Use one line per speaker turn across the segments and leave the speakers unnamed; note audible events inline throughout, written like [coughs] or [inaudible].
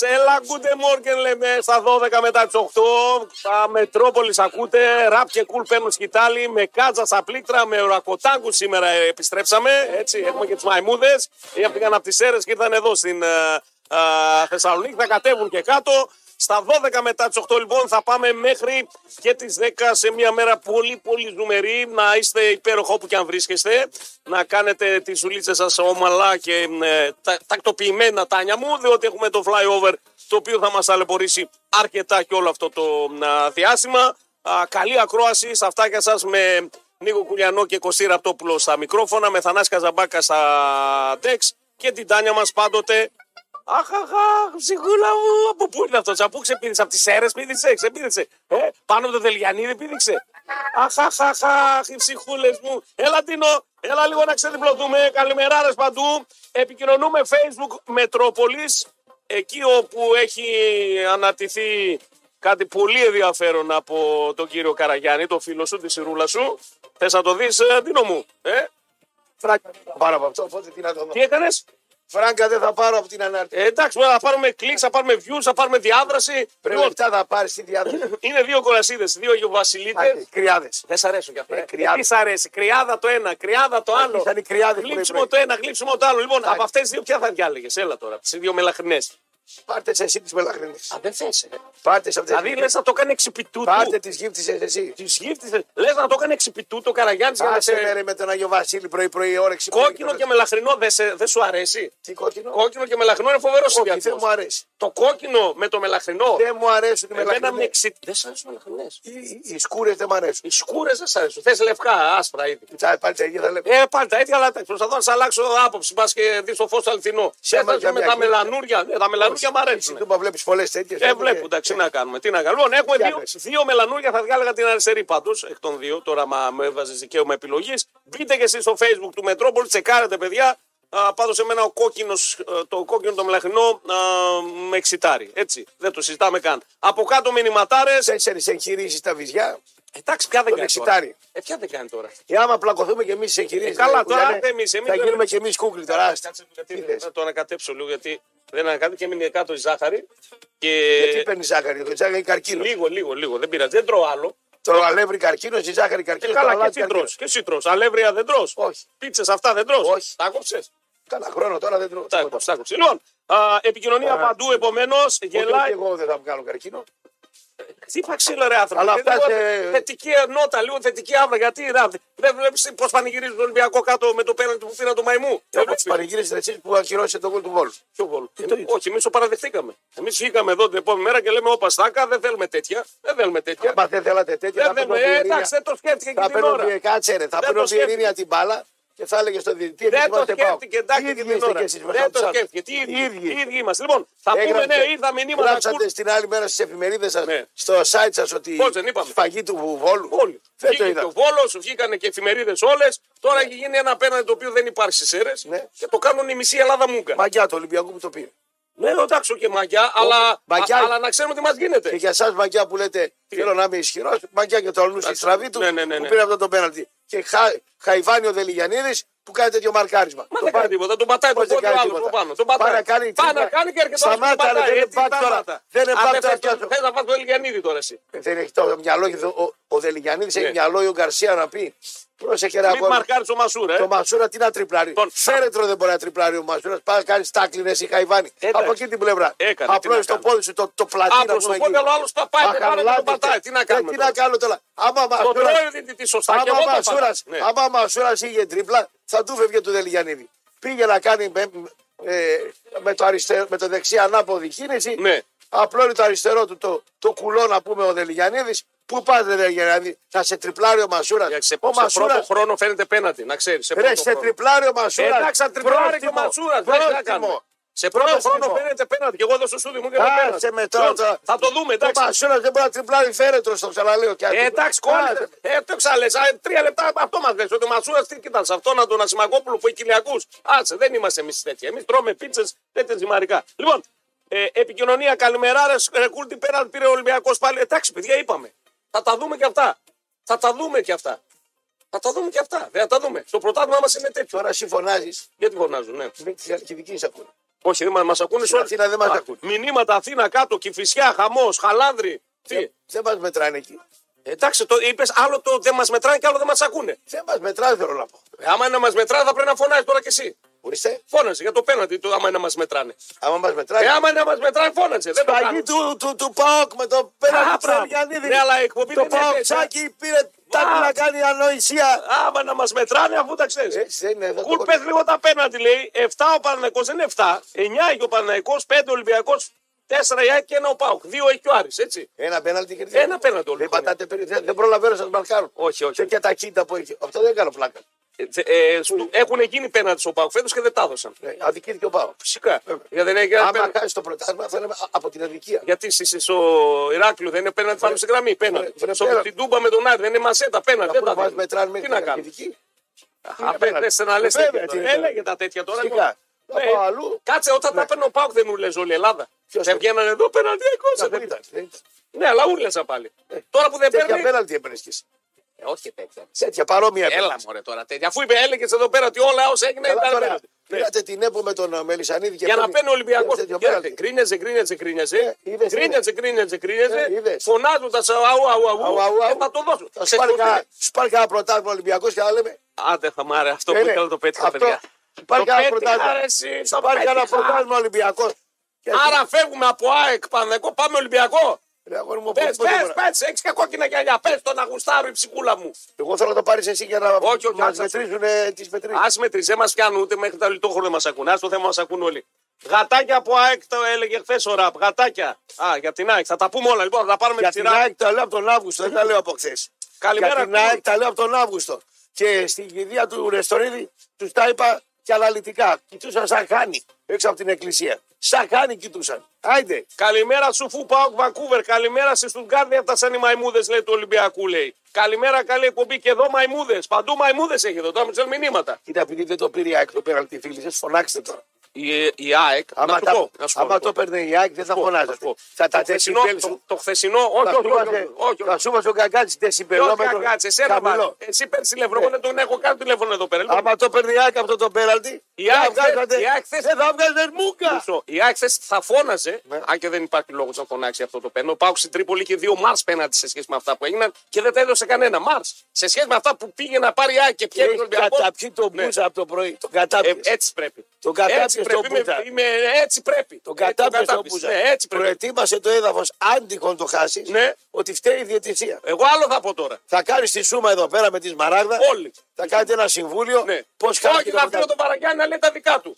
Έλα, γκούτε Μόρκεν λέμε στα 12 μετά τις 8. Τα Μετρόπολης ακούτε. Ραπ και κουλ παίρνουν σκητάλι. Με κάτσα στα πλήκτρα. Με ουρακοτάγκου σήμερα ε, επιστρέψαμε. Έτσι, έχουμε και τι μαϊμούδε. Οι από από τι αίρε και ήρθαν εδώ στην α, α, Θεσσαλονίκη. Θα κατέβουν και κάτω. Στα 12 μετά τις 8 λοιπόν θα πάμε μέχρι και τις 10 σε μια μέρα πολύ πολύ ζουμερή. Να είστε υπέροχο όπου και αν βρίσκεστε. Να κάνετε τι ζουλίτσε σας ομαλά και ε, τα, τακτοποιημένα τάνια μου. Διότι έχουμε το flyover το οποίο θα μας ταλαιπωρήσει αρκετά και όλο αυτό το α, διάστημα. Α, καλή ακρόαση σε αυτά και σας με Νίκο Κουλιανό και Κωστή Ραπτόπουλο στα μικρόφωνα. Με Θανάση Καζαμπάκα στα τεξ και την Τάνια μας πάντοτε Αχαχα, ψυχούλα μου, από πού είναι αυτός, τσαπού ξεπίδησε, από τις αίρες πήδησε, ξεπίδησε. Ε, πάνω από το Δελιανίδη πήδηξε. Αχαχαχα, οι ψυχούλες μου. Έλα, Τίνο, έλα λίγο να ξεδιπλωθούμε. Καλημεράρε παντού. Επικοινωνούμε Facebook Μετρόπολης, εκεί όπου έχει ανατηθεί κάτι πολύ ενδιαφέρον από τον κύριο Καραγιάννη, το φίλο σου, τη σιρούλα σου. Θες να το δεις, Τίνο μου, ε. Φράγκα, πάρα από αυτό.
Οπότε τι να το δω.
Τι έκανες,
Φράγκα δεν θα πάρω από την ανάρτηση.
ε, εντάξει, τώρα θα πάρουμε κλικ, θα πάρουμε views, θα πάρουμε διάδραση.
Πρέπει
Λοιπόν,
αυτά θα πάρεις στη διάθεση.
είναι δύο κορασίδε, δύο αγιοβασιλίτε.
Κρυάδε.
Ε, Δεν σ' αρέσουν κι αυτά. Ε,
Ε, κρυάδα.
τι σ' αρέσει, κρυάδα το ένα, κρυάδα το άλλο.
Ήταν οι κρυάδες που
Γλύψιμο
λέει,
το ένα, γλύψιμο το άλλο. Λοιπόν, από αυτές τις δύο, ποια θα διάλεγες. Έλα τώρα, τις δύο μελαχρινές.
Πάρτε σε εσύ τις μελαχρινέ.
Α, δεν ε. θε.
Πάρτε σε αυτέ
Δηλαδή λες να το έκανε εξυπητού.
Πάρτε τις γύφτισε εσύ.
Τη γύφτησε. Λες να το έκανε εξυπητού το Καραγιάννης για να
Άσε
σε.
με ρε με τον Άγιο Βασίλη πρωί-πρωί όρεξη.
Κόκκινο και μελαχρινό δεν σε- δεν σου αρέσει.
Τι κόκκινο.
Κόκκινο και μελαχρινό είναι φοβερός
Όχι, δεν μου
συνδυασμό.
αρέσει.
Το κόκκινο με το μελαχρινό.
Δεν μου αρέσουν οι
Εμένα με
μελαχρινές.
εξι... Δεν σ' αρέσουν μελαχρινές.
Οι σκούρες δεν μου αρέσουν.
Οι σκούρες δεν σ' αρέσουν. Θες λευκά, άσπρα ήδη.
Τσάι, πάλι τα ίδια θα λέμε.
Ε, πάλι τα ίδια, αλλά εντάξει, προσπαθώ να σε αλλάξω άποψη. Πας και δεις το φως αληθινό.
Σε
Σε
μάτια
με
Ε, μια
τα
γυναίκα.
μελανούρια. Ναι, τα μελανούρια μ'
Στην
αρέσουν.
Τούμπα βλέπεις πολλές τέτοιες.
Ε, βλέπω, εντάξει, τι να κάνουμε. Τι να κάνουμε. Λοιπόν, έχουμε
Για
δύο,
πες.
δύο μελανούρια, θα διάλεγα την αριστερή πάντως, εκ των δύο. Τώρα, μα με έβαζες δικαίωμα επιλογής. Μπείτε και εσείς στο facebook του Μετρόπολη, τσεκάρετε, παιδιά. Πάντως, εμένα ο κόκκινος, ε, το κόκκινο το μελαχρινό α, με εξητάρει. Έτσι, δεν το συζητάμε καν. Από κάτω μηνυματάρες.
Τέσσερις εγχειρήσεις στα βυζιά.
Εντάξει, πια δεν
τον
κάνει. Τώρα.
εξητάρει.
Ε, πια δεν κάνει τώρα.
Και άμα πλακωθούμε και εμείς σε εγχειρήσεις.
Ε, καλά, τώρα άντε εμείς, εμείς
Θα
δεν-
γίνουμε και εμείς κούκλοι τώρα. άστε.
Κάτσε λίγο, γιατί
Τι
δεν-
θες?
θα το ανακατέψω λίγο γιατί δεν ανακατεύει και μείνει κάτω η ζάχαρη. Και
Γιατί Ε, παίρνει ζάχαρη, το ζάχαρη καρκίνος.
λίγο, λίγο, λίγο. Δεν πειράζει. Δεν τρώω άλλο.
Το αλεύρι καρκίνος, η ζάχαρη
Και
καρκίνος.
Ε, καλά, και εσύ τρώ. Και εσύ τρως. Αλεύρια δεν τρώ.
Όχι.
Πίτσες αυτά δεν τρώ.
Όχι.
Τα κόψε.
Καλά, χρόνο τώρα δεν τρώω.
Τα
τίποτα.
έκοψε, τα έκοψε. Λοιπόν, α, επικοινωνία
Ωραία.
παντού επομένως.
Ούτε
Γελάει.
και εγώ δεν θα βγάλω καρκίνο.
Τι παξίλα ρε άνθρωπο.
Αλλά
Και
αυτά
λίγο
σε-
Θετική νότα, λίγο θετική αύρα. Γιατί ρε, δεν βλέπεις πώς πανηγυρίζει τον Ολυμπιακό κάτω με το πέναντι που πήρα του μαϊμού. Δεν
Όπω
βλέπεις.
πανηγύρισε εσεί που ακυρώσετε τον κόλ του Βόλου.
Ποιο βόλο.
Ε,
Εμείς- όχι, εμείς το παραδεχτήκαμε. Εμείς βγήκαμε εδώ την επόμενη μέρα και λέμε: Όπα, στάκα, δεν θέλουμε τέτοια. Δεν θέλουμε τέτοια.
Μα δεν θέλατε τέτοια.
Ε, δεν
θα
θέλουμε.
παίρνω
Ε,
Βιερίνια.
εντάξει, δεν το σκέφτηκε και
Θα
την
παίρνω
ώρα.
Βιερίνια, κάτσε ρε. Θα
Δεν
παίρνω
το σκέφτηκε.
Βιερίνια την μπάλα και θα έλεγε στον διαιτητή.
Δεν το
θυμάστε, πάω.
σκέφτηκε, εντάξει,
Οι
και
ίδιοι
την
είστε
ώρα.
και εσείς με
Δεν
τον
το
Τσάρλ.
σκέφτηκε. Τι
Οι ίδιοι.
ίδιοι, οι ίδιοι είμαστε. Λοιπόν, θα πούμε, ναι,
Έγραψε.
είδα μηνύματα.
Γράψατε
κούρ-
στην άλλη μέρα στις εφημερίδες σας
Ναι.
στο site σας ότι
Πώς δεν είπαμε.
σφαγή του Βόλου.
Όλοι.
Δεν
Βγήκε
το
και ο
είδα.
Βόλος, βγήκανε και εφημερίδες όλες. Τώρα έχει γίνει ένα απέναντι το οποίο δεν υπάρχει στις αίρες
Ναι.
και το κάνουν η μισή Ελλάδα μούγκα.
Μαγιά του Ολυμπιακού που το πήρε.
Ναι, εντάξει, και μαγιά, αλλά,
μαγιά.
α- αλλά να ξέρουμε τι μας
Και
γίνεται.
για εσάς μαγιά που λέτε θέλω να είμαι ισχυρός, μαγιά και το αλλού στη στραβή του
Ναι, ναι, ναι, ναι.
που πήρε αυτό το πέναλτι. Και χα, Χαϊβάνι ο Δελιγιανίδης που κάνει τέτοιο μαρκάρισμα.
Μα δεν κάνει τίποτα, τον πατάει το
Πώς δεν
πόδι
κάνει
ο άλλος
τίποτα.
από πάνω. Τον πατάει.
Πάει να κάνει
Πάει
τρίπλα.
να κάνει και έρχεται άλλος και
Σταμάτα,
τον
ρε,
πατάει.
δεν
Ε,
είναι
τι
back τώρα.
σταμάτα.
Δεν είναι
Αν
back τώρα,
θες το-
πιάσου.
θες να φας το Ελγιανίδη τώρα εσύ.
Ε, Δεν έχει το μυαλό, έχει το- ο, ο Δελιγιανίδης
Ναι.
έχει μυαλό, ή ο Γκαρσία να πει. Πρόσεχε ρε
Μην
αγόρι.
μαρκάρεις ο Μασούρ, ε.
Το Μασούρα τι να τριπλάρει.
Λοιπόν,
Φέρετρο δεν μπορεί να τριπλάρει ο Μασούρας. Πάει να κάνεις τάκλινες ή χαϊβάνι.
Εντάξει.
Από εκεί την πλευρά.
Έκανε, τι να
Απλώ το
κάνουμε.
πόδι σου, το, το πλατίνα
Άπρο
που
στο πόδι, αλλά ο άλλος τα πάει. Πάνω και τον πατάει. Τι να κάνουμε.
Τι
τώρα.
να κάνω τώρα. Άμα
Το
Μασούρας.
τρώει τι- τι- τι σωστά. Και
Άμα
εγώ
ο
τα πάω.
Μασούρας,
Ναι.
άμα ο Μασούρας είχε τρίπλα, θα του φεύγε του Δελιγιανίδη. Πήγε να κάνει με, ε, με, το, αριστε, με το δεξί ανάποδη κίνηση.
Ναι.
Απλώνει το αριστερό του το, το κουλό να πούμε ο Δελιγιανίδης. Πού πας ρε Δελιγιανίδη, θα σε τριπλάρει ο Μασούρας.
Για- Σε σε
ο
πρώτο
Μασούρας,
χρόνο φαίνεται πέναντι, να ξέρεις. Σε
ρε
πρώτο
σε
χρόνο. Ε,
τριπλάρει ο Μασούρας.
Εντάξει, θα τριπλάρει και ο
Πρόστιμο,
Μασούρας. Δεν θα
πρόστιμο.
κάνουμε. Σε πρώτο
Πρόστιμο.
χρόνο φαίνεται πέναντι. Και εγώ εδώ στο στούδι μου και δεν
Άσε
πέναντι.
με τώρα,
Λοιπόν,
τώρα.
Θα το δούμε,
Ο
εντάξει.
Μασούρας δεν μπορεί να τριπλάρει φέρετρο στο ξαναλέω. κι αν-
Ε, εντάξει, κόλλησε.
Άσε.
Ε, το ξαλέ. Τρία λεπτά αυτό μας λες. Ότι ο Μασούρας τι ήταν σε αυτόν τον Ασημακόπουλο που έχει κυλιακούς. Άσε, δεν είμαστε εμείς τέτοιοι. Εμείς τρώμε πίτσες τέτοιε ζυμαρικά. Λοιπόν, ε, επικοινωνία, καλημεράρε. Ρεκούλτι πέραν πήρε ο Ολυμπιακός πάλι. Ε, Εντάξει, παιδιά, είπαμε. Θα τα δούμε και αυτά. Θα τα δούμε και αυτά. Θα τα δούμε και αυτά. Δεν θα τα δούμε. Στο πρωτάθλημα μας είναι τέτοιο.
Τώρα συμφωνάζεις
Γιατί φωνάζουν, ναι.
με τη Χαλκιδική ακούνε.
Όχι, δεν μα ακούνε σε
Στην
όλη
Αθήνα δεν μας
Α,
ακούνε.
Μηνύματα Αθήνα κάτω, Κυφυσιά, Χαμός, Χαλάνδρη. Τι.
Δεν- Δεν μας μετράνε εκεί.
Εντάξει, το είπες άλλο το δεν μας μετράνε και άλλο δεν μας ακούνε.
Δεν μας μετράνε, θέλω να πω.
Ε, Άμα είναι να μας μετράνε, θα πρέπει να φωνάζεις τώρα κι εσύ.
Ορίστε,
Φώναζε για το πέναντι του, άμα είναι να μας μετράνε.
άμα μας μετράει.
Ε, άμα είναι να μας μετράνε, φώναζε. Δεν το
Παγί
κάνω.
του, του, του ΠΑΟΚ με το πέναντι του
μπράβο.
Στυλιανίδη.
Ναι, αλλά η εκπομπή
Το
δεν είναι ε.
ΠΑΟΚτσάκι πήρε τάκι
Α.
να κάνει ανοησία.
Άμα να μας μετράνε, αφού τα ξέρεις.
Έτσι δεν είναι εδώ. Ε, το
Κουλ,
κόκκινο.
πες λίγο τα πέναντι, λέει. 7 ο Παναναϊκό, δεν είναι 7. 9 και ο Παναναϊκό, 5 ο Ολυμπιακός, 4 η ΑΕΚ και 1 ο Πάουκ. 2 έχει ο Άρης, έτσι.
Ένα πέναλτι κερδίζει.
Ένα πέναντι όλο.
Δεν πατάτε περί. Δεν, δεν προλαβαίνω να σας μαρκάρω.
Όχι, όχι.
Και, και τα κίνητα που έχει. Αυτό δεν κάνω πλάκα.
Ε, ε, ε, σου- έχουν γίνει πέναντι στο Πάουκ φέτος και δεν τα έδωσαν.
Ε, αδικήθηκε ο Πάο.
Φυσικά. Γιατί δεν έχει
Ε, Άμα
πέναντι.
χάσει το πρωτάθλημα θα είναι α- από την αδικία.
Γιατί σ- σ- στο Ηράκλειο δεν είναι πέναντι πάνω στη γραμμή. Πέναντι.
βρε, βρε,
Στο
πέναντι.
την Τούμπα με τον Άρη δεν είναι μασέτα. Πέναντι. Δεν
Αφού
τα
να μα
δίνουν.
μετράνε με
Τι
την
να κάνω.
αδικητική.
Απέ-
πέναντι.
Λες να λες
Βέβαια,
τέτοια
τι
τώρα.
είναι.
Έλεγε τα τέτοια τώρα.
Φυσικά.
Ναι.
Από αλλού. Ναι.
Κάτσε, όταν τα παίρνω πάω δεν ούλε όλη η Ελλάδα.
Ποιος
Δεν
το-
βγαίνανε εδώ πέναντι.
Να,
εγώ,
δεν
δεν-
ήταν, δεν ήταν.
Ναι, αλλά ούρλεσα πάλι. Τώρα που δεν
Ε, Τέτοια
παίρνει.
πέναλτι έπαιρνες κι εσύ.
Ε, όχι τέτοια.
Τέτοια παρόμοια
Έλα μωρέ τώρα τέτοια. Αφού είπε, έλεγε εδώ πέρα ότι όλα όσα έγινε
Καλά,
ήταν
τώρα,
πέναντι. Ναι.
Πήρατε την ΕΠΟ με τον ε, Μελισανίδη και
Για να
παίρνει-
παίρνει ο Ολυμπιακός.
τέτοιο πέναλτι.
Κρίνεζε, κρίνεζε, κρίνεζε.
Ε, είδες,
Κρίνεζε, κρίνεζε,
Ε,
κρίνεζε.
είδες.
Φωνάζοντας αού, αού, αού.
Αου, αου,
Ε,
αου.
Θα το δώσω.
Θα
Σε
σου πάρει
σκοτεινέ.
κανένα- σου πάρει κανένα πρωτάθλημα Ολυμπιακός και θα λέμε.
Άντε θα μ' άρε, αυτό που
Ε, ναι.
ήθελα το πέτυχα,
Αυτό.
παιδιά.
Υπάρχει
Το
κανένα
πέτυχα,
πρωτάθλημα.
ρε, εσύ,
Θα
το
πάρει κανένα
πέτυχα.
πρωτάθλημα Ολυμπιακό.
Άρα φεύγουμε από ΑΕΚ Παναγικό, πάμε Ολυμπιακό. Πε, πε, πες, έχεις και κόκκινα γυαλιά. Πες το να γουστάρω η ψυχούλα μου.
Εγώ θέλω να το πάρεις εσύ για να
Όχι, όχι,
μας
άστασε.
μετρήσουν τις μετρήσεις.
Ας με τρει, δεν μας πιάνουν ούτε μέχρι τα λιτόχρονα μας ακούνε. Ας το θέμα μας ακούν όλοι. Γατάκια από ΑΕΚ το έλεγε χθες ο Ραπ. Γατάκια. Α, για την ΑΕΚ. Θα τα πούμε όλα λοιπόν. Θα τα πάρουμε
Για
τη
την
σειρά.
ΑΕΚ τα λέω από τον Αύγουστο, δεν τα λέω από χθες.
Καλημέρα,
Για την
Κούλ.
ΑΕΚ τα λέω από τον Αύγουστο. Και στην κηδεία του Ρεστορίδη τους τα είπα και αναλυτικά. Κοιτούσαν σαν χάνι έξω από την εκκλησία. Σαν χάνι κοιτούσαν. Άιντε.
Καλημέρα σου φου Πάοκ Βανκούβερ. Καλημέρα σε Στουτγκάρδη. Αυτά σαν οι μαϊμούδες λέει του Ολυμπιακού λέει. Καλημέρα, καλή εκπομπή και εδώ μαϊμούδες. Παντού μαϊμούδες έχει εδώ. Τώρα μου στέλνουν μηνύματα.
Κοίτα, επειδή δεν το πήρε η ΑΕΚ το πέναλτι, φίλοι σας, φωνάξτε τώρα.
Η, η ΑΕΚ.
Άμα,
να σου
τα,
πω, να σου πω,
άμα
να
το
σου πω.
παίρνε η ΑΕΚ, δεν θα
Να σου
φωνάζατε.
πω.
Θα τα
Το χθεσινό-
τεσιμπέλσουν.
το- Το χθεσινό, όχι, όχι, όχι, όχι, όχι.
Θα σου βάζει ο Καγκάτση τεσιμπελόμετρο.
Όχι, κάτσε, εσένα βάλε. Εσύ παίρνει τηλέφωνο,
Ναι.
εγώ δεν τον έχω κάνει τηλέφωνο εδώ πέρα. Λοιπόν,
Άμα το παίρνει η ΑΕΚ αυτό το πέναλτι,
Η
δεν θα
ΑΕΚ δεν-
βγάζατε-
η ΑΕΚ θες-
δεν θα βγάζατε μούγκα.
Μισό. Η ΑΕΚ χθες θα φώναζε,
Ναι.
αν και δεν υπάρχει λόγος να φωνάξει αυτό το πέναλτι. Ο Πάουξ στην Τρίπολη και δύο Μάρ πέναντι σε σχέση με αυτά που έγιναν και δεν τα έδωσε κανένα Μάρ. Σε σχέση με αυτά που πήγε να Ναι. Ε, πάρει η ΑΕΚ και πιέρνει ο
Έχει
Ολυμπιακό.
καταπιεί το μπούζα από το πρωί. Τον κατάπιες.
έτσι πρέπει.
Τον κατάπιες
έτσι
το
πρέπει. Είμαι,
Μπούζα.
είμαι, έτσι πρέπει.
τον
Ε,
κατάπιες το
κατάπιες.
μπούζα.
Ναι, έτσι πρέπει.
Προετοίμασε το έδαφος άντυχον το χάσεις.
Ναι.
Ότι φταίει η διαιτησία.
Εγώ άλλο θα πω τώρα.
Θα κάνεις τη σούμα εδώ πέρα με τη Σμαράγδα.
Όλοι.
Θα κάνετε ένα συμβούλιο.
Ναι.
Πώς χάσει
Όχι, θα αφήνω τον Παραγκιάννη να λέει τα δικά του.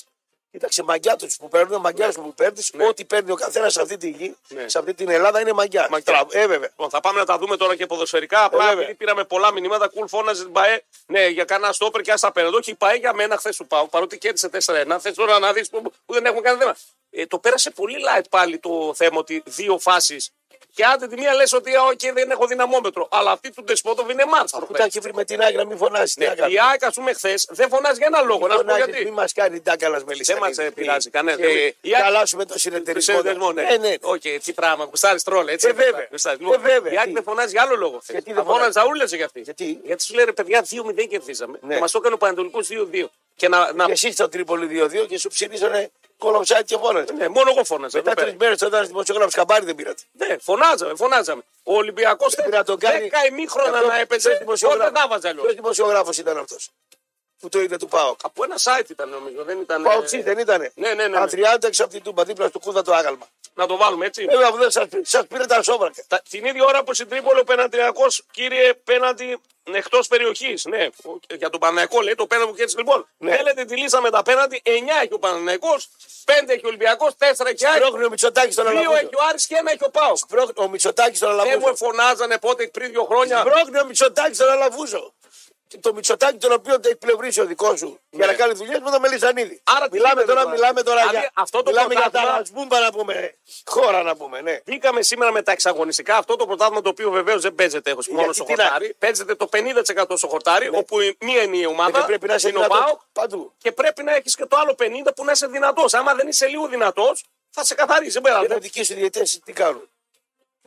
Κοίταξε, μαγιά τους που παίρνουν, μαγιά σου που παίρνεις. Ό,τι παίρνει ο καθένας σε αυτή τη γη,
Ναι.
σε αυτή την Ελλάδα είναι μαγιά.
Μαγιά.
Τρα- Ε, βέβαια.
Λοιπόν, θα πάμε να τα δούμε τώρα και ποδοσφαιρικά. Απλά
Ε, βέβαια.
επειδή πήραμε πολλά μηνύματα, κουλ φώναζε την ΠαΕ. Ναι, για κανένα στόπερ και α τα παίρνω. Όχι, η ΠαΕ για μένα χθες σου πάω, παρότι κέρδισε 4-1. Θες τώρα να δεις που, που δεν έχουμε κανένα θέμα. Ε, το πέρασε πολύ light πάλι το θέμα ότι δύο φάσεις. Και άντε τη μία λες ότι «Α, οκ, δεν έχω δυναμόμετρο. Αλλά αυτή του Ντεσπότοβ είναι μάτσα.
Αφού τα έχει βρει με την άκρη να μην φωνάζει. τι να
Ναι,
κάνει.
η ΑΕΚ, ας πούμε, χθες δεν φωνάζει για ένα λόγο. Να σου πω
Φωνάζει,
γιατί.
Μην μας κάνει τάκαλα με λησίδα.
μας, ε, πειράζει κανένα. Ε, η Άκη-
Καλά σου με το
Του
συνεταιρισμό.
συνδεσμού, ναι.
Ε, ναι.
Οκ, τι πράγμα, κουστάρι τρόλε. Έτσι,
Ε, βέβαια.
Κουστάρεις.
Ε,
Λοιπόν,
βέβαια.
Η Άκη
Τι.
δεν φωνάζει για άλλο λόγο. χθες.
Γιατί δεν
Θα
φωνάζει.
φώναζα ούλε για αυτή.
Γιατί?
Γιατί σου λέει ρε παιδιά 2-0 κερδίσαμε.
Ναι.
Και μας το έκανε ο Πανατολικό 2-2. Και να. να...
Και εσύ στο Τρίπολη 2-2 και σου ψηρίζανε κολομψάκι και φώναζε.
Ναι, μόνο εγώ φώναζα.
Μετά
εδώ πέρα.
τρεις μέρες όταν ήταν δημοσιογράφος χαμπάρι δεν πήρατε.
Ναι, φωνάζαμε, φωνάζαμε. Ο Ολυμπιακός
Πρέπει να τον κάνει.
10 ημίχρονα να έπαιζε. Εγώ δεν τα βάζα
Ποιο
λόγο.
δημοσιογράφος ήταν αυτός που το είδε του Πάοκ.
Από ένα site ήταν νομίζω. Δεν ήταν.
Παοξή
ε,
δεν ήτανε.
Ναι, ναι, ναι, ναι.
Αντριάντα εξ από την Τούμπα, δίπλα στο κούδα το άγαλμα.
Να το βάλουμε έτσι.
Βέβαια που δεν σας πήρε, σας πήρε τα σόβρακα.
Τα- Την ίδια ώρα που στην Τρίπολη ο Πεναντριακό, κύριε, πέναντι εκτός περιοχής. Ναι, ο- για τον Παναναϊκό λέει το πέναντι που κέρδισε. Λοιπόν,
Ναι.
θέλετε τη λύσα με τα πέναντι. 9 έχει ο Παναναϊκό, 5 έχει ο Ολυμπιακός, 4 έχει ο Άρης,
Πρόχνει ο Μητσοτάκης στον
2
Αλαβούζο.
έχει ο Άρης και 1 έχει ο Πάο.
Σπρώχνει Ο Μητσοτάκης στον
Δεν
Αλαβούζο.
μου φωνάζανε πότε πριν δύο χρόνια.
Πρόχνει ο Μητσοτάκης στον Αλαβούζο. Και το Μητσοτάκη τον οποίο το έχει πλευρίσει ο δικός σου για να κάνει δουλειές με τον Μελισανίδη.
Ναι. Άρα τι
μιλάμε
γίνεται
τώρα,
τώρα.
μιλάμε τώρα
Δηλαδή,
για.
αυτό το
μιλάμε για τα
πρωτάθλημα-
λασμπούμπα να πούμε. Χώρα να πούμε, ναι.
Μπήκαμε σήμερα με τα εξαγωνιστικά. Αυτό το πρωτάθλημα το οποίο βεβαίως δεν παίζεται έχω μόνο
Γιατί
στο
τι να-
χορτάρι. Παίζεται το 50% στο χορτάρι, όπου η- μία είναι η ομάδα.
Γιατί Ε, πρέπει να είσαι
είναι ο
δυνατός
ΠΑΟΚ,
παντού.
Και πρέπει να έχεις και το άλλο 50% που να είσαι δυνατός. Άμα δεν είσαι λίγο δυνατός, θα σε καθαρίζει. Δεν μπορεί να-
Και τα δικοί σου διαιτέ τι κάνουν.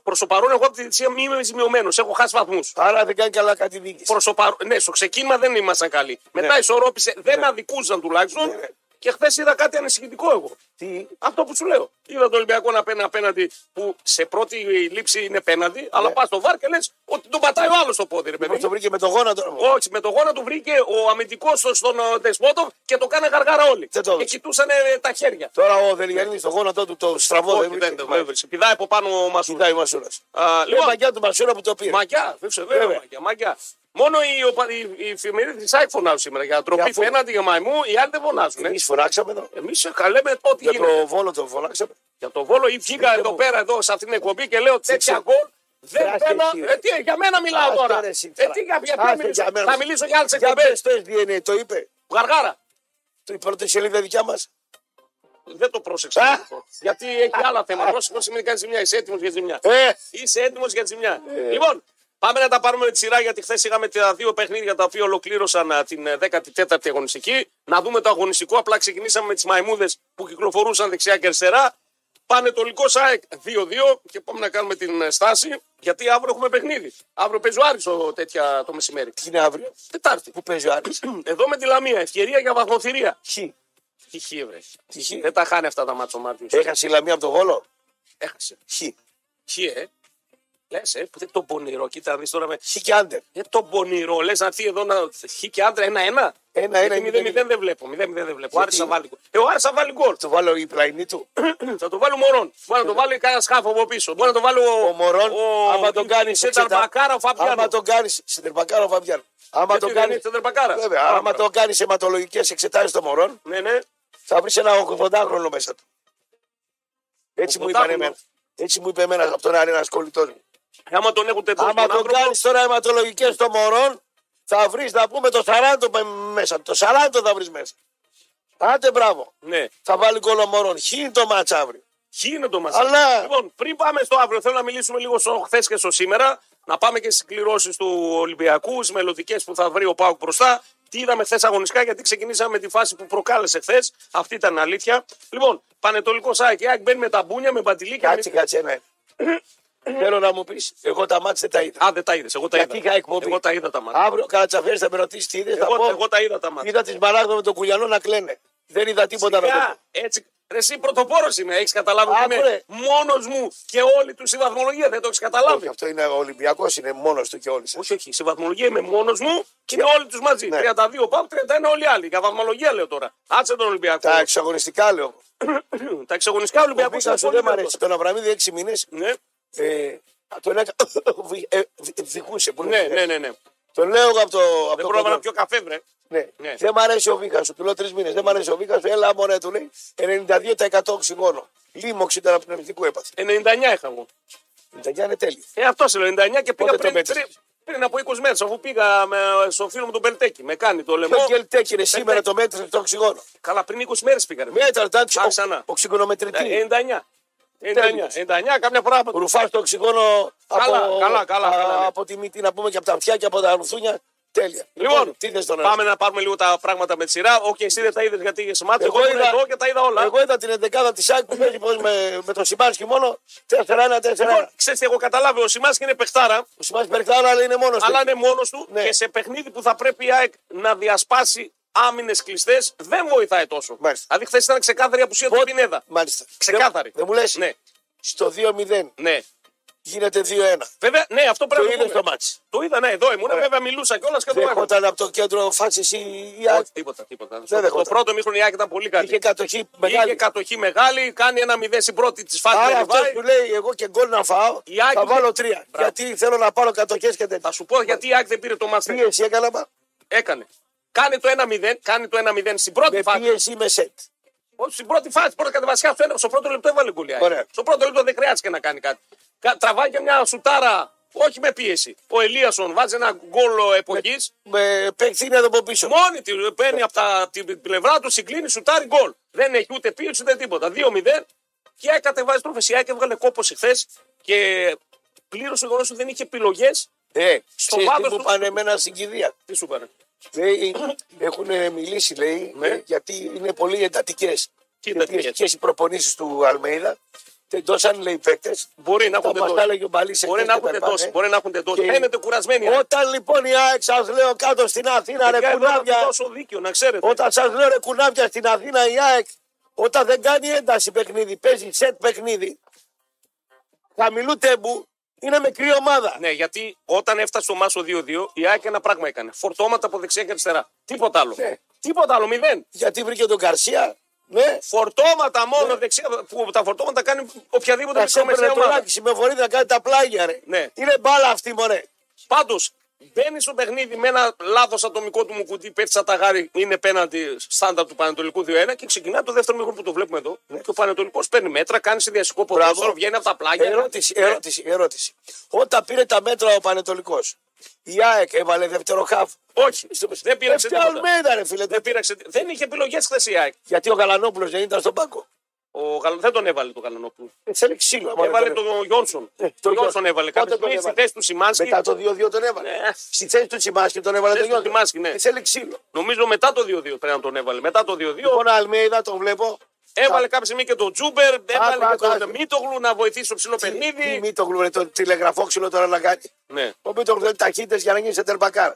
Προ το παρόν, εγώ από τη διετησία μη είμαι ζημιωμένος. Έχω χάσει βαθμούς.
Άρα δεν κάνει καλά κάτι δίκης. Ναι.
Προ το παρόν, ναι, στο ξεκίνημα δεν ήμασταν καλοί. Μετά ισορρόπησε, δεν με αδικούσαν τουλάχιστον. Και χθες είδα κάτι ανησυχητικό εγώ.
Τι,
Αυτό που σου λέω. Είδα τον Ολυμπιακό να παίρνει απέναντι που σε πρώτη λήψη είναι απέναντι,
Ναι.
αλλά πας στο βάρ και λες ότι τον πατάει ο άλλος το πόδι, ρε παιδί.
Πώς το βρήκε με το γόνατο.
Όχι, με το γόνατο βρήκε ο αμυντικός στον ε, Δεσπότοβ και το κάνε γαργάρα όλοι.
Δεν το
και
έδωσε.
κοιτούσαν τα χέρια.
Τώρα ο Δελιανίδη το γόνατό του το στραβό
Όχι,
δεν
δεν το
βρήκε.
έβρισε. Πηδάει από πάνω ο Μασούρας.
Κοιτάει ο Μασούρας.
Α,
Λοιπόν,
Λοιπόν,
μαγιά του Μασούρα που το πήρε.
μαγιά, φύξε βέβαια,
Βέβαια.
μαγιά, μαγιά. Μόνο οι, οπα- οι, οι εφημερίδες της ΑΕΚ φωνάζουν σήμερα για τροπή
αφού-
πέναντι για μαϊμού, οι άλλοι δεν φωνάζουν.
Εμείς φωνάξαμε εδώ.
Εμείς καλέμε ό,τι
Για
ναι. γίνεται.
το βόλο το φωνάξαμε.
Για το βόλο ή βγήκα εδώ πέρα εδώ σε αυτήν την εκπομπή και λέω τέτοια γκολ. Δεν
Άστε
παίρνω.
εσύ, ρε.
Ε, τι, για μένα μιλάω
Άστε,
τώρα.
ρε,
Ε,
εσύ,
τι,
τώρα.
για ποια
Άστε,
μιλήσω.
για μένα.
Θα μιλήσω για άλλες
Για
εκπομπές.
πες το SDNA, το είπε.
Γαργάρα.
Το η πρώτη σελίδα δικιά μας.
Δεν το πρόσεξα.
Α.
αυτό. Γιατί έχει άλλα θέματα. Πρόσεχε σημαίνει κάνει ζημιά. Είσαι έτοιμος για ζημιά.
Ε,
Είσαι έτοιμος για τη ζημιά. Λοιπόν, πάμε να τα πάρουμε με τη σειρά γιατί χθες είχαμε τα δύο παιχνίδια τα οποία ολοκλήρωσαν α, την ε, 14η αγωνιστική. Να δούμε το αγωνιστικό. Απλά ξεκινήσαμε με τις μαϊμούδες που κυκλοφορούσαν δεξιά και αριστερά. Πανετολικό ΣΑΕΚ 2-2 και πάμε να κάνουμε την ε, στάση γιατί αύριο έχουμε παιχνίδι. Αύριο παίζει ο Άρης ο- τέτοια το μεσημέρι.
τι είναι αύριο.
Τετάρτη.
Πού παίζει ο Άρης.
Εδώ με τη Λαμία. Ευκαιρία για βαθμοθυρία.
Χι.
Τυχή, βρε.
Τυχή.
Δεν τα χάνει αυτά τα μάτια ο Μάρτιος.
Έχασε η λαμία από το βόλο.
Έχασε.
Χι.
Χι, ε. Λες, ε, που δεν το πονηρό. Κοίτα, να δεις τώρα με
Χι και άντερ.
Ε, το πονηρό, λες να έρθει εδώ να χει και άντρα ένα-ένα.
Ένα-ένα ή
Γιατί μηδέν,
μηδέν.
μηδέν δεν βλέπω. Μηδέν, μηδέν δεν βλέπω. Ο Άρης θα
Γιατί?
βάλει γκολ. Ε, ο Άρης θα βάλει
[coughs]
γκολ.
Το βάλω η πλαϊνή του.
θα το βάλει ο Μωρόν. Μπορεί να το βάλει κανένα σκάφο από πίσω. Μπορεί να το βάλει ο,
Ο Μωρόν,
ο-
άμα τον κάνεις.
Σέντερ Μπακάρα, ο Φαπιάνο.
Άμα τον κάνει. Σεντερμπακάρα ο Φαπιάνο. Άμα
Γιατί
τον
δεν
κάνει.
είναι Σέντερ Μπακάρα.
Βέβαια, άμα το κάνεις αιματολογικές εξετάσει των μωρών,
Ναι, ναι.
θα βρεις ένα 80χρονο μέσα του. Έτσι μου, είπαν
80χρονο.
εμένα. Έτσι μου είπε εμένα από τον Άρη ένας κολλητός μου.
Ε, Άμα τον έχουν τεντώσει τον
Άμα τον
άνθρωπος,
κάνεις τώρα αιματολογικές των μωρών, θα βρεις να πούμε το 40 με- μέσα. Το 40 θα βρεις μέσα. Άντε μπράβο.
ναι.
Θα βάλει γκολ ο μωρών. Χι είναι το μάτς αύριο.
Χι είναι το μαζί.
Αλλά-
Λοιπόν, πριν πάμε στο αύριο, θέλω να μιλήσουμε λίγο στο χθες και στο σήμερα. Να πάμε και στις κληρώσεις του Ολυμπιακού, στις μελλοντικές που θα βρει ο Πάουκ μπροστά. Τι είδαμε χθες αγωνιστικά, γιατί ξεκινήσαμε με τη φάση που προκάλεσε χθες. Αυτή ήταν αλήθεια. Λοιπόν, Πανετολικό Σάκη, Άκ μπαίνει με τα μπούνια, με μπατιλί και.
Κάτσε, κάτσε ένα. Θέλω να μου πεις, εγώ τα μάτς δεν τα είδα.
Α, δεν τα είδες. Εγώ τα
Γιατί
είδα.
είχα εκπομπή.
Εγώ τα είδα τα μάτια.
Αύριο ο Καρατσαφέρη θα με ρωτήσεις τι είδες. Θα
Εγώ,
πω.
εγώ τα είδα τα μάτια.
Είδα τη Μαράγδο με τον Κουλιανό να κλαίνε. Δεν είδα τίποτα να το
Φυσικά, έτσι. Ρε, εσύ πρωτοπόρος είμαι, έχεις καταλάβει
Άκου,
ότι είμαι
ρε.
μόνος μου και όλοι του στη βαθμολογία. Δεν το έχεις
Όχι,
καταλάβει.
αυτό είναι ο Ολυμπιακός, είναι μόνος του και όλοι σα.
Όχι, όχι. Σε βαθμολογία είμαι μόνος μου και είναι όλοι τους μαζί.
Ναι.
32 πάμε, 31 όλοι οι άλλοι. Για βαθμολογία λέω τώρα. Άτσε τον Ολυμπιακό.
Τα εξαγωνιστικά λέω.
[clears throat] Τα εξαγωνιστικά
Ο
Ολυμπιακού
Βίκα σου
πολύ
δεν μ' αρέσει.
δυνατός.
Τον Αβραμίδη έξι ε, μήνες
Ναι,
τον έκα. [laughs] βι- ε, βι- Δικούσε που
ναι,
λένε.
ναι. ναι, ναι.
Τον λέω εγώ από το. από
Δεν
το
πρόλαβα να
κοντρόλ.
πιω καφέ, βρε.
Ναι.
Ναι.
Δεν μ' αρέσει ο Βίκας σου. Του λέω τρεις μήνες. Δεν μ' αρέσει ο Βίκας σου. Έλα, μωρέ, του λέει 92% οξυγόνο. Λίμωξη ήταν από πνευματικού έπαθη.
99 είχα εγώ.
Η Ταγιά είναι τέλειο.
Ε, αυτό σε λέω. 99 και πήγα
Πότε το
πριν,
μέτρησες?
πριν, πριν από 20 μέρες, αφού πήγα με, στο φίλο μου τον Πελτέκη. Με κάνει το λαιμό.
Ποιο γκέλτεκ είναι σήμερα το μέτρησε το οξυγόνο.
Καλά, πριν 20 μέρες πήγα. Ρε. Ε,
Μέτρα, ήταν
Α, ξανά.
οξυγονομετρητή.
Ε, 99. 99,
Τέλειος.
99, κάμια φορά από
Ρουφάς το οξυγόνο
Καλά,
από,
καλά, καλά,
α-
καλά, ναι.
από τη μύτη, να πούμε και από τα αυτιά και από τα ρουθούνια. Τέλεια.
Λοιπόν,
τι θες τον
πάμε να πάρουμε λίγο τα πράγματα με τη σειρά. Όχι, εσύ δεν τα είδες γιατί είχε μάτια. Εγώ,
Εγώ
ήμουν
είδα-
εδώ και τα είδα όλα.
Εγώ είδα την 11η τη Σάκη που παίζει πώς με, με το Σιμάνσκι μόνο 4-1-4-1.
Λοιπόν, ξέρεις τι έχω καταλάβει. Ο Σιμάνσκι είναι παιχτάρα,
Ο Σιμάνσκι Περκτάρα αλλά είναι μόνος
αλλά
του.
είναι μόνος του
Ναι.
και σε παιχνίδι που θα πρέπει η ΑΕΚ να διασπάσει άμυνες κλειστές δεν βοηθάει τόσο.
Μάλιστα.
Δηλαδή, χθες ήταν ξεκάθαρη απουσία του Πινέδα.
Μάλιστα.
Ξεκάθαρη.
Δεν μου λες.
Ναι,
Στο 2-0
ναι.
γίνεται 2-1.
Βέβαια, ναι, αυτό
Το
πρέπει να
είδες
το
στο
πούμε.
μάτς.
Το είδα, ναι, εδώ ήμουν. Βέβαια, μιλούσα κιόλας και το έκανα.
Δέχονταν από το κέντρο φάση εσύ η Άκη.
Όχι, τίποτα, τίποτα. Το
δεχόταν.
πρώτο μήχρονο η ΑΕΚ ήταν πολύ καλή.
Είχε κατοχή
Είχε
μεγάλη.
κατοχή μεγάλη, κάνει ένα 0 στην πρώτη της φάση. με
Άρα
τη
αυτό
Βάη.
που λέει εγώ και γκολ να φάω,
Η Άκη
θα
μου-
βάλω τρία.
Μπράβο.
Γιατί θέλω να πάρω κατοχές και τέτοια.
Θα σου πω γιατί η ΑΕΚ δεν πήρε το μάτς.
Πίεση έκανα μα,
Έκανε. Κάνει το 1-0, κάνει το 1-0 στην πρώτη
με
φάση.
πίεση ή με σετ.
Όχι, στην πρώτη φάση, πρώτα κατεβασιά στο, ένα, στο πρώτο λεπτό έβαλε γκολ. η ΑΕΚ.
Ωραία.
Στο πρώτο λεπτό δεν χρειάστηκε να κάνει κάτι. Κα- Τραβάει και μια σουτάρα, όχι με πίεση. Ο Ελίασον βάζει ένα γκολ εποχής.
Με παίκτη είναι εδώ από πίσω.
Μόνη της παίρνει από τα, από την πλευρά του, συγκλίνει, σουτάρει γκολ. Δεν έχει ούτε πίεση ούτε τίποτα. 2-0 και η ΑΕΚ κατεβάζει τροφεσιά και έβγαλε κόπο χθες και πλήρωσε ο γονός του δεν είχε επιλογές.
Ε,
Στο
στο
βάθος
τι μου
του-
πάνε εμένα στην κηδεία.
Τι σου είπανε.
Λέει, έχουν μιλήσει, λέει,
Ναι.
γιατί είναι πολύ εντατικές
Τι εντατικές?
οι προπονήσεις του Αλμέιδα. τεντώσαν λέει οι παίκτες.
Μπορεί να έχουν
Τα μας τα έλεγε ο Μπαλής
τεντώσει. Μπορεί
εχθές
να
και
έχουν
τα
τεντώσει.
λοιπά,
Μπορεί να έχουν τεντώσει.
Και-
Φαίνεται κουρασμένοι. ρε.
Όταν λοιπόν η ΑΕΚ σας λέω κάτω στην Αθήνα, ρε
Παιδιά, εγώ να
κουνάβια,
του δώσω δίκιο, να ξέρετε.
Όταν σας λέω ρε κουνάβια στην Αθήνα η ΑΕΚ, όταν δεν κάνει ένταση παιχνίδι, παίζει σετ παιχνίδι, χαμηλού τέμπου, είναι μικρή ομάδα.
Ναι, γιατί όταν έφτασε ο Μάσο 2-2, η ΑΕΚ ένα πράγμα έκανε. Φορτώματα από δεξιά και αριστερά. Τίποτα άλλο.
Ναι.
Τίποτα άλλο, μηδέν.
Γιατί βρήκε τον Καρσία, ναι,
Φορτώματα μόνο δεξιά. Που τα φορτώματα κάνει οποιαδήποτε
να
μικρό
ξέπαιρνε
μεσαία
το
ομάδα.
λάκι, συμμεφορεί να κάνει τα πλάγια, ρε.
Ναι. Ε,
Είναι μπάλα αυτή, μωρέ.
Πάντως, μπαίνει στο παιχνίδι με ένα λάθος ατομικό του μου κουτί, πέφτει σαν ταγάρι, είναι πέναντι στάνταρ του Πανετολικού 2-1 και ξεκινάει το δεύτερο μήκο που το βλέπουμε εδώ.
Ναι.
Και ο Πανετολικός παίρνει μέτρα, κάνει συνδυαστικό ποδόσφαιρο, βγαίνει από τα πλάγια.
Ερώτηση,
Ναι.
ερώτηση, ερώτηση. Όταν πήρε τα μέτρα ο Πανετολικός, η ΑΕΚ έβαλε δεύτερο χαφ.
Όχι, δεν πήραξε
Ποια
τίποτα.
Αλμέιδα, ρε φίλε.
Δεν, πήραξε, τί- δεν είχε επιλογές χθες η ΑΕΚ.
Γιατί ο Γαλανόπουλος δεν ήταν στον πάγκο.
Ο Γαλα- Δεν τον έβαλε τον Γαλανόπουλο.
Σε ξύλο, άμα
Έβαλε
δεν
τον Γιόνσον.
Ε,
τον Γιόνσον
τον Γιόνσον.
έβαλε.
Πότε
Κάποια
τον
στιγμή στη
έβαλε?
θέση του Σιμάνσκι.
Μετά το 2-2 τον έβαλε.
Ε,
Στη θέση του Τσιμάσκη τον έβαλε
θέση
τον
του
Γιώργο.
Τσιμάσκη, ναι.
Σε ξύλο.
Νομίζω μετά το 2-2 πρέπει να τον έβαλε. Μετά το 2-2
Λοιπόν, Αλμέιδα τον βλέπω.
έβαλε κάποια στιγμή και τον Τζούμπερ, έβαλε
α,
και
α,
τον
α.
Μίτογλου να βοηθήσει στο ψηλό
Τι
παιχνίδι.
μη τον γλουρε, το τηλεγραφόξυλο τώρα να κάνει.
Ναι.
Ο Μίτογλου θέλει ταχύτητες για να γίνει σε τερμπακάρ.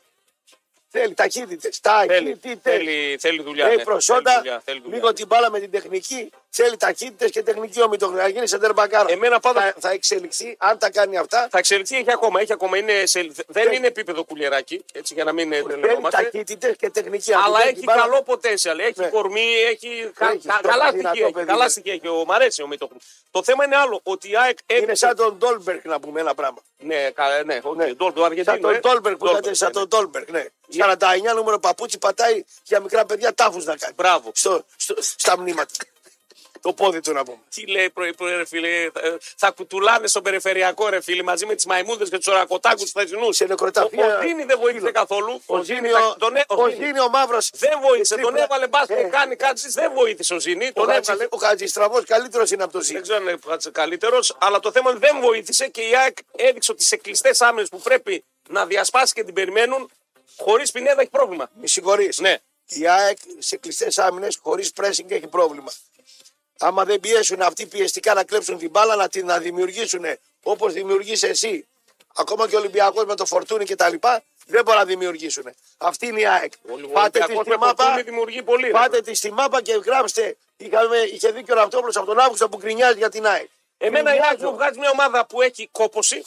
Θέλει ταχύτητε.
Θέλει,
Ταχύτητες.
θέλει, θέλει δουλειά.
Θέλει
ναι.
προσόντα.
Θέλει δουλειά, θέλει ναι. δουλειά.
Λίγο την μπάλα με την τεχνική. Θέλει ταχύτητες και τεχνική ο Μίτογλου. Να γίνει σε τερμπακάρ.
Εμένα πάντα-
θα, θα εξελιχθεί αν τα κάνει αυτά.
Θα εξελιχθεί, έχει ακόμα. Έχει ακόμα. Είναι σε- δεν
Θέλει.
είναι επίπεδο κουλιεράκι, έτσι για να μην
Θέλει
τρελαινόμαστε.
ταχύτητες και τεχνική. Αν
Αλλά
την
έχει
μπάλα-
καλό potential, έχει
Ναι.
κορμί, έχει. κα-
Έχει,
κα-
το
Καλά
δυνατό
στοιχεία έχει.
παιδί,
Καλά
ναι.
στοιχεία έχει. Ο- Μ' αρέσει ο Μίτογλου. Το θέμα είναι άλλο. Ότι η ΑΕΚ
Είναι σαν τον Ντόλμπερκ να πούμε ένα πράγμα.
Ναι, κα- ναι, οκ,
Ναι.
Ντόλ- το Αργεντίνος.
Σαν τον
ε.
Τόλμπερκ που
Ντόλμπερκ,
λέτε, σαν
ναι, ναι.
τον Τόλμπερκ, ναι. 49 νούμερο παπούτσι πατάει για μικρά παιδιά τάφους να κάνει.
Μπράβο.
Στο, στο, στα μνήματα. Το πόδι του να πούμε.
Τι λέει πρωί, πρωί, ρε φίλε. ε, Θα κουτουλάνε στον περιφερειακό, ρε φίλε, μαζί με τις μαϊμούδες και τους ορακοτάκου του θεσινούς.
Σε νεκροταφεία.
Ο Δίνη δεν βοήθησε καθόλου.
Ο
Ζήνη
Ζήνιο,
τα- τον έ- ο
ο
Ζήνη
Ζήνιο μαύρος.
Δεν βοήθησε. Τον
Τρίπλα.
έβαλε μπάσκετ,
Ε.
κάνει κάτι. Δεν βοήθησε ο Ζήνη.
Ο,
Τον έβαλε.
Χατζη- ο Χατζηστραβός καλύτερος είναι από το
Δεν
Ζήνιο.
ξέρω αν είναι καλύτερος, αλλά το θέμα είναι δεν βοήθησε και η ΑΕΚ έδειξε ότι σε κλειστές άμυνες που πρέπει να διασπάσει και την περιμένουν, χωρίς πινέδα έχει πρόβλημα.
Με συγχωρείς.
Ναι.
Η ΑΕΚ σε κλειστές άμυνες χωρίς pressing έχει πρόβλημα. Άμα δεν πιέσουν αυτοί πιεστικά να κλέψουν την μπάλα, να την να δημιουργήσουν όπως δημιουργείς εσύ, ακόμα και ο Ολυμπιακός με το φορτούνι κτλ. Δεν μπορούν να δημιουργήσουν. Αυτή είναι η ΑΕΚ.
Ο
Πάτε τη
Ολυμπιακός
στη
με
μάπα,
Φορτούνη δημιουργεί πολύ. ρε.
πάτε τη στη μάπα και γράψτε. Είχαμε, είχε δίκιο ο Ραπτόπουλος από τον Αύγουστο που γκρινιάζει για την ΑΕΚ.
Εμένα η
Γκρινιάζω.
ΑΕΚ μου βγάζει μια ομάδα που έχει κόποση,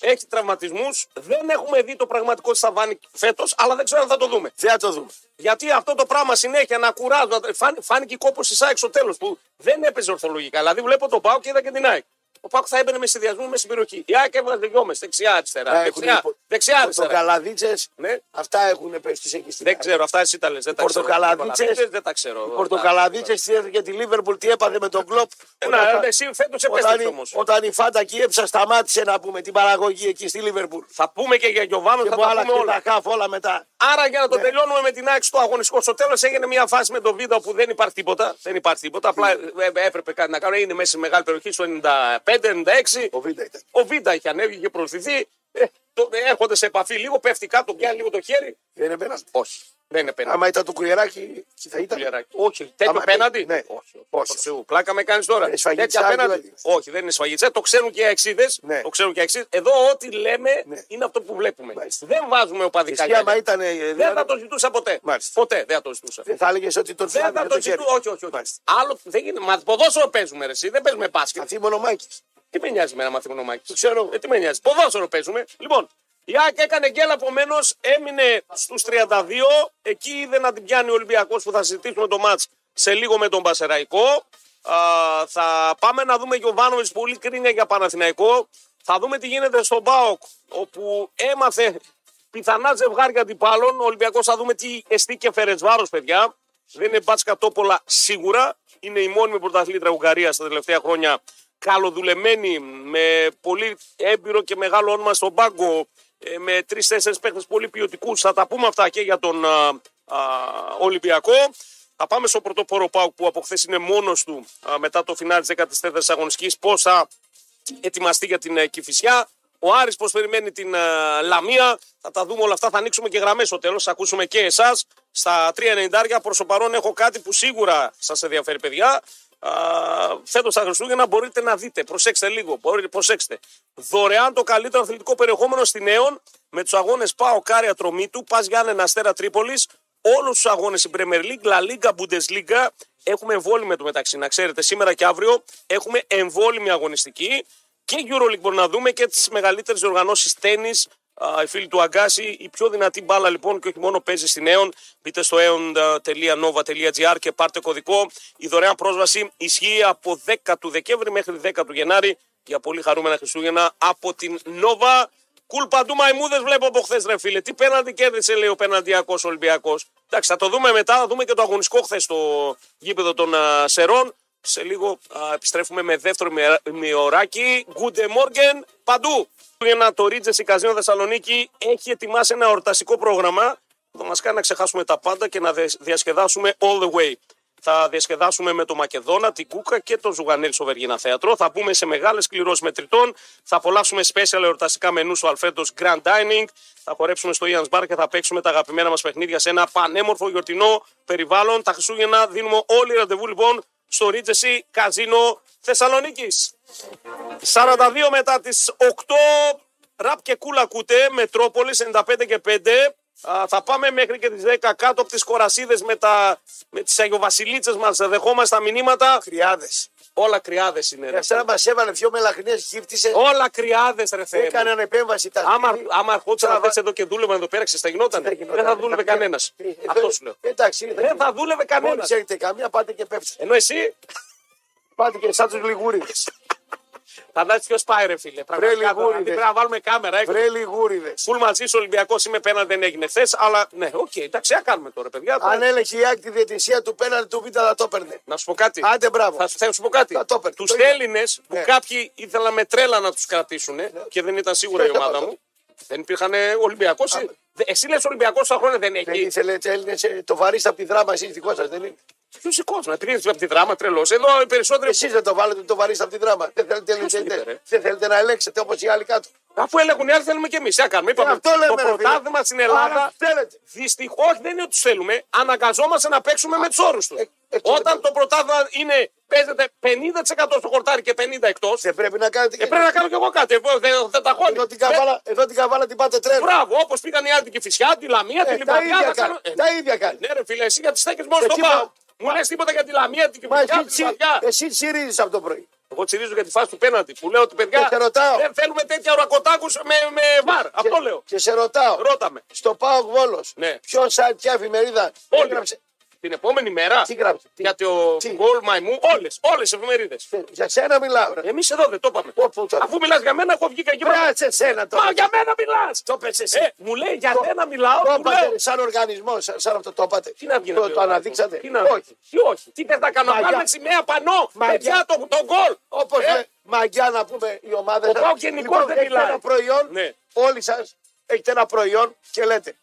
έχει τραυματισμούς. Δεν έχουμε δει το πραγματικό τη Σαββάνη φέτος, αλλά δεν ξέρω αν θα το δούμε.
Δεν θα το δούμε.
Γιατί αυτό το πράγμα συνέχεια να κουράζουν. να- φάν- Φάνηκε η κόπο τη ΑΕΚ στο τέλος που δεν έπαιζε ορθολογικά. Δηλαδή βλέπω τον Πάο και είδα και την ΑΕΚ. Ο Πάο θα έμπαινε με συνδυασμού με στην περιοχή. Η ΑΕΚ έβγαζε δυόμες, δεξιά-αριστερά.
Έχουν
Δεξιά,
υπο-
δεξιά-αριστερά.
Πορτοκαλαδίτσες,
Ναι.
αυτά έχουν πέσει εκεί στην
Δεν ξέρω, αυτά εσύ τα λες. Δεν τα ξέρω.
Πορτοκαλαδίτσες.
Πορτοκαλαδίτσες Δεν τα ξέρω.
Ο Πορτοκαλαδίτσε τι έφερε και τη Λίβερπουλ, τι έπαθε με τον Κλοπ.
Ε,
Όταν
Να,
τα-
εσύ φέτος
όταν,
επέστρεψε
η-
όμως.
όταν η Φάντα Κιέψα σταμάτησε να πούμε την παραγωγή εκεί στη Λίβερπουλ.
Θα πούμε και για Γιωβάνος,
Και
θα
που
τα
άλλαξε
πούμε όλα.
τα χάφ όλα μετά.
Άρα για να
Ναι.
το τελειώνουμε με την ΑΕΚ στο αγωνιστικό, στο τέλος έγινε μια φάση με τον Βίδα που δεν υπάρχει τίποτα. Δεν υπάρχει τίποτα. Απλά ε,
Ναι.
ε, έπρεπε κάτι να κάνει. Είναι μέσα σε μεγάλη περιοχή στο 95-96.
Ο Βίντα ήταν.
Ο Βίντα έχει ανέβει, είχε προσθεθεί. Ε, το- ε, έρχονται σε επαφή λίγο, πέφτει κάτω, πιάνει λίγο το χέρι.
Δεν είναι πέναντι.
Όχι, δεν είναι πέναντι.
Άμα ήταν το κουλιεράκι, τι θα ήταν.
Κουλιαράκι. Όχι, τέτοιο
Άμα-
πέναντι.
ναι.
όχι.
Όχι.
του Θεού. Πλάκα με κάνεις τώρα.
Είναι σφαγιτσά,
Τέτοια πέναντι.
δηλαδή.
Όχι, δεν είναι σφαγιτσά. Το ξέρουν και οι αξίδες.
Ναι.
Το ξέρουν και οι αξίδες. Εδώ ό,τι λέμε
Ναι.
είναι αυτό που βλέπουμε.
Μάλιστα.
Δεν βάζουμε οπαδικά
Εσύ άμα
γυαλιά.
ήταν.
ναι. Δεν θα το ζητούσα ποτέ.
Μάλιστα.
Ποτέ δεν θα το ζητούσα.
Θα έλεγες ότι
Δεν
τον φυλάνε
θα
με
το
χέρι.
ζητούσα. Όχι, όχι. όχι.
Μάλιστα.
Άλλο δεν γίνεται. Μα ποδόσφαιρο παίζουμε ρε, εσύ. Δεν παίζουμε μπάσκετ.
Αυτή μονομάκι.
Τι με νοιάζει με ένα μαθημένο μάκι.
Ξέρω.
Ε, τι με νοιάζει. Ποδόσφαιρο παίζουμε. Λοιπόν, η ΑΕΚ έκανε γκέλα, επομένως έμεινε στους 32. Εκεί είδε να την πιάνει ο Ολυμπιακός που θα συζητήσουμε το μάτ σε λίγο με τον Πασεραϊκό. Α, θα πάμε να δούμε Γιωβάνοβιτ πολύ κρίνια για Παναθηναϊκό. Θα δούμε τι γίνεται στον Μπάοκ, όπου έμαθε πιθανά ζευγάρια αντιπάλων. Ο Ολυμπιακός θα δούμε τι εστί και φερεσβάρο, παιδιά. Δεν είναι μπάτσκα τόπολα σίγουρα. Είναι η μόνιμη πρωταθλήτρια Ουγγαρίας τα τελευταία χρόνια. Καλοδουλεμένη, με πολύ έμπειρο και μεγάλο όνομα στον πάγκο. ε, Με τρει-τέσσερι παίχτες πολύ ποιοτικούς. Θα τα πούμε αυτά και για τον α, α, Ολυμπιακό. Θα πάμε στο πρωτοπόρο Πάουκ που από χθες είναι μόνος του α, μετά το φινάλι τη 14η αγωνιστικής. Πώς θα ετοιμαστεί για την ε, Κηφισιά. Ο Άρης πως περιμένει την ε, Λαμία. Θα τα δούμε όλα αυτά. Θα ανοίξουμε και γραμμές στο τέλος. Θα ακούσουμε και εσάς στα 3.90. Προς το παρόν έχω κάτι που σίγουρα σας ενδιαφέρει παιδιά. φέτο τα Χριστούγεννα μπορείτε να δείτε. Προσέξτε λίγο. Μπορείτε, προσέξτε. Δωρεάν το καλύτερο αθλητικό περιεχόμενο στην ΕΟΝ με τους αγώνες Πάο Κάρια Τρομήτου, Πας Γιάννενα Αστέρα Τρίπολης, όλους τους αγώνες στην Premier League, La Liga, Bundesliga. Έχουμε εμβόλυμη το μεταξύ, να ξέρετε. Σήμερα και αύριο έχουμε εμβόλυμη αγωνιστική και Euroleague μπορούμε να δούμε και τις μεγαλύτερες διοργανώσει τέννη. Οι φίλοι του Αγκάση, η πιο δυνατή μπάλα λοιπόν και όχι μόνο παίζει στην ΕΟΝ. Μπείτε στο aeon.nova.gr και πάρτε κωδικό. Η δωρεάν πρόσβαση ισχύει από 10 του Δεκέμβρη μέχρι 10 του Γενάρη για πολύ χαρούμενα Χριστούγεννα από την Νόβα. Κουλ παντού μαϊμούδες βλέπω από χθες, ρε φίλε. Τι πέναντι κέρδισε, λέει ο πέναντιακό Ολυμπιακός. Εντάξει, θα το δούμε μετά. Θα δούμε και το αγωνιστικό χθες στο γήπεδο των α, Σερών. Σε λίγο α, επιστρέφουμε με δεύτερο μοιρα- μοιωράκι. Good morning παντού. Ένα το Ρίτζες Καζίνο Θεσσαλονίκη έχει ετοιμάσει ένα εορταστικό πρόγραμμα που θα μας κάνει να ξεχάσουμε τα πάντα και να δε- διασκεδάσουμε all the way. Θα διασκεδάσουμε με το Μακεδόνα, την Κούκα και το Ζουγανέλ στο Βεργίνα Θέατρο. Θα μπούμε σε μεγάλες κληρώσεις μετρητών. Θα απολαύσουμε special εορταστικά μενούς στο Αλφέντος Grand Dining. Θα χορέψουμε στο Ian's Bar και θα παίξουμε τα αγαπημένα μας παιχνίδια σε ένα πανέμορφο γιορτινό περιβάλλον. Τα Χριστούγεννα δίνουμε όλοι ραντεβού λοιπόν στο Ρίτζεσι Καζίνο Θεσσαλονίκης. 42 μετά τις 8. Ραπ και κούλα ακούτε, Μετρόπολη 95 και 5. Α, θα πάμε μέχρι και τις 10 κάτω από τις κορασίδες με, τα, με τις αγιοβασιλίτσες μας. ε, Δεχόμαστε τα μηνύματα.
Κρυάδε.
Όλα κρυάδες είναι. Ρε.
Εσένα μας έβαλε δύο μελαχρινές χύφτησε.
Όλα κρυάδες ρε Θεέ μου.
Έκαναν επέμβαση τα
ε, Άμα,
σκύλη.
άμα ερχόντουσαν
Τραβά-
αυτές εδώ και δούλευαν εδώ πέρα, ξέρεις, θα γινόταν.
Δεν γινόταν.
Δεν θα δούλευε
Καμία-
κανένας.
Ε, ε,
Αυτό σου λέω.
Εντάξει,
Δεν θα δούλευε
Μόλι
κανένας. Ε,
έρχεται καμία, πάτε και πέφτει.
Ενώ εσύ
Πάτε και σαν τους λιγούριδες.
θα δάσεις ποιος πάει ρε φίλε. Πραγματικά τώρα,
λιγούριδες.
αντί Πρέπει να βάλουμε κάμερα. Έχουμε
Βρε λιγούριδες.
Φουλ μαζί Ολυμπιακός είμαι πέναντι δεν έγινε χθες, αλλά ναι, οκ, εντάξει, α κάνουμε τώρα, παιδιά.
Αν έλεγε η άκρη τη διαιτησία του πέναντι του Β' θα το έπαιρνε.
Να σου πω κάτι.
Άντε μπράβο.
Θα, θα σου πω κάτι.
Θα το έπαιρνε,
Τους
το ίδιο.
Έλληνες που
Ναι.
κάποιοι ήθελαν με τρέλα να τους κρατήσουν και δεν ήταν σίγουρα η
Ποιος
ομάδα
έπαιρνε
μου. Δεν υπήρχαν Ολυμπιακό. Εσύ λες Ολυμπιακός στα χρόνια δεν
Δεν
έχει.
ήθελε έτσι, Έλληνες, ε, το βαρύστα από τη δράμα, εσεί δικός σας δεν είναι.
Ποιο σηκώ να τρίζεις από τη δράμα, τρελός. Εδώ οι περισσότεροι.
Εσείς δεν το βάλετε το βαρύστα από τη δράμα. Δεν θέλετε,
Ποιος το είπε, ρε?
δεν θέλετε να ελέγξετε όπως οι άλλοι κάτω. Ε,
Αφού έλεγχουν οι άλλοι, θέλουμε και εμείς. Τι να κάνουμε. Είπαμε,
αυτό λέμε, ρε
το
φίλε.
πρωτάθλημα στην
Άρα
Ελλάδα.
θέλετε.
Δυστυχώς δεν είναι ότι τους θέλουμε. Αναγκαζόμαστε να παίξουμε με τους όρους τους.
ε, ε,
Όταν
ε,
το πρωτάθλημα είναι παίζεται 50% στο χορτάρι και 50% εκτό.
Δεν πρέπει να κάνετε.
Ε, πρέπει να κάνω κι εγώ κάτι. Εγώ δεν, δεν τα χώνει.
Εδώ την καβάλα, εδώ την καβάλα την πάτε τρέλα.
Μπράβο, όπως πήγαν οι άλλοι την Κυφυσιά, τη Λαμία,
Ε,
τη
τα
Λιμπαδιά.
ίδια
θα κάνω-
κάνει.
Ε,
Τα ίδια κάνει.
Ναι, ρε φίλε, εσύ γιατί στέκει μόνο
Ε,
στον
τίποτα.
πάο. Μου λες τίποτα για τη Λαμία, την
Μα
Κυφυσιά,
εσύ, Ε-
τη
τσι-
Λιμπαδιά.
εσύ τσιρίζεις από το πρωί.
Εγώ τσιρίζω για τη φάση του πέναντι που λέω ότι παιδιά
Ε, σε ρωτάω.
δεν θέλουμε τέτοια ουρακοτάκου με, με βαρ. Αυτό
Και-
λέω.
Και σε ρωτάω.
Ρώταμε.
Στο Πάο Βόλος.
Ναι.
Ποιο σαν ποια εφημερίδα.
Όλοι.
έγραψε-
Την επόμενη μέρα
Τι γράψε. τι-
για το
τι-
γκολ μαϊμού, όλες όλες οι εφημερίδες.
Για σένα μιλάω. ρε.
Εμείς εδώ δεν το είπαμε.
Πω, πω, τώρα.
Ε, Αφού μιλάς για μένα, εγώ βγήκα εκεί πέρα.
Βράτσε σένα
Μα
τώρα.
για μένα μιλάς!
Το έπαιξε εσύ.
Ε, μου λέει για
Το-
μένα μιλάω.
Το
του λέω.
είπατε σαν οργανισμό, σαν σαν αυτό το είπατε.
Τι να βγει να
Το,
πει
το
ο
αναδείξατε.
Τι να
Όχι.
Τι όχι. Τι θες να κάνω.
Μαγιά.
Κάνουμε σημαία πανό.
Μαγιά.
Παιδιά το, το γκολ.
Όπως
Ε,
μαγιά να πούμε οι ομάδε.
Ο Πάοκ γενικώς δεν
Λοιπόν, έχετε
μιλάει.
ένα προϊόν,
Ναι.
όλοι σας έχετε ένα προϊόν και λέτε.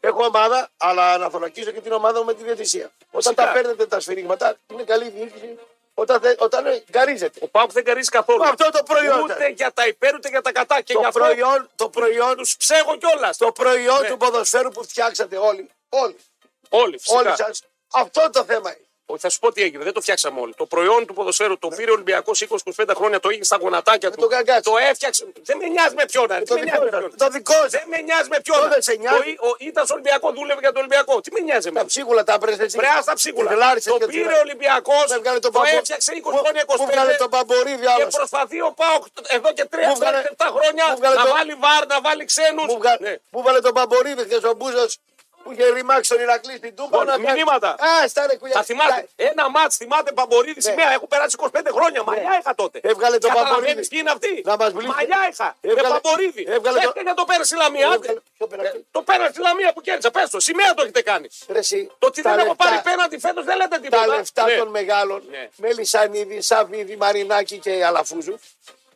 Έχω ομάδα, αλλά αναθωρακίζω και την ομάδα μου με τη διαιτησία. Όταν
Φυσικά.
τα παίρνετε τα σφυρίγματα, είναι καλή η διοίκηση. Όταν, δεν- όταν ε, γκαρίζετε.
Ο Πάουκ δεν καρίζει καθόλου.
Μα αυτό το προϊόν
Ούτε
ήταν.
για τα υπέρ ούτε για τα κατά. Και για
Το προϊόν, το προϊόν,
Τους ψέγω κιόλας.
το προϊόν
Ναι.
του ποδοσφαίρου που φτιάξατε όλοι. Όλοι.
Όλοι φυσικά.
Όλοι σας. Αυτό το θέμα είναι.
Όχι, θα σου πω τι έγινε. Δεν το φτιάξαμε όλοι. Το προϊόν του ποδοσφαίρου το πήρε ο Ολυμπιακός 20-25 χρόνια. Το είχε στα γονατάκια του.
Ναι. Ε, τον καγκάτσι.
Το έφτιαξε. Δεν με νοιάζει με ποιον. ρε.
Το
Δεν με νοιάζει
δικό
με
σας.
ποιον.
Το δικό
Δεν
σα.
με νοιάζει με ποιον.
Το δεν σε νοιάζει.
Ο Ή- Ο Ήταν Ολυμπιακό δούλευε για τον Ολυμπιακό. Τι με νοιάζει με
Τα ψίχουλα τα έπαιρνες εσύ.
Πρέα στα ψίχουλα.
Τριφυλάρισες
Το
και
πήρε
τριφυλά-
ο Ολυμπιακός.
Δεν βγάλε τον
Το
παμπο-
έφτιαξε 20
Μου-
χρόνια
Μου βγάλε τον
25.
παμπορίδι
Και
άλλο.
προσπαθεί ο Πάοκ εδώ και 3-7
Μου βγάλε-
χρόνια
μου βγάλε
να
το-
βάλει βάρ, να βάλει Ναι. ξένους.
Μου βγα- μου βγάλε τον παμπορίδι χθες ο Μπούζο που είχε ρημάξει τον Ηρακλή στην Τούμπα.
Λοιπόν,
να κάνει-
μηνύματα.
Α, στα ρε κουλιά.
Θα θυμάστε. Ένα μάτ θυμάται Παμπορίδη
Ναι.
σημαία. Έχω περάσει 25 χρόνια. Μαλλιά είχα τότε.
Έβγαλε τον
Καταλαβαίνεις
Παμπορίδη.
ποιοι είναι αυτοί.
Να μας μιλήσει.
Μαλλιά είχα. Με
Έβγαλε-
Παμπορίδη.
έβγαλε το-
Έφτιαγε το... το πέρασε η Λαμία. άντε.
Έβγαλε- ποιο πέρασε?
Ε, Το πέρασε η Λαμία που κέρδισα. Πες το. Σημαία το έχετε κάνει.
Ρε εσύ,
Το ότι
τα
δεν έχω
λεφτά-
πάρει πέναντι φέτος δεν λέτε τίποτα.
Τα λεφτά
Ναι.
των μεγάλων,
Ναι.
Μελισανίδη, Σαββίδη, Μαρινάκη και Αλαφούζου,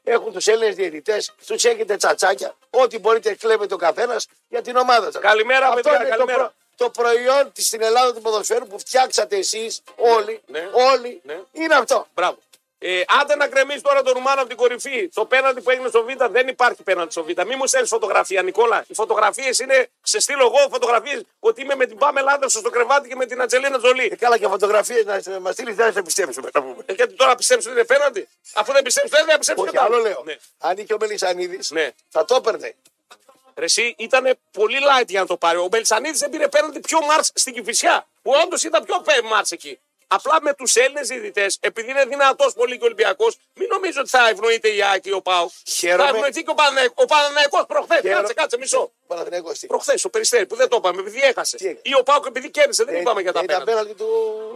έχουν τους Έλληνες διαιτητές, τους έχετε τσατσάκια. Ό,τι μπορείτε, κλέβετε ο καθένας για την ομάδα σας.
Καλημέρα, παιδιά,
είναι
καλημέρα.
Το, προ- το προϊόν της, στην Ελλάδα του ποδοσφαίρου που φτιάξατε εσείς όλοι,
ναι.
όλοι,
Ναι.
είναι αυτό.
Μπράβο. Ε, άντε να κρεμίσει τώρα τον Ρουμάνο από την κορυφή. Το πέναντι που έγινε στο Β δεν υπάρχει πέναντι στο Β. Μην μου στέλνεις φωτογραφία, Νικόλα. Οι φωτογραφίες είναι. Σε στείλω εγώ φωτογραφίες ότι είμαι με την Πάμε Λάντερσον στο κρεβάτι και με την Ατζελίνα
Ε,
Τζολί.
καλά και φωτογραφίες να μας στείλεις, δεν θα σε πιστέψουμε. Να πούμε.
Ε, γιατί τώρα πιστέψτε ότι είναι πέναντι. Αφού δεν πιστέψτε, δεν θα πιστέψεις
Όχι,
κανένα.
άλλο λέω.
Ναι.
Αν είχε ο Μελισανίδης,
Ναι.
θα το έπαιρνε.
Ρε Εσύ ήταν πολύ light για να το πάρει. Ο Μπελσανίδη δεν πήρε πέναντι πιο μάρ στην Κυφυσιά. Που όντως ήταν πιο μάρ εκεί. Απλά με τους Έλληνες διαιτητές, επειδή είναι δυνατός πολύ και ο Ολυμπιακός, μην νομίζω ότι θα ευνοείται η ΑΕΚ ή ο ΠΑΟ.
Χαίρομαι.
Θα ευνοηθεί και ο Παναναϊκό. Ο Παναναϊκό προχθές.
Χαίρομαι.
Κάτσε, κάτσε, μισό.
Παναθηναϊκός τι.
Προχθές ο Περιστέρη που δεν το είπαμε επειδή
Τι
έχασε.
έκανε.
Ή ο ΠΑΟ επειδή κέρδισε, δεν
Ε,
είπαμε για τα
ε, τα
πέναντι.
πέναλτι του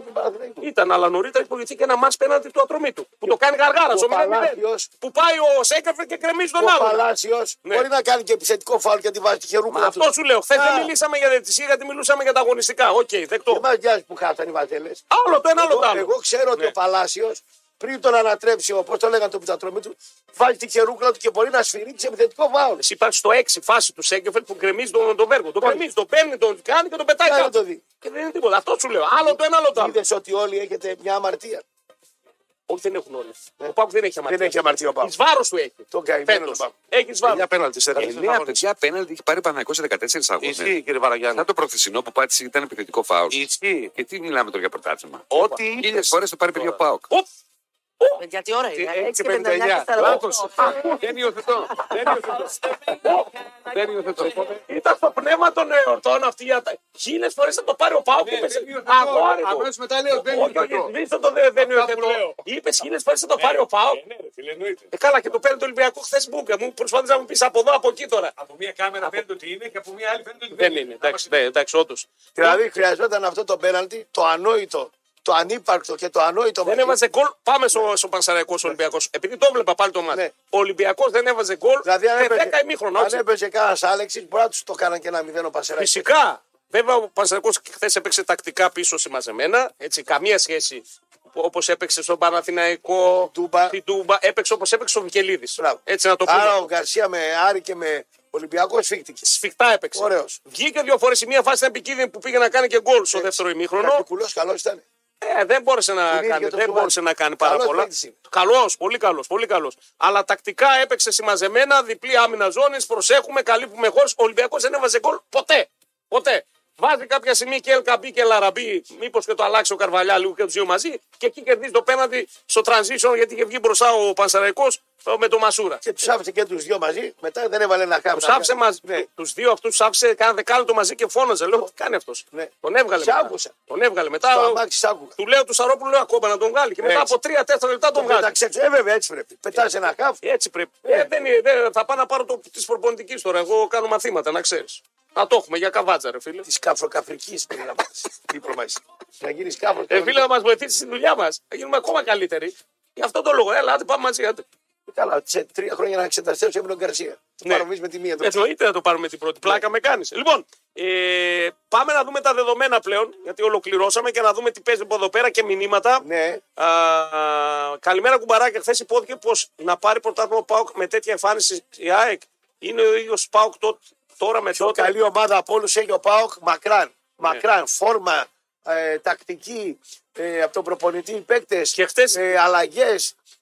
του Παναθηναϊκού.
Ήταν, αλλά νωρίτερα έχει προηγηθεί και ένα μα πέναντι του ατρωμίτου. Που το κάνει γαργάρα
ο
στο 0-0.
Παλάσιος.
Που πάει ο Σέκαφερ και κρεμίζει τον
Ο
άλλο.
Παλάσιος
Ναι.
μπορεί να κάνει και επιθετικό φάουλ και να τη βάζει τη χερούμενα.
Αυτό σου λέω. Χθες
Α.
δεν μιλήσαμε για διαιτησία γιατί μιλούσαμε για τα αγωνιστικά. Οκ, δεκτό.
Δεν μα νοιάζει που χάσαν οι βαζέλε.
Άλλο το ένα, άλλο το άλλο.
Εγώ ξέρω ότι
Ναι.
ο Παλάσιος πριν τον ανατρέψει, όπω το λέγανε το πιτατρόμι του, βάζει τη χερούκλα του και μπορεί να σφυρίξει επιθετικό φάουλ.
Εσύ υπάρχει στο 6 φάση του Σέγκεφελτ που γκρεμίζει τον, τον Βέργο. Τον γκρεμίζει, τον παίρνει, τον κάνει και τον πετάει
Κάνε
κάτω.
το δει.
Και δεν είναι τίποτα. Αυτό σου λέω. Άλλο το ένα, άλλο το άλλο.
Είδες ότι όλοι έχετε μια αμαρτία.
Όχι, δεν έχουν όλοι. Ο Πάουκ δεν έχει αμαρτία.
Ναι. Δεν έχει αμαρτία ο Πάουκ.
Εις βάρος του έχει.
Το καημένο
Φέτος.
τον Πάουκ.
Έχεις βάρος.
Μια πέναλτι σε
Εννέα παιδιά πέναλτι έχει πάρει Παναγικό σε 14 αγώνες.
Ισχύει κύριε Παραγιάννη.
Σαν το προθεσινό που πάτησε ήταν επιθετικό φάουλ.
Ισχύει.
Και τι μιλάμε τώρα για πρωτάθλημα.
Ό,τι
Χίλιες
είπες.
φορές το πάρει παιδιά ο Πάοκ.
Οπ,
Παιδιά, τι ώρα είναι.
eh,
6.59.
Ah,
6.59.
Λάθο. Δεν υιοθετώ. Δεν υιοθετώ. Δεν υιοθετώ.
Ήταν στο πνεύμα των εορτών αυτή. Χίλιε φορέ θα το πάρει ο Πάουκ. Είπες, Αγόρι μου.
Αμέσω μετά λέω δεν
Όχι, όχι,
υιοθετώ.
σβήστε το δε- δεν υιοθετώ. Είπε χίλιε φορέ θα το πάρει ο Πάουκ.
Ναι, ρε φίλε, εννοείται.
Ε, καλά, και το παίρνει το Ολυμπιακό χθε μπούκα μου. Προσπαθεί να μου πει από εδώ, από εκεί τώρα.
Από μία κάμερα φαίνεται ότι είναι και από μία άλλη φαίνεται ότι
Δεν είναι, εντάξει, ναι, εντάξει όντω.
Δηλαδή χρειαζόταν αυτό το πέναλτι, το ανόητο, το ανύπαρκτο και το ανόητο
Δεν
μαχαίρι.
έβαζε γκολ. Πάμε στο, στο Πανσαραϊκό Ολυμπιακός. Επειδή το έβλεπα πάλι το μάτι.
Ναι.
Ο Ολυμπιακός δεν έβαζε γκολ.
Δηλαδή αν
σε 10
έπαιζε,
Ε, ημίχρονα.
αν
όχι.
έπαιζε κανένας Άλεξης, μπορεί να τους το κάναν και ένα μηδέν ο Πασεράκη.
Φυσικά. Βέβαια, ο Πανσερικό χθες έπαιξε τακτικά πίσω συμμαζεμένα. Έτσι, καμία σχέση όπως έπαιξε στον Παναθηναϊκό,
Τούμπα.
την Τούμπα. Έπαιξε όπως έπαιξε ο Βικελίδης.
Μπράβο.
Έτσι να το πούμε.
Άρα ο Γκαρσία με Άρη και με Ολυμπιακό σφίχτηκε.
Σφιχτά έπαιξε.
Ωραίος.
Βγήκε δύο φορές η μία φάση ήταν επικίνδυνη που πήγε να κάνει και γκολ στο δεύτερο ημίχρονο.
Κουλό καλός ήταν.
Ε, δεν μπόρεσε να
Τον
κάνει,
ίδιο το
δεν
Σουμάνι.
μπόρεσε να κάνει πάρα
Καλός
πολλά.
παίκτης είναι.
Καλός, πολύ καλός, πολύ καλός. Αλλά τακτικά έπαιξε συμμαζεμένα, διπλή άμυνα ζώνης, προσέχουμε, καλύπτουμε χώρε. Ο Ολυμπιακός δεν έβαζε γκολ ποτέ. Ποτέ. Βάζει κάποια στιγμή και Ελκαμπή και Λαραμπή, μήπως και το αλλάξει ο Καρβαλιά λίγο και τους δύο μαζί. Και εκεί κερδίζει το πέναντι στο transition γιατί είχε βγει μπροστά ο Πανσαραϊκός με τον Μασούρα.
Και τους άφησε και τους δύο μαζί. Μετά δεν έβαλε ένα κάμπι.
Τους άφησε μαζί.
Ναι.
Τους δύο αυτούς τους άφησε κάνα δεκάλεπτο μαζί και φώναζε. Λέω, τι κάνει αυτός.
Ναι.
Τον έβγαλε.
Σε
μετά.
άκουσα.
Τον έβγαλε μετά.
Στο αμάξι σ' άκουγα.
Του λέω του Σαρόπουλου λέω ακόμα να τον βγάλει. Και μετά
Έτσι.
από 3-4 λεπτά τον βγάζει.
Εντάξει, ε, βέβαια έτσι πρέπει. Πετάς ένα κάφ.
Έτσι πρέπει. Ε, δεν είναι, δεν- θα πάω να πάρω το τη προπονητική τώρα. Εγώ κάνω μαθήματα, να ξέρεις. Να το έχουμε για καβάτσα, ρε φίλε.
Της καφροκαφρική πρέπει να πας.
[laughs]
Δίπλωμα είσαι. Να γίνεις κάφρο.
Ε, φίλε, να μας βοηθήσεις στη δουλειά μας. Θα γίνουμε ακόμα καλύτεροι. Γι' αυτό το λόγο. Έλα, άντε πάμε μαζί. άντε.
Καλά, σε τρία χρόνια να εξεταστεί έμεινε ο Γκαρσία. Του
Ναι.
παρομοίς με τη μία του.
Εννοείται να το πάρουμε την πρώτη. Πλάκα με κάνεις. Λοιπόν, ε, πάμε να δούμε τα δεδομένα πλέον, γιατί ολοκληρώσαμε και να δούμε τι παίζει από εδώ πέρα και μηνύματα.
Ναι,
Α, α, καλημέρα κουμπαράκια. Χθες υπόθηκε πως να πάρει πρωτάθλημα ο Πάοκ με τέτοια εμφάνιση η ΑΕΚ. Είναι ο ίδιος Πάοκ τότε, τώρα με
πιο
τότε. Ναι.
καλή ομάδα από όλους έχει ο Πάοκ μακράν. Μακράν, φόρμα, ε, τακτική, ε, από τον προπονητή, παίκτες,
Και χτες-
ε, αλλαγές,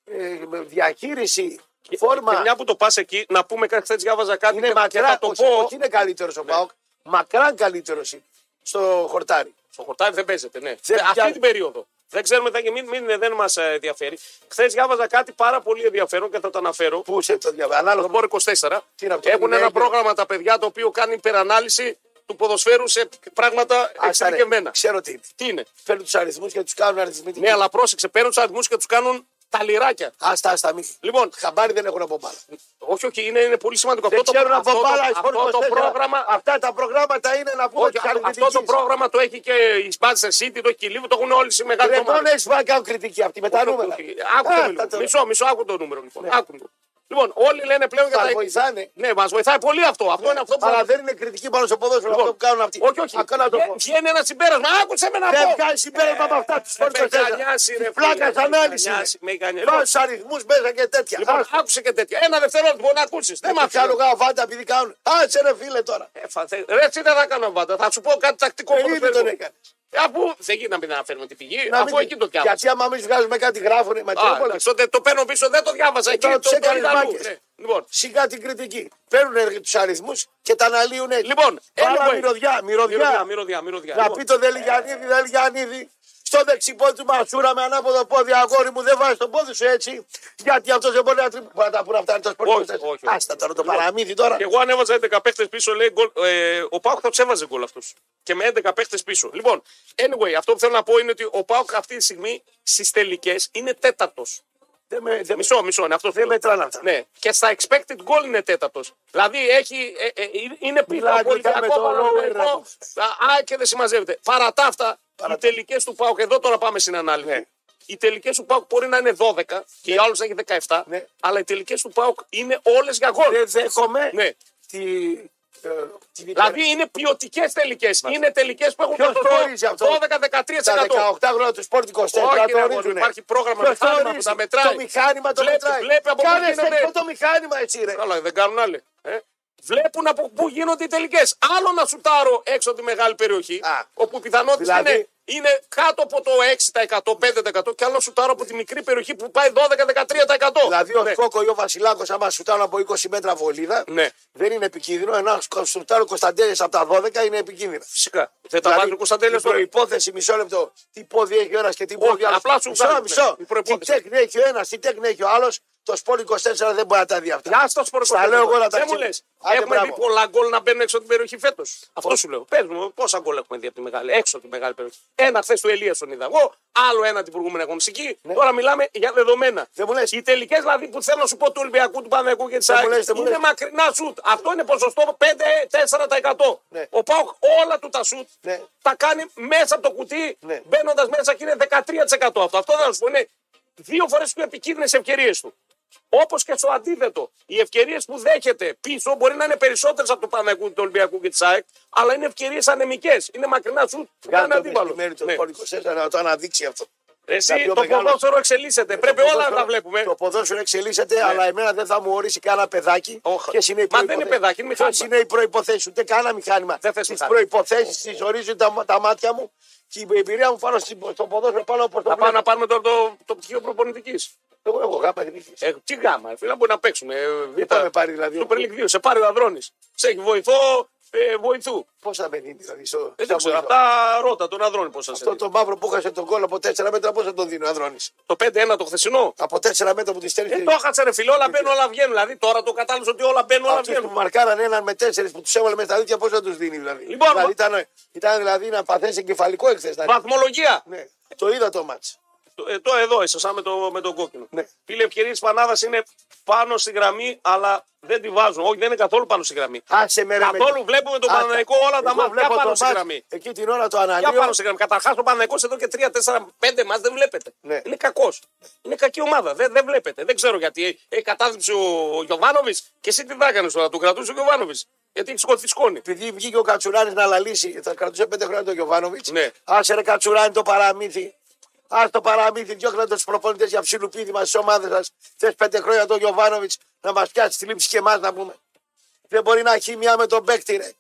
ε, με διαχείριση, φόρμα.
Ε, Και μια που το πας εκεί, να πούμε κάτι. Χθες διάβαζα κάτι
Είναι
και, και
μακράν,
θα το
όχι,
πω.
όχι είναι καλύτερος
Ναι.
ο Πάοκ. Μακράν καλύτερος είναι στο χορτάρι.
Στο χορτάρι δεν παίζεται, ναι.
Δεν
Αυτή
πιάνει.
την περίοδο. Δεν ξέρουμε, θα, μην, μην, δεν μας ενδιαφέρει. Χθες διάβαζα κάτι πάρα πολύ ενδιαφέρον και θα το αναφέρω.
Πού σε το διαβάζει, ανάλογα.
Το Μπόρ 24.
Τι είναι αυτό,
Έχουν
είναι
ένα
έγκαιρο.
πρόγραμμα τα παιδιά το οποίο κάνει υπερανάλυση του ποδοσφαίρου σε πράγματα
Ας τα ρε,
εξειδικευμένα.
Ξέρω τι είναι.
Τι είναι.
Φέρνουν τους αριθμούς και τους κάνουν αριθμητικούς.
Ναι, αλλά πρόσεξε, παίρνουν τους αριθμούς και τους κάνουν τα λιράκια.
Άστα, άστα, μη.
Λοιπόν,
Χαμπάρι δεν έχουν από μπάλα.
όχι, όχι, είναι, είναι πολύ σημαντικό.
Δεν
αυτό το,
ξέρουν
αυτό,
από
το-
μπάλα. οι
αυτό το
χώρες 24.
πρόγραμμα.
Αυτά τα προγράμματα είναι να πούμε
όχι,
ότι
α- αυτό το πρόγραμμα το έχει και η Manchester City, το έχει και η Liverpool, το έχουν όλοι οι μεγάλοι
Δεν μπορεί
ομάδες.
να έχεις βάλει καν κριτική αυτή με τα νούμερα.
Όχι, όχι, άκου το
Α, τα Ναι.
λίγο.
τώρα.
Μισό, μισό, άκου το νούμερο λοιπόν. Άκου το. Λοιπόν, όλοι λένε πλέον για
Μας
τα.
βοηθάνε.
Ναι, μας βοηθάει πολύ αυτό. Αυτό είναι αυτό που.
Αλλά δεν είναι κριτική πάνω στο ποδόσφαιρο
Λοιπόν,
αυτό που κάνουν αυτοί.
Όχι, Ε, όχι.
Ακόμα να το
Βγα-
πω.
Βγαίνει ένα συμπέρασμα. Άκουσε με να πω.
Δεν βγάζει συμπέρασμα από αυτά τους
Ε,
φόρτου.
με γκανιάσει, ρε,
Πλάκα
φίλε, με
ανάλυσης.
γκανιάσει, με γκανιάσει.
Βάζεις αριθμούς μέσα και τέτοια.
Λοιπόν,
Ας,
άκουσε και τέτοια. Ένα δευτερόλεπτο μπορεί να ακούσεις. Δεν
Δεν
μ'
μα
αφήνω.
κάνω γαβάντα επειδή κάνουν. Άτσε ρε φίλε τώρα.
Ε, φα- θε- Ρε, τι δεν θα κάνω βάντα. Θα σου πω κάτι τακτικό
Ε, ήδη
ποδοσφαιρικό.
τον έκανε.
Ε, Αφού δεν γίνεται να μην αναφέρουμε την πηγή,
Να
αφού
μην-
εκεί το διάβασα.
Γιατί άμα εμείς βγάζουμε κάτι γράφουνε με
Α,
τίποτα.
εντάξει, τότε το παίρνω πίσω, δεν το διάβασα. Εκεί
Ε, τώρα
το,
τους
το
έκανες
είδα αλλού.
μάκες.
Ναι. Λοιπόν,
Σιγά την κριτική. Παίρνουν τους αριθμούς και τα αναλύουν έτσι.
Λοιπόν,
Πάρα
anyway.
μυρωδιά,
μυρωδιά,
μυρωδιά.
μυρωδιά, μυρωδιά.
Να
Λοιπόν,
πει το Δελιγιανίδη, Δελιγιανίδη. Στο δεξιπόδι του Μασούρα με ανάποδο πόδι, αγόρι μου, δεν βάζει το πόδι σου έτσι. Γιατί αυτός δεν μπορεί να τρυπήσει. Μπορεί να τα πούνε αυτά, είναι το
Όχι,
σπορτ.
όχι, όχι.
Άστα τώρα το παραμύθι τώρα.
Και εγώ ανέβαζα 11 παίχτες πίσω, λέει γκολ. Ε, ο Πάοκ θα του έβαζε γκολ αυτού. Και με 11 παίχτες πίσω. Λοιπόν, anyway, αυτό που θέλω να πω είναι ότι ο Πάοκ αυτή τη στιγμή στις τελικές είναι τέταρτος.
Δεν με- δεν με-
Μισό, μισό, είναι αυτό.
δεν μετράνε αυτά.
Ναι. Και στα expected goal είναι τέταρτος. Δηλαδή έχει, ε, ε, είναι πίσω
Μιλάει
από
γλυκά με
Ολυμπιακό
το
Παναθηναϊκό.
lower
Α, και δεν συμμαζεύεται. Παρά τα αυτά,
Παρά
οι
τα-
τελικές του Πάουκ, εδώ τώρα πάμε στην ανάλυση.
Ναι.
Οι τελικές του Πάουκ μπορεί να είναι 12 και οι άλλε να έχει 17,
Ναι.
αλλά οι τελικές του Πάουκ είναι όλες για γκολ.
Δεν δέχομαι
Ναι.
τη. ε, τη
Δηλαδή είναι ποιοτικές τελικές. Είναι τελικές που έχουν
Ποιος το ορίζει αυτό?
12-13%.
τα 18 χρόνια του σπορτ 24
Όχι,
το
ρε, αγόρι,
ορίζουνε.
υπάρχει πρόγραμμα
Ποιος το
μηχάνημα που
ορίζει?
τα μετράει.
Το μηχάνημα το
Βλέπει-
μετράει.
βλέπει από πού
Κάνε
γίνονται.
στεκό το μηχάνημα έτσι ρε.
Καλά, δεν κάνουν άλλοι. Ε. Βλέπουν από πού γίνονται οι τελικές. Άλλο να σουτάρω έξω από τη μεγάλη περιοχή,
Α.
όπου οι πιθανότητε
Δηλαδή-
είναι, είναι κάτω από το 6%, 5% και άλλο να σουτάρω από τη μικρή περιοχή που πάει 12-13%.
Δηλαδή ο
Ναι.
Σκόκο ή ο Βασιλάκος, άμα σουτάρουν από 20 μέτρα βολίδα,
Ναι.
δεν είναι επικίνδυνο. Ενώ αν σουτάρουν Κωνσταντέλια από τα 12 είναι επικίνδυνο. Δηλαδή,
Φυσικά. Δεν τα βάζουν Κωνσταντέλια
Η
στο
προπόθεση, μισό λεπτό, τι πόδι έχει ο ένας και τι
Όχι,
πόδι άλλος.
απλά σου
μισό,
βγάζει,
μισό.
ναι, η
Τι
προϋπόθεση.
τέχνη έχει ο ένας, τι τέχνη έχει ο άλλος, το σπόλι 24 δεν μπορεί να τα δει αυτά.
Γεια σα,
Τα λέω εγώ να τα
Δεν μου
ξέρω.
λες.
Άντε,
Έχουμε
μπράβο.
δει πολλά γκολ να μπαίνουν έξω από την περιοχή φέτος. Αυτό σου λέω. Πες μου, πόσα γκολ έχουμε δει από τη μεγάλη, έξω από τη μεγάλη περιοχή. Ένα χθες του Ελία τον είδα εγώ, άλλο ένα την προηγούμενη αγωνιστική. Τώρα μιλάμε για δεδομένα.
Ναι. Δεν μου λες.
Οι τελικές δηλαδή που θέλω να σου πω του Ολυμπιακού, του Παναγικού και της
Δεν μου λες, δεν μου
είναι
λες.
μακρινά σουτ. Αυτό είναι ποσοστό 5-4%.
Ναι.
Ο Πάοκ όλα του τα σουτ
Ναι.
τα κάνει μέσα από το κουτί,
Ναι.
μπαίνοντας μέσα και είναι 13% αυτό. Αυτό θα σου πω είναι δύο φορές πιο επικίνδυνες ευκαιρίες του. Όπως και στο αντίθετο, οι ευκαιρίες που δέχεται πίσω μπορεί να είναι περισσότερες από το Παναγού, του Ολυμπιακού και της ΑΕΚ, αλλά είναι ευκαιρίες ανεμικές. Είναι μακρινά σου.
Βγάλε
Κάνει
το
αντίπαλος.
μεσημέρι το
Ναι.
σπόλι 24 να το αναδείξει αυτό. τα
Εσύ
πιο
το
μεγάλα.
ποδόσφαιρο εξελίσσεται. Πρέπει
Ναι, Το
όλα να τα
ποδόσφαιρο-
βλέπουμε.
Το ποδόσφαιρο εξελίσσεται, αλλά εμένα δεν θα μου ορίσει κανένα παιδάκι.
Όχι.
Ποιες είναι οι
Μα δεν
προϋποθέσεις.
είναι παιδάκι, είναι μηχάνημα.
Ποιες είναι οι προποθέσει, ούτε κανένα μηχάνημα.
Δεν θες
Τις
μηχάνημα.
προποθέσει τις ορίζουν τα, τα, μάτια μου και η εμπειρία μου πάνω στην- στο ποδόσφαιρο πάνω από
Θα
το
πάμε
βλέπω.
να πάρουμε τώρα το, το πτυχίο προπονητικής.
Εγώ έχω γάμα την ήθιση.
Ε, τι γάμα, φίλα μπορεί να παίξουμε. Ε,
Δεν
β'
θα με πάρει δηλαδή.
Super League 2, σε πάρει ο Αδρόνη. Σε έχει βοηθό, ε, βοηθού.
Πώ θα με δίνει δηλαδή. Στο,
Ε,
στα
Δεν ξέρω,
βοηθό.
αυτά ρώτα τον Αδρόνη πώ σα
Αυτό το μαύρο που έχασε τον κόλλο από 4 μέτρα, πώς θα τον δίνει ο Ανδρώνη.
Το 5-1 το χθεσινό.
Από 4 μέτρα που τη στέλνει.
Ε,
στην-
το έχατσα ρε φίλε, όλα μπαίνουν, όλα βγαίνουν. Δηλαδή τώρα το κατάλαβες ότι όλα μπαίνουν, όλα
Αυτούς που
βγαίνουν.
μαρκάραν έναν με τέσσερις που τους έβαλε μέσα στα δίτια, πώς θα τους δίνει δηλαδή.
Λοιπόν,
δηλαδή
μα-
ήταν, ήταν δηλαδή να παθέσει εγκεφαλικό εχθές.
Βαθμολογία.
Ναι. Το είδα το μάτς.
Το- Ε, το εδώ είσαι, σαν με το, με το κόκκινο.
Ναι.
Φίλε, ευκαιρίες τη Πανάδας είναι πάνω στη γραμμή, αλλά δεν τη βάζουν. Όχι, δεν είναι καθόλου πάνω στη γραμμή.
Άσε με ρε με-
Καθόλου βλέπουμε τον
Άστα.
Παναναϊκό όλα τα
Εγώ
μάτια
βλέπω
πάνω
το
στη
μάτς,
γραμμή.
Εκεί την ώρα το
Για
αναλύω.
πάνω στη γραμμή. Καταρχάς, ο Παναναϊκό εδώ και 3-4-5 μα δεν βλέπετε.
Ναι.
Είναι κακός. Είναι κακή ομάδα. Δεν, δεν βλέπετε. Δεν ξέρω γιατί. Έχει ε, κατάθλιψη ο Γιωβάνοβη και εσύ τι θα έκανες τώρα. Τον κρατούσε ο Γιωβάνοβη. Γιατί έχεις σκοτεινή σκόνη.
Επειδή βγήκε ο Κατσουράνη να λαλήσει, θα κρατούσε πέντε χρόνια τον Γιωβάνοβιτ.
Ναι.
Άσε ρε Κατσουράνη το παραμύθι. Άσε το παραμύθι, διώχνετε τους προπονητές για ψιλουπίδι μα στις ομάδες σας. Θες πέντε χρόνια τον Γιωβάνοβιτ να μας πιάσει τη λήψη και εμάς να πούμε. Δεν μπορεί να έχει μία με τον παίκτη, ρε.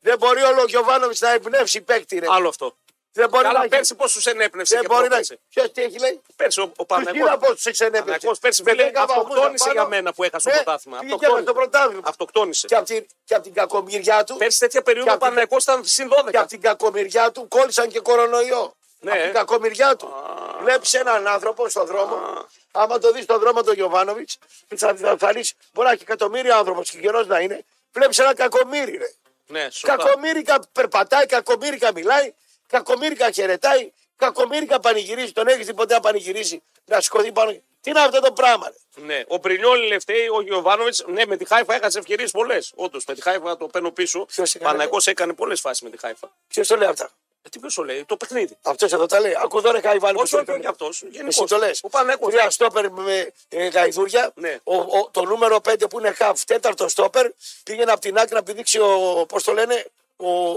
Δεν μπορεί όλο ο Γιωβάνοβιτ να εμπνεύσει παίκτη, ρε.
Άλλο αυτό.
Δεν μπορεί
Καλά,
να
πέρσι πώς τους ενέπνευσε.
Δεν
και
μπορεί να
πρόπερσι.
Ποιο τι έχει λέει.
Πέρσι ο, ο
Τους είδα
Παναγιώτη.
πώς τους εξενέπνευσε.
Παναγιώ πέρσι βέβαια
Δέκα βαθμούς
αυτοκτόνησε
απάνω.
για μένα που έχασε
Ναι,
το πρωτάθλημα.
πήγε και με το πρωτάθλημα.
Αυτοκτόνησε.
Και από την, και απ' την κακομοιριά του.
Πέρσι τέτοια περίοδο
Και
ο
αυτή-
Παναγιώ ήταν συν 12.
Και από την κακομοιριά του κόλλησαν και κορονοϊό.
Ναι.
Από την κακομοιριά του. Βλέπεις έναν άνθρωπο στον δρόμο. Άμα το δεις στον δρόμο τον Γιωβάνοβιτ, θα, θα, θα λύσεις. Μπορεί να έχει εκατομμύριο άνθρωπος και καιρός να είναι. Βλέπεις ένα κακομύρι, ρε.
Ναι, σωστά.
Κακομύρικα περπατάει, κακομύρικα μιλάει, κακομύρικα χαιρετάει, κακομύρικα πανηγυρίζει. Τον έχεις δει ποτέ να πανηγυρίσει, να σηκωθεί πάνω. Τι είναι αυτό το πράγμα, ρε.
Ναι. Ο Πρινιόλη Λευτέη, ο Γιωβάνοβιτ, ναι, με τη Χάιφα έχασε ευκαιρίες πολλές. Όντως, με τη Χάιφα το παίρνω πίσω.
Ποιος έκανε?
Παναγιώ έκανε πολλές φάσεις με τη Χάιφα.
Ποιος το λέει αυτά.
Ε, τι πίσω λέει, το παιχνίδι.
Αυτό εδώ τα λέει. Ακού τώρα Καϊβάνη.
Όχι, όχι, όχι αυτός.
Εσύ
Γενικώς.
το λες.
Ο Παναγιώ.
Τρία στόπερ με ε, γαϊδούρια.
Ναι.
Ο, ο, το νούμερο 5 που είναι χαφ, τέταρτο στόπερ, πήγαινε από την άκρη να πηδήξει ο. Πώς το λένε, ο,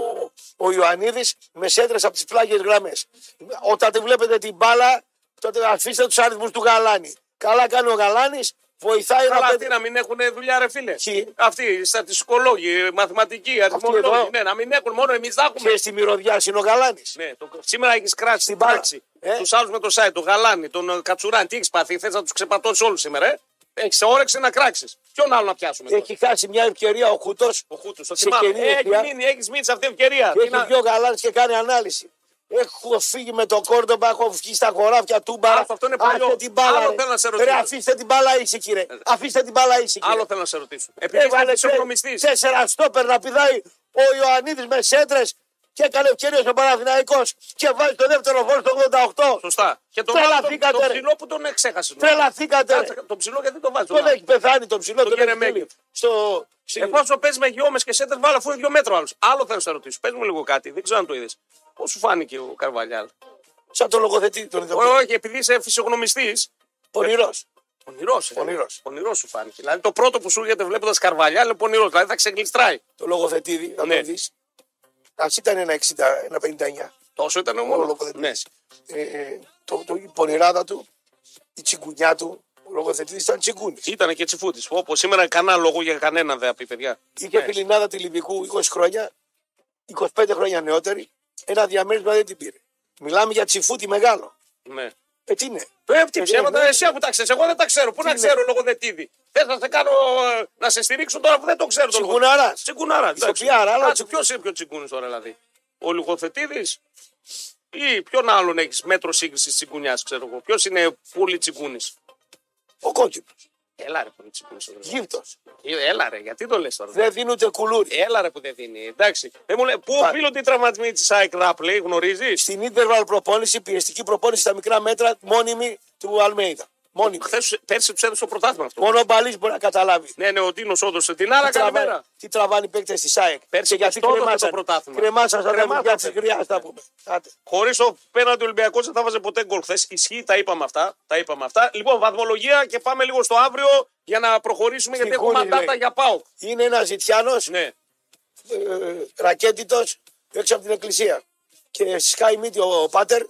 ο Ιωαννίδης με σέντρες από τις πλάγιες γραμμές. Όταν τη βλέπετε την μπάλα, τότε αφήστε τους αριθμούς του Γαλάνη. Καλά κάνει ο Γαλάνης βοηθάει
Καλά,
να
αυτοί
πετύχει.
να μην έχουν δουλειά, ρε φίλε.
Ποιοι?
Αυτοί, οι στατιστικολόγοι, μαθηματικοί, αριθμολόγοι.
εδώ.
Ναι, να μην έχουν, μόνο εμείς θα έχουμε.
Και στη μυρωδιά είναι ο Γαλάνης.
Ναι, το... Σήμερα έχεις κράξει την
μπάλα.
πράξη.
Ε.
Τους άλλους με το site, τον Γαλάνη, τον ε, Κατσουράνη. Τι έχεις πάθει, θες να τους ξεπατώσεις όλους σήμερα, ε. Έχεις όρεξη να κράξεις. Ποιον άλλο να πιάσουμε. τώρα.
Έχει χάσει μια ευκαιρία ο Χούτος.
Ο Χούτου, το
σε
θυμάμαι. Ε,
καινή
Έχει
ευκαιρία.
μείνει, έχεις μείνει σε αυτή την ευκαιρία.
Και
Τι
έχει
να-
βγει ο Γαλάνης και κάνει ανάλυση. Έχω φύγει με τον κόρντομπα, έχω βγει στα χωράφια του μπαρα.
Αυτό είναι παλιό.
την μπάλα.
Άλλο
ρε.
θέλω να σε
Ρε,
ρωτήσω. Ε,
αφήστε την μπάλα ήσυχη, κύριε. Αφήστε την μπάλα ήσυχη.
Άλλο
ρε.
θέλω να σε ρωτήσω. Επειδή
Έβαλε
είσαι
τε-
ψυχονομιστή.
τέσσερα στόπερ να πηδάει ο Ιωαννίδης με σέντρες και έκανε ευκαιρίε ο Παναθηναϊκός και βάζει το δεύτερο γκολ στο 88.
Σωστά. Και τον
Τρελαθήκατε,
άλλο, τον, τον
ρε.
ψηλό που τον εξέχασε.
Τρελαθήκατε. ρε.
Τον ψηλό γιατί τον βάζεις. τον
Τον
άλλο.
έχει πεθάνει τον ψηλό, τον έχει
Γερεμέγεφ.
στείλει στο. στη-
Εφόσον παίζει με γεώμε και σέντερ, βάλα αφού είναι δύο μέτρο άλλος. Άλλο θέλω να σε ρωτήσω. Πες μου λίγο κάτι, δεν ξέρω αν το είδες. Πώς σου φάνηκε ο Καρβαλιάλ.
Σαν τον λογοθετή τον
Ω,
ειδοποιητή.
Όχι, επειδή είσαι φυσιογνωμιστής.
Πονηρός.
Πονηρός.
Πονηρός.
Πονηρός σου φάνηκε. Δηλαδή το πρώτο που σου έρχεται βλέποντας Καρβαλιάλ είναι πονηρός. Δηλαδή θα ξεγλιστράει.
Το λογοθετήδη, θα
Ναι.
τον δεις. Ας ήταν ένα 60, ένα 59.
Τόσο ήταν ο
Ο
μόνος.
λογοθετής.
Ναι.
Ε, ε, το, το, η πονηράδα του, η τσιγκουνιά του, ο λογοθετής ήταν τσιγκούνης.
Ήταν και τσιφούτης. Όπω σήμερα κανένα λόγο για κανένα δεν θα πει παιδιά. Ναι,
Είχε φιλινάδα τη Λιβικού 20 χρόνια, 25 χρόνια νεότερη, ένα διαμέρισμα δεν την πήρε. Μιλάμε για τσιφούτη μεγάλο.
Ναι.
Ε, τι είναι.
Πρέπει τι
Ε,
ψέματα,
ναι.
εσύ αφού τα ξέρεις. Εγώ δεν τα ξέρω. Πού να
είναι.
ξέρω λογοδετήδη. Θες να σε κάνω ε, να σε στηρίξω τώρα που δεν το ξέρω. το
Τσιγκουναράς.
Τσιγκουνάρας.
Ηθοποιάρα, αλλά
Ποιο είναι πιο τσιγκούνη τώρα, δηλαδή. Ο Λουχοθετήδη ή ποιον άλλον έχεις μέτρο σύγκρισης τσιγκουνιάς, ξέρω εγώ. Ποιος είναι πολύ τσιγκούνης.
Ο κόκκινος,
Έλα ρε πολύ τσιγκούνη.
γύπτος.
Ε, Έλα ρε, γιατί το λες τώρα.
Δεν δίνουν ούτε κουλούρι.
Έλα ρε που δεν δίνει. Εντάξει. Δεν μου λέει, πού
Πα-
οφείλονται οι τραυματισμοί της ΑΕΚ Ράπλε, γνωρίζεις.
Στην interval προπόνηση, πιεστική προπόνηση στα μικρά μέτρα, μόνιμη του Αλμέιδα. Μόνιμη.
Πέρσι τους έδωσε το πρωτάθλημα αυτό.
Μόνο ο Μπαλής μπορεί να καταλάβει.
Ναι, ναι, ο Τίνο όντωσε την άρα.
τι, τραβά,
Καλημέρα.
τι τραβάνε οι παίκτες της ΣΑΕΚ.
Πέρσι
και γιατί
το έδωσε το
κρεμάσαν.
πρωτάθλημα.
Κρεμάσαν σαν τα
Κρεμάσαν,
παιδιά τη
παιδιά.
Γριά, θα πούμε. Άντε.
Χωρίς το πέναντι Ολυμπιακός δεν θα βάζε ποτέ γκολ χθες. Ισχύει, τα είπαμε αυτά. Τα είπαμε αυτά. Λοιπόν, βαθμολογία και πάμε λίγο στο αύριο για να προχωρήσουμε
Στη
γιατί έχουμε
Χούνη,
μαντάτα
λέει.
για πάω.
Είναι ένας Ζητιάνος,
Ναι.
ε, ρακέτητος, έξω από την εκκλησία. Και σκάει μύτη ο, ο Πάτερ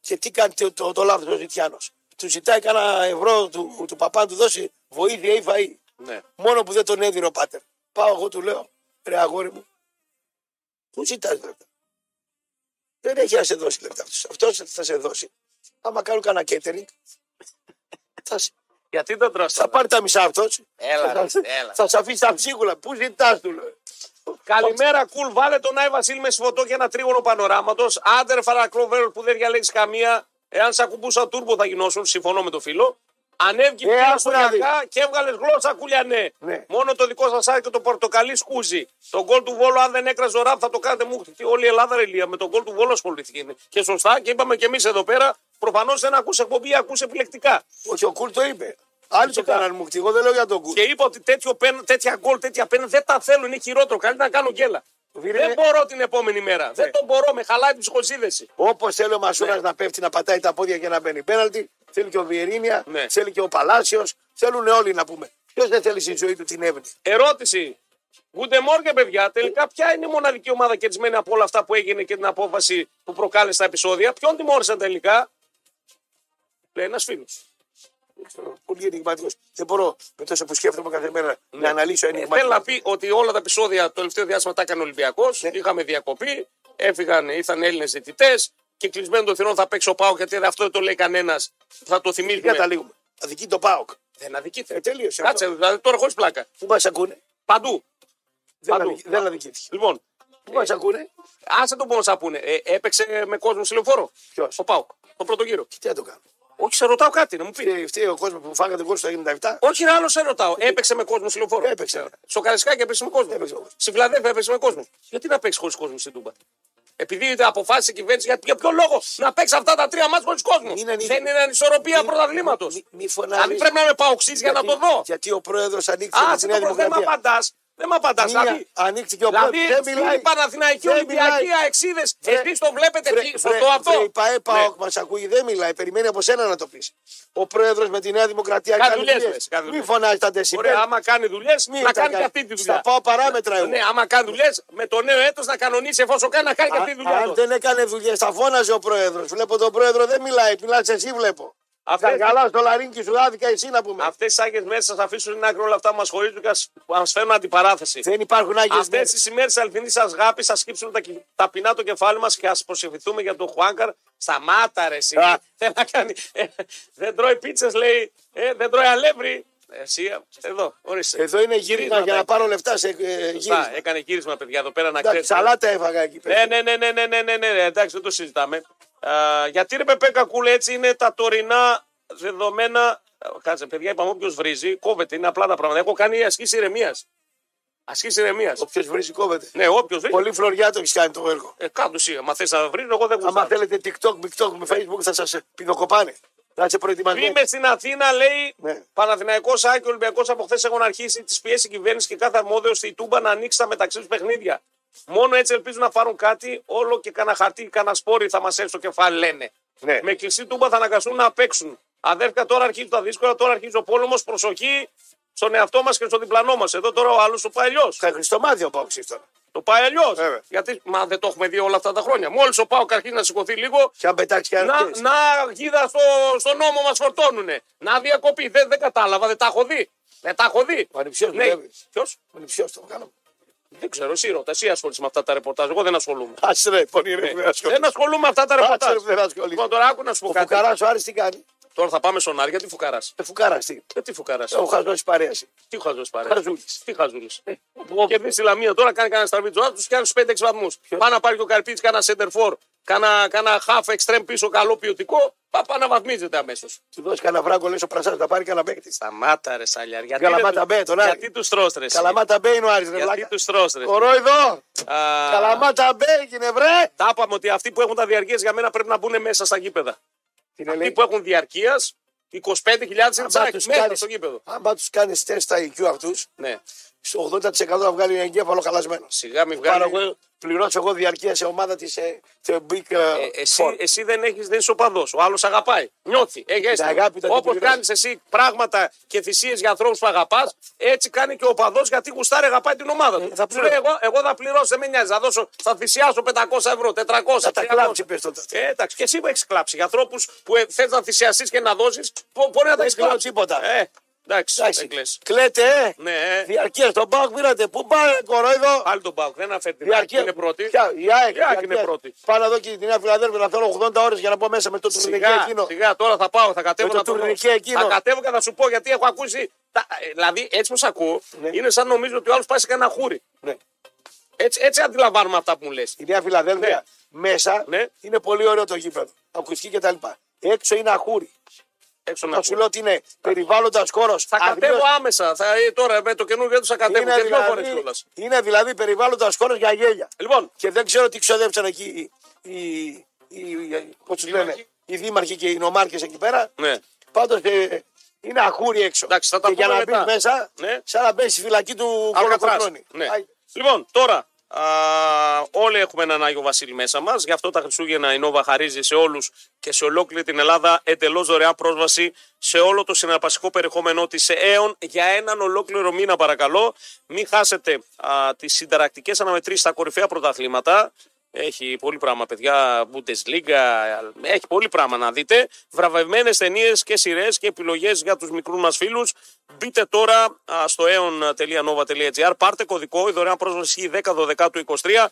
και τι κάνει το, το, το λάθος ο Ζητιάνος. Του ζητάει κανένα ευρώ του, του παπά να του δώσει βοήθεια ή φαΐ.
ναι.
Μόνο που δεν τον έδινε ο Πάτερ. Πάω εγώ του λέω, ρε αγόρι μου, πού ζητάς λεπτά. Δεν έχει να σε δώσει λεπτά αυτός. Αυτός θα σε δώσει. Άμα κάνουν κανένα catering, θα, σε-
Γιατί δεν
θα
τραστά.
πάρει τα μισά αυτός.
Έλα,
θα,
ρε, έλα.
θα σε αφήσει τα ψίχουλα. Πού ζητάς του λέω.
Καλημέρα, κουλ. Βάλε τον Άι Βασίλη με σφωτό και ένα τρίγωνο πανοράματος. Άντερ φαρακρόβερ που δεν διαλέξει καμία. Εάν σε ακουμπούσα τούρμπο θα γινώσουν. Συμφωνώ με το φίλο. Ανέβηκε
Ε,
πίσω
άκου να
στοριακά και έβγαλες γλώσσα, κουλιανέ.
Ναι.
Μόνο το δικό σας και το πορτοκαλί σκούζει. Το γκολ του Βόλου, αν δεν έκραζε ο Ραπ, θα το κάνετε μου. χτυπήσει. Όλη η Ελλάδα ρελία με τον γκολ του Βόλου ασχολήθηκε. Και σωστά, και είπαμε και εμείς εδώ πέρα, προφανώς δεν ακούσε εκπομπή, ακούσε επιλεκτικά.
Όχι, ο Κουλ το είπε. Άλλοι το κάνανε μου χτυγό, δεν λέω για τον Κουλ.
Και είπα ότι τέτοιο πεν, τέτοια γκολ, τέτοια πένα δεν τα θέλω, είναι χειρότερο. Καλύτερα να κάνω γκέλα.
Βίλε-
Δεν μπορώ την επόμενη μέρα. Δεν το μπορώ, με χαλάει η ψυχοσύνδεση.
Όπως θέλει ο
Ναι.
Μασούρα να πέφτει, να πατάει τα πόδια και να μπαίνει πέναλτι, θέλει και ο Βιερίνια,
Ναι.
θέλει και ο Παλάσιος, θέλουν όλοι να πούμε. Ποιος δεν θέλει στη ζωή του την Εύνη.
Ερώτηση. Γκουντε Μόργε, παιδιά, τελικά ποια είναι η μοναδική ομάδα κερδισμένη από όλα αυτά που έγινε και την απόφαση που προκάλεσε τα επεισόδια. Ποιον τιμώρησαν τελικά. Λέει ένας φίλος.
Πολύ ενηγματικό. Δεν μπορώ με τόσο που σκέφτομαι κάθε μέρα να αναλύσω ενηγματικά.
Ναι. Ε, Θέλω να πει ότι όλα τα επεισόδια το τελευταίο διάστημα τα έκανε ο Ολυμπιακός. Είχαμε διακοπή, έφυγαν, ήρθαν Έλληνες ζητητέ και κλεισμένο των θυρών θα παίξει ο Πάο γιατί αυτό δεν το λέει κανένας. Θα το θυμίζουμε.
Καταλήγουμε. Αδική το ΠΑΟΚ.
Δεν αδικείται.
Ε, τελείωσε.
Ναι. Κάτσε, δηλαδή τώρα χωρίς πλάκα.
Πού μας ακούνε.
Παντού.
Δεν,
Παντού.
αδικη, δεν αδικήθηκε.
Λοιπόν,
Πού μας ακούνε.
άσε τον πόνο να πούνε. Ε, έπαιξε με κόσμο σε λεωφόρο.
Ποιος?
Ο Πάουκ. Το πρώτο γύρο.
Τι να το κάνω. Ε,
Όχι, σε ρωτάω κάτι, να μου πει.
Φταίει- Φταίει ο κόσμος που φάγατε εγώ στα 97.
Όχι, ένα άλλο σε ρωτάω. Έπαιξε με κόσμο σε λεωφόρο.
Έπαιξε.
Στο Καρισκάκι έπαιξε με κόσμο.
Έπαιξε με κόσμο.
Στη Φιλαδέλφια έπαιξε με κόσμο. Γιατί να παίξεις χωρίς κόσμο στην Τούμπα. Επειδή τα αποφάσισε η κυβέρνηση, για, για ποιο λόγο να παίξει αυτά τα τρία μάτια χωρίς κόσμο.
Μην ανοίγει-
Δεν είναι ανισορροπία
Μη-
πρωταθλήματο.
μη- Μη
Δηλαδή
φωνάζει.
πρέπει να είμαι παοξή για να το δω.
Γιατί ο πρόεδρος ανοίξει
Α,
τη
σε
Νέα
το προ- δεν με
Δημοκρατία.
απαντάς. Δεν με απαντά.
Μία,
Δηλαδή,
ανοίχθηκε ο
δηλαδή
πρώτος, δεν μιλάει.
οι Παναθηναϊκοί
Δεν
Ολυμπιακοί
μιλάει.
αεξίδες,
Βρε,
εσείς το βλέπετε
Βρε,
τι-
βρε,
σωστό αυτό.
βρε, η ΠαΕ
Ναι.
ΠΑΟΚ μα ακούει, δεν μιλάει. Περιμένει από σένα να το πεις. Ο πρόεδρος με τη Νέα Δημοκρατία
Κάνει
κάνει
δουλειές,
δουλειές.
λες, κάνει
Μην
δουλειές.
φωνάζει τα ντεσιμπέλ.
Ωραία, άμα κάνει δουλειές,
Μην
να
τα
κάνει και αυτή τη δουλειά.
Στα πάω παράμετρα εγώ.
Ναι, άμα κάνει δουλειές, με το νέο έτος να κανονίσει εφόσον κάνει, να κάνει και αυτή τη
Α-
δουλειά.
Αν
του.
δεν έκανε δουλειές, θα φώναζε ο πρόεδρος. Βλέπω τον πρόεδρο, δεν μιλάει. Μιλάς εσύ, βλέπω.
Αυτές-
Καλά στο λαρίνκι σου άδικα εσύ να πούμε.
Αυτές τι άγιε μέρε θα σα αφήσουν την άκρη όλα αυτά που μας χωρίζουν και μα φέρουν αντιπαράθεση.
Δεν υπάρχουν άγιες
Αυτές
μέρες.
τι ημέρε αληθινή σα αγάπη θα σκύψουν τα κυ- ταπεινά το κεφάλι μας και ας προσευχηθούμε για τον Χουάνκαρ. Σταμάτα, ρε, εσύ.
Α.
Δεν θα κάνει. Ε, δεν τρώει πίτσες, λέει. Ε, δεν τρώει αλεύρι. Ε, Εσύ, ε, εδώ, ορίστε.
Εδώ είναι γύρισμα
Γυρίσματα.
για να πάρω λεφτά σε ε,
Σωστά,
γύρισμα.
έκανε γύρισμα, παιδιά, εδώ πέρα να
Εντάξει,
ξέρετε.
Σαλάτα έφαγα εκεί πέρα.
Ναι, ναι, ναι, ναι, ναι, ναι, ναι, ναι, ναι, εντάξει, δεν το συζητάμε. Α, γιατί ρε Πεπέ Κακούλη, έτσι είναι τα τωρινά δεδομένα. Ε, Κάτσε, παιδιά, είπαμε όποιος βρίζει, κόβεται. Είναι απλά τα πράγματα. Έχω κάνει ασκήση ηρεμία. Ασκήση ηρεμίας.
Όποιος βρει κόβεται.
Ναι, όποιος βρίζει.
Πολύ φλωριά το έχεις κάνει το έργο.
Ε, κάτω εσύ, μα θες να βρίζω, εγώ δεν
Άμα
γουστάρω.
θέλετε TikTok, BikTok με Facebook θα σας πινοκοπάνε. Θα είσαι προετοιμασμένοι.
Είμαι στην Αθήνα, λέει
Ναι.
Παναθηναϊκός Άκη Ολυμπιακός. Από χθες έχουν αρχίσει τις πιέσεις κυβέρνησης και κάθε αρμόδιος στη Τούμπα να ανοίξει τα μεταξύ τους παιχνίδια. Μόνο έτσι ελπίζουν να πάρουν κάτι, όλο και κανένα χαρτί, κανένα σπόρι θα μας έρθει στο κεφάλι, λένε.
Ναι.
Με κλειστή Τούμπα θα αναγκαστούν να παίξουν. Αδέρφια, τώρα αρχίζουν τα δύσκολα, τώρα αρχίζει ο πόλεμος. Προσοχή στον εαυτό μας και στον διπλανό μας. Εδώ τώρα ο άλλος το πάει αλλιώς.
Θα χριστομάδι ο Παοξή τώρα.
Το πάει αλλιώς.
Βέβαια.
Γιατί μα δεν το έχουμε δει όλα αυτά τα χρόνια. Μόλις ο Πάοκ αρχίζει να σηκωθεί λίγο,
Και αν πετάξει και αν
να,
αρχίσει.
να γίδα στο, στο νόμο μας φορτώνουνε. Να διακοπεί. Δεν, δεν κατάλαβα, δεν τα έχω δει. Δεν τα έχω δει.
Πανεψιός
ναι.
δουλεύεις.
Ποιος?
Ποιο το κάνω.
Δεν ξέρω, εσύ ρώτα, εσύ ασχολείσαι με αυτά τα ρεπορτάζ. Εγώ δεν ασχολούμαι.
Άσε ρε, πονηρέ,
Ναι.
Ε, δεν ασχολείσαι.
Δεν ασχολούμαι με αυτά τα
Άσε ρε,
ρεπορτάζ.
δεν ασχολείσαι.
Λοιπόν, τώρα άκου να σου πω
Ο
κάτι.
φουκαράς ο Άρης τι κάνει.
Τώρα θα πάμε στον Άρη, γιατί φουκαράς.
Ε, φουκάρας τι.
Ε, τι φουκαράς.
Ο χαζός παρέα.
Τι χαζός παρέας.
Χαζούλης.
Τι Ε, χαζούλης.
Ε,
Και δει τη λαμία τώρα κάνει κανένα στραβίτζο του και άλλου 5-6 βαθμού. Πάει να πάρει και ο Καρπίτη κάνα center for, κάνα, κάνα half extreme πίσω καλό ποιοτικό. Πά, πά να βαθμίζεται αμέσω.
Του δώσει κανένα βράγκο, λες ο πρασάς να πάρει κανένα παίκτη.
Σταμάτα ρε σαλιάρ. Γιατί,
Καλαμάτα
ρε,
μπέ, τον Άρη.
γιατί τους τρως ρε εσύ.
Καλαμάτα μπέ είναι ο Άρης, ρε
Γιατί
βλάκα.
τους τρως ρε.
Κορόιδο!
Α,
Καλαμάτα μπέ έγινε, βρε!
Τα είπαμε ότι αυτοί που έχουν τα διαρκείας για μένα πρέπει να μπουν μέσα στα γήπεδα.
Ναι, Την
Αυτοί
ελέγχη.
που έχουν διαρκείας, 25.000 είναι τσάκι,
τους
μέσα
κάνεις-
στο γήπεδο.
Άμα τους κάνεις τεστ στα IQ αυτούς,
Ναι.
στο 80% θα βγάλει εγκέφαλο χαλασμένο.
Σιγά μην
Πάρω
βγάλει.
εγώ, πληρώσω εγώ διαρκεία σε ομάδα της ε, τη Big
Ε,
ε,
εσύ,
Four.
εσύ δεν, έχεις, δεν είσαι οπαδός. Ο άλλος αγαπάει. Νιώθει. Έχει αίσθημα.
αγάπη το
Όπως
αντιπληρώνεις.
κάνεις εσύ πράγματα και θυσίες για ανθρώπους που αγαπάς, έτσι κάνει και ο οπαδός γιατί γουστάρει αγαπάει την ομάδα του.
Ε, θα
Σου λέει,
πληρώ.
εγώ, εγώ θα πληρώσω, δεν με νοιάζει. Θα, δώσω, θα θυσιάσω 500 ευρώ, 400,
Θα τα
300.
κλάψει, πες τότε.
Ε, εντάξει, και εσύ που έχεις κλάψει. Για ανθρώπους που ε, θες να θυσιαστείς και να δώσεις, μπορεί να τα
Δεν
έχεις
κλαίω
κλάψει.
τίποτα.
Ε, εντάξει,
Εντάξει.
δεν κλαις.
Κλαίτε, ε!
Ναι, ε.
Διαρκεία στον Πάοκ πήρατε. Πού πάει, κορόιδο!
πάλι τον Πάουκ. Δεν αναφέρει την ΑΕΚ.
Διαρκεία.
Είναι πρώτη.
Ποια, η ΑΕΚ,
Η ΑΕΚ
διαρκεία.
είναι πρώτη.
Πάνω εδώ και την Νέα Φιλαδέλφια να θέλω 80 ώρες για να πω μέσα με το τουρνικέ
Σιγά,
εκείνο.
σιγά, τώρα θα πάω, θα κατέβω
Με το
να το
τουρνικέ εκείνο.
Θα κατέβω και θα σου πω γιατί έχω ακούσει. Τα, ε, δηλαδή, έτσι που σ' ακούω,
Ναι.
είναι σαν νομίζω ότι ο άλλος πάει σε κανένα χούρι.
Ναι.
Έτσι, έτσι αντιλαμβάνομαι αυτά που μου λες.
Η Νέα Φιλαδέλφια μέσα
Ναι.
είναι πολύ ωραίο το γήπεδο. Ακουστική και τα λοιπά. Έξω είναι αχούρι.
Έξω να
Θα σου
χούρι.
λέω ότι είναι περιβάλλοντας χώρος.
Θα κατέβω άμεσα. Θα, ε, τώρα με το καινούργιο τους θα κατέβω
Είναι
και δύο φορέ
δηλαδή,
κιόλας.
είναι δηλαδή περιβάλλοντας χώρο για γέλια.
Λοιπόν,
Και δεν ξέρω τι ξοδέψαν εκεί οι, οι, οι- πώς τους λένε, οι δήμαρχοι και οι νομάρχες εκεί πέρα.
ναι.
Πάντως είναι αχούρι έξω.
Εντάξει, θα τα
και για
πούμε
να μπει
μετά.
μέσα,
Ναι.
σαν να μπει στη φυλακή του
Αλκατράς.
Κολοκοτρώνη.
Ναι.
Αϊ,
Λοιπόν, τώρα α, όλοι έχουμε έναν Άγιο Βασίλη μέσα μας. Γι' αυτό τα Χριστούγεννα η Νόβα χαρίζει σε όλους και σε ολόκληρη την Ελλάδα εντελώς δωρεάν πρόσβαση σε όλο το συναρπαστικό περιεχόμενό της ΕΕΟΝ για έναν ολόκληρο μήνα, παρακαλώ. Μην χάσετε τις συνταρακτικές αναμετρήσεις στα κορυφαία πρωταθλήματα. Έχει πολύ πράγμα, παιδιά. Bundesliga. Έχει πολύ πράγμα να δείτε. Βραβευμένες ταινίες και σειρές και επιλογές για τους μικρούς μας φίλους. Μπείτε τώρα α, στο aeon.nova.gr. Πάρτε κωδικό. Η δωρεάν πρόσβαση ισχύει 10-12 του 23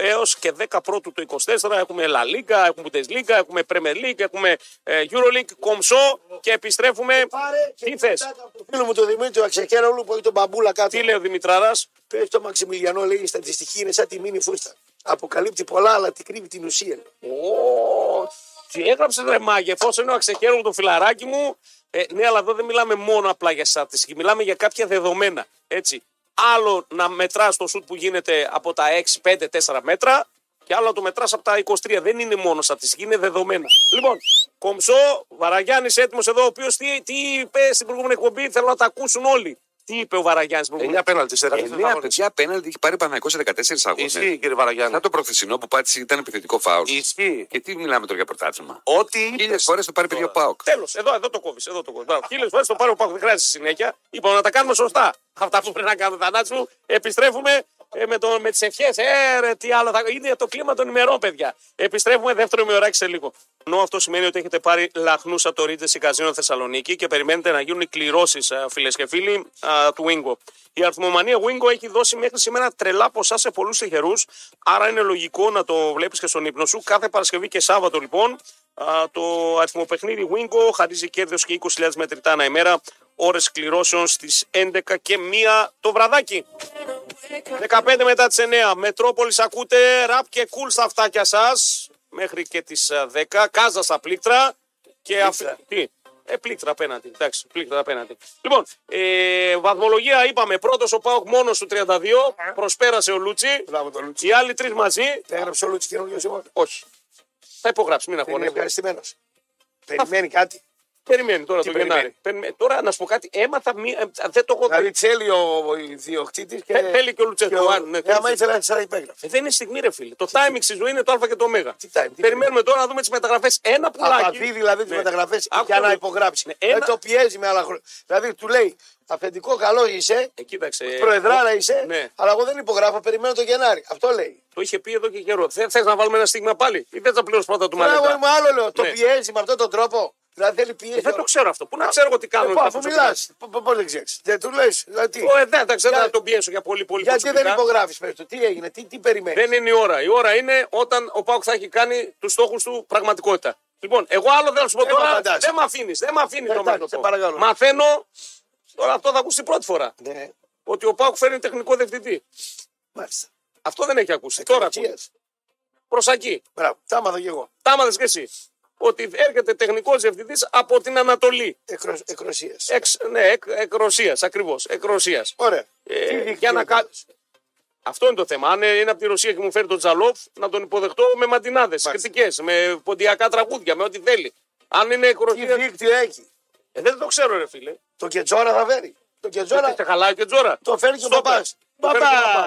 έως και 10 πρώτου του 24. Έχουμε La Liga, έχουμε Bundesliga, έχουμε Premier League, έχουμε ε, Euroleague, Κομψό και επιστρέφουμε.
Πάρε και
Τι θε,
το φίλο μου τον Δημήτρη Αξεχέρολου που έχει τον μπαμπούλα κάτω.
τι λέει ο Δημητράρα.
Πες το Μαξιμιλιανό λέει η στατιστική είναι σαν τη μήνυ φούστα. Αποκαλύπτει πολλά αλλά τη κρύβει την ουσία. λέει.
Τι έγραψε ρε μάγε, εφόσον είναι ο Αξεχέρου το φιλαράκι μου. Ε, ναι, αλλά εδώ δεν μιλάμε μόνο απλά για στατιστική, μιλάμε για κάποια δεδομένα. Έτσι. Άλλο να μετράς το σουτ που γίνεται από τα 6, 5, 4 μέτρα και άλλο να το μετράς από τα 23. Δεν είναι μόνο στατιστική, είναι δεδομένα. Λοιπόν, κομψό, Βαραγιάννης έτοιμος εδώ, ο οποίος τι, τι είπε στην προηγούμενη εκπομπή, θέλω να τα ακούσουν όλοι. Τι είπε ο Βαραγιάννης στην προηγούμενη
Εννιά πέναλτι σε
Εννέα
αγώνες.
παιδιά πέναλτι έχει πάρει Παναγικό σε 14 αγώνε.
Ισχύει κύριε Βαραγιάννη.
Σαν το προθεσινό που πάτησε ήταν επιθετικό φάουλ.
Ισχύει.
Και τι μιλάμε τώρα για πρωτάθλημα.
Ό,τι
Χίλιες
είπες.
φορές το πάρει παιδιά ο Πάοκ.
Τέλος, εδώ, εδώ το κόβεις. Εδώ το κόβεις. Χίλιες φορές το πάρω πάω, δεν χρειάζεται συνέχεια. Είπαμε να τα κάνουμε σωστά. Αυτά που πρέπει να κάνουμε, θανάτη μου. Επιστρέφουμε ε, με, το, με τις ευχές. Ε, ρε, τι άλλο θα. Είναι το κλίμα των ημερών, παιδιά. Επιστρέφουμε δεύτερο ημεράκι σε λίγο. Ενώ αυτό σημαίνει ότι έχετε πάρει λαχνούς από το Regency Casino Θεσσαλονίκη και περιμένετε να γίνουν οι κληρώσεις, φίλες και φίλοι, α, του Wingo. Η αριθμομανία Wingo έχει δώσει μέχρι σήμερα τρελά ποσά σε πολλούς τυχερούς, άρα είναι λογικό να το βλέπεις και στον ύπνο σου. Κάθε Παρασκευή και Σάββατο, λοιπόν, α, το αριθμοπαιχνίδι Wingo χαρίζει κέρδος και 20.000 μετρητά ανά ημέρα, ώρες κληρώσεων στις 11 και 1 το βραδάκι. 15 μετά τις 9. Μετρόπολης ακούτε. Ραπ και κουλ στα αυτάκια σας. Μέχρι και τις 10. Κάζα στα πλήκτρα. Και αυτή. Τι. Ε, πλήκτρα απέναντι. Εντάξει, πλήκτρα απέναντι. Λοιπόν, ε, βαθμολογία είπαμε. Πρώτος ο Πάοκ μόνος του 32. Προσπέρασε ο Λούτσι.
Μπράβο το Λούτσι.
Οι άλλοι τρεις μαζί.
Τα έγραψε ο Λούτσι καινούριο σήμερα.
Όχι. Θα υπογράψει, μην
Είναι
αγχώνεσαι.
ευχαριστημένος. Περιμένει
[laughs]
κάτι.
Περιμένει τώρα το
περιμένει?
Γενάρη. Περιμένει. Τώρα να σου πω κάτι. Έμαθα. μία- ε, Δεν το έχω.
Δηλαδή θέλει ο ιδιοκτήτης και.
Θε- θέλει και ο Λουτσέσκου.
και ο-
Α, ναι,
Ε,
θέλει.
Άμα ήθελε να σα υπέγραψε.
Ε, Δεν είναι στιγμή, ρε φίλε. Το timing στη ζωή είναι το Α και το Ω.
Τι time, τι
Περιμένουμε τώρα να δούμε τις μεταγραφές. Ένα
Θα
πουλάκι.
τα δει δηλαδή τις
Ναι.
μεταγραφές
Άκου
για
το
να
λίγο.
υπογράψει.
Ναι,
Δεν
ένα-
το πιέζει με άλλα χρόνια. Δηλαδή του λέει αφεντικό καλό είσαι,
Ε, κοίταξε. ε,
προεδράρα είσαι,
Ναι.
αλλά εγώ δεν υπογράφω, περιμένω το Γενάρη. Αυτό λέει.
Το είχε πει εδώ και καιρό. Θε θες να βάλουμε ένα στίγμα πάλι ή δεν θα πληρώσει πρώτα του
Μπράβο,
μαλλιά.
είμαι άλλο λέω. Το
Ναι. Ε,
πιέζει με αυτόν τον τρόπο. Δηλαδή θέλει πιέζει.
Δεν το ξέρω αυτό. Πού να ξέρω εγώ τι κάνω.
Ε, Αφού μιλά, πώς δεν ξέρεις. Δεν του λες. Δηλαδή,
Ο, ε, δεν θα ξέρω
Για-
να τον πιέσω για πολύ πολύ
γιατί δεν
προσωπικά.
υπογράφεις, πες του, τι έγινε, τι, τι περιμένεις.
Δεν είναι η ώρα. Η ώρα είναι όταν ο Πάουκ θα έχει κάνει τους στόχους του πραγματικότητα. Λοιπόν, εγώ άλλο δεν θα σου πω
Δεν μ'
τώρα.
απαντάς.
Δεν με αφήνεις. Δεν με αφήνει το
Εντάξει,
μέτωπο.
σε παρακαλώ.
Μαθαίνω. Τώρα αυτό θα ακούσει πρώτη φορά.
Ναι,
Ότι ο Πάουκ φέρνει τεχνικό διευθυντή.
μάλιστα.
Αυτό δεν έχει ακούσει. Ε, Τώρα ακούει.
Κατευθείας.
Προσακή.
Μπράβο, τα άμαθα κι εγώ.
Τα άμαθες και εσύ. Ότι έρχεται τεχνικός διευθυντής από την Ανατολή.
Εκρο- εκροσίας.
Εξ, ναι, εκ, εκ Ρωσίας, ακριβώς, εκ Ρωσίας.
Ωραία.
Ε,
Τι
για
δείχνει
να
ο
κα-
Πέτρος.
Αυτό είναι το θέμα. Αν ε, είναι από τη Ρωσία και μου φέρει τον Τζαλόφ, να τον υποδεχτώ με μαντινάδες, κριτικές, με ποντιακά τραγούδια, με ό,τι θέλει. Αν είναι εκ
Τι
Ρωσίας...
δίκτυο έχει.
Ε, δεν το ξέρω, ρε φίλε.
Το κετζόρα θα φέρει. Το κετζόρα
Τε χαλάει και τζόρα.
το φέρει και ο Ε,
Στόπερ.
παπά.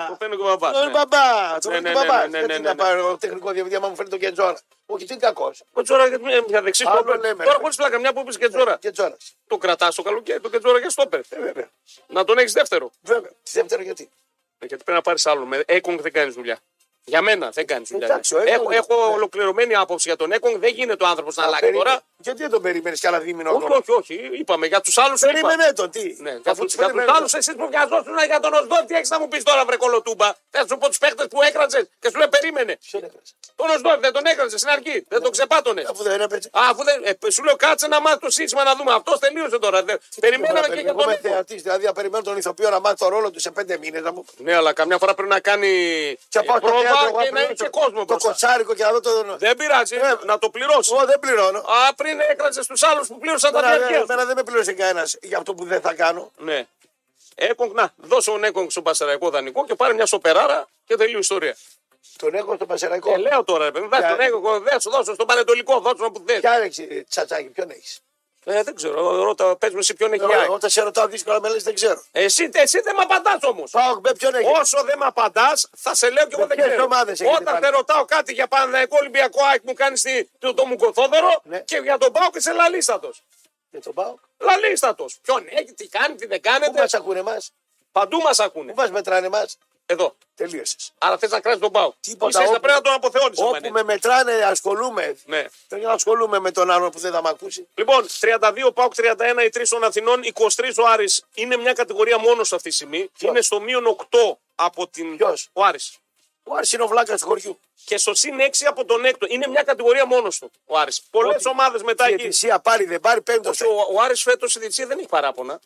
Το φέρνει και ο Παπάς, Το φέρνει και ο Παπάς, ναι.
Τον παπά. Το
Ναι,
φέρνει και
ναι,
ο
ναι,
παπά.
ναι, ναι,
Δεν
ναι,
να
ναι.
πάρει ο τεχνικό διευθυντή άμα μου φέρει το κετζόρα. Όχι, τι Ναι, κακό.
Ο Τζόρα για- ε, για δεξί
Άλλο
στόπερ.
λέμε,
Τώρα
ρε. Ε,
χωρίς πλάκα, μια που είπες και τζόρα.
Κετζόρα.
Το κρατάς το καλοκαίρι, το και τζόρα για στόπερ.
Ε, βέβαια.
Να τον έχεις δεύτερο.
Βέβαια. Τη δεύτερη γιατί.
Ε, Γιατί πρέπει να πάρεις άλλο. Με Έκονγκ δεν κάνεις δουλειά. Για μένα δεν κάνεις δουλειά.
Εντάξει, ο
έχω
Έκονγκ,
έχω
ναι.
ολοκληρωμένη άποψη για τον Έκονγκ. Δεν γίνεται ο άνθρωπος να
Α,
αλλάξει
περίμενε.
τώρα.
Γιατί δεν τον περιμένεις κι άλλα δίμηνο
Όχι,
χρόνο.
όχι, όχι. Είπαμε για τους άλλους.
Περίμενε τον, τι.
Ναι, για
Αφού
του
τους περιμένεις.
άλλου, εσύ που βιαζόσουν για τον Οσδόν, τι έχεις να μου πεις τώρα, βρε κολοτούμπα. Θα σου πω τους παίχτε που έκρατσε και σου λέει περίμενε.
Ποιον έκανες.
Τον Οσδόν δεν τον έκρατσε στην αρχή. Δεν τον ξεπάτωνες.
Αφού δεν έπαιζε.
Α, Αφού δεν. ε, σου λέω κάτσε να μάθεις το σύστημα να δούμε. Αυτός τελείωσε τώρα. Δεν- Περιμέναμε και για
Εγώ
τον
είμαι
Έκονγκ.
θεατής. Δηλαδή, θα περιμένω τον ηθοποιό να μάθει το ρόλο του σε πέντε μήνες. Να μου
Ναι, αλλά καμιά φορά πρέπει να κάνει
Και
ε,
να πάω στο θέατρο, εγώ
πρόβα και
να
να έχει
πληρώσω
και κόσμο
Το
μπροστά.
κοτσάρικο και να δω το.
Δεν πειράζει, να το πληρώσεις.
Εγώ δεν πληρώνω. ε,
Α, πριν έκραζε τους άλλους που πλήρωσαν τα
Εμένα δεν-
διάρκεια.
Εμένα δεν με πλήρωσε κανένας για αυτό που δεν θα κάνω.
Ναι. Έκονγκ, να δώσω τον Έκονγκ στον Πασαραϊκό δανεικό και πάρει μια σοπεράρα και τελείω η ιστορία.
Τον έχω στο Πασεραϊκό.
Ε, λέω τώρα, ρε παιδί, δώσ'
Ποια-
τον Έκονγκ, δέσου, δώσου στον Πανετολικό, δώσου τον που θε.
Ποια έρεξε τσατσάκι, ποιον έχεις.
Ε, δεν ξέρω, ρώτα, πες μου εσύ ποιον έχει η ΑΕΚ.
Όταν σε ρωτάω δύσκολα με λες, δεν ξέρω.
Εσύ, εσύ δεν με απαντάς όμως.
Πάω μπε ποιον έχει.
Όσο δεν με απαντάς, θα σε λέω και εγώ
Με
δεν
ποιες
ξέρω.
ομάδες έχετε
Όταν
πάρει?
σε ρωτάω κάτι για Παναναϊκό Ολυμπιακό ΑΕΚ μου κάνεις το, το μουκοθόδωρο
Ναι.
και για τον Πάο και σε λαλίστατος.
Και Ε, τον πάω.
Ε, Λαλίστατος. Ποιον έχει, τι κάνει, τι δεν
Πού μα
κάνετε.
ακούνε εμάς,
Παντού μας
πού
ακούνε.
μας μετράνε εμάς.
Εδώ.
Τελείωσες.
Άρα θες να κράσει τον Πάο.
Τίποτα,
Ίσα ίσα
όπου-
πρέπει να τον αποθεώνεις.
Όπου με μετράνε, ασχολούμαι.
Ναι.
Δεν ασχολούμαι με τον άλλον που δεν θα με ακούσει.
Λοιπόν, 32 Πάουκ, 31 οι 3 των Αθηνών, 23 ο Άρης. Είναι μια κατηγορία μόνος αυτή τη στιγμή.
Ποιος?
Είναι στο μείον 8 από την.
Ποιος?
Ο Άρης.
Ο Άρης είναι ο βλάκας του χωριού.
Και στο συν 6 από τον 6ο. Είναι μια κατηγορία μόνος του ο Άρης. Πολλές ομάδες μετά
Η
εκεί.
ετησία πάρει, δεν πάρει, παίρνει το
Όχι,
στέκι.
ο, ο Άρης φέτος η διετησία δεν έχει παράπονα.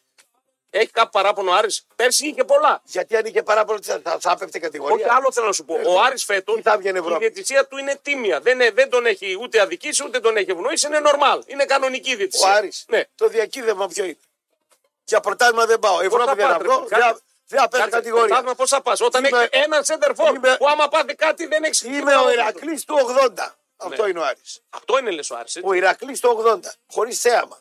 Έχει κάποιο παράπονο ο Άρης. Πέρσι είχε πολλά.
Γιατί αν είχε παράπονο, θα, θα, θα έπεφτε
Όχι,
κατηγορία.
άλλο θέλω να σου πω. Ο Άρης φέτο
Ε, Τι θα βγαίνει
η
Ευρώπη.
διαιτησία του είναι τίμια. Δεν, ε, δεν τον έχει ούτε αδικήσει ούτε τον έχει ευνοήσει. Είναι normal. Είναι κανονική η
Ο
διαιτησία.
Άρης.
Ναι.
Το διακύβευμα ποιο είναι. Για πρωτάθλημα δεν πάω. Ευρώπη
θα
δεν θα
πάτε,
βγω.
ρε,
δεν θα-
κάτσε.
Δεν θα πέσω
Κάτσε,
κατηγορία.
Πρωτάθλημα πώ θα πας. Όταν
Είμαι-
έχει έναν center for
Είμαι-
που άμα πάθει κάτι δεν Ναι. έχεις
Είμαι ο Ηρακλής του 80. Αυτό είναι ο Άρης.
Αυτό είναι λες ο Άρης. έτσι.
Ο Ηρακλής του 80. Χωρίς θέαμα.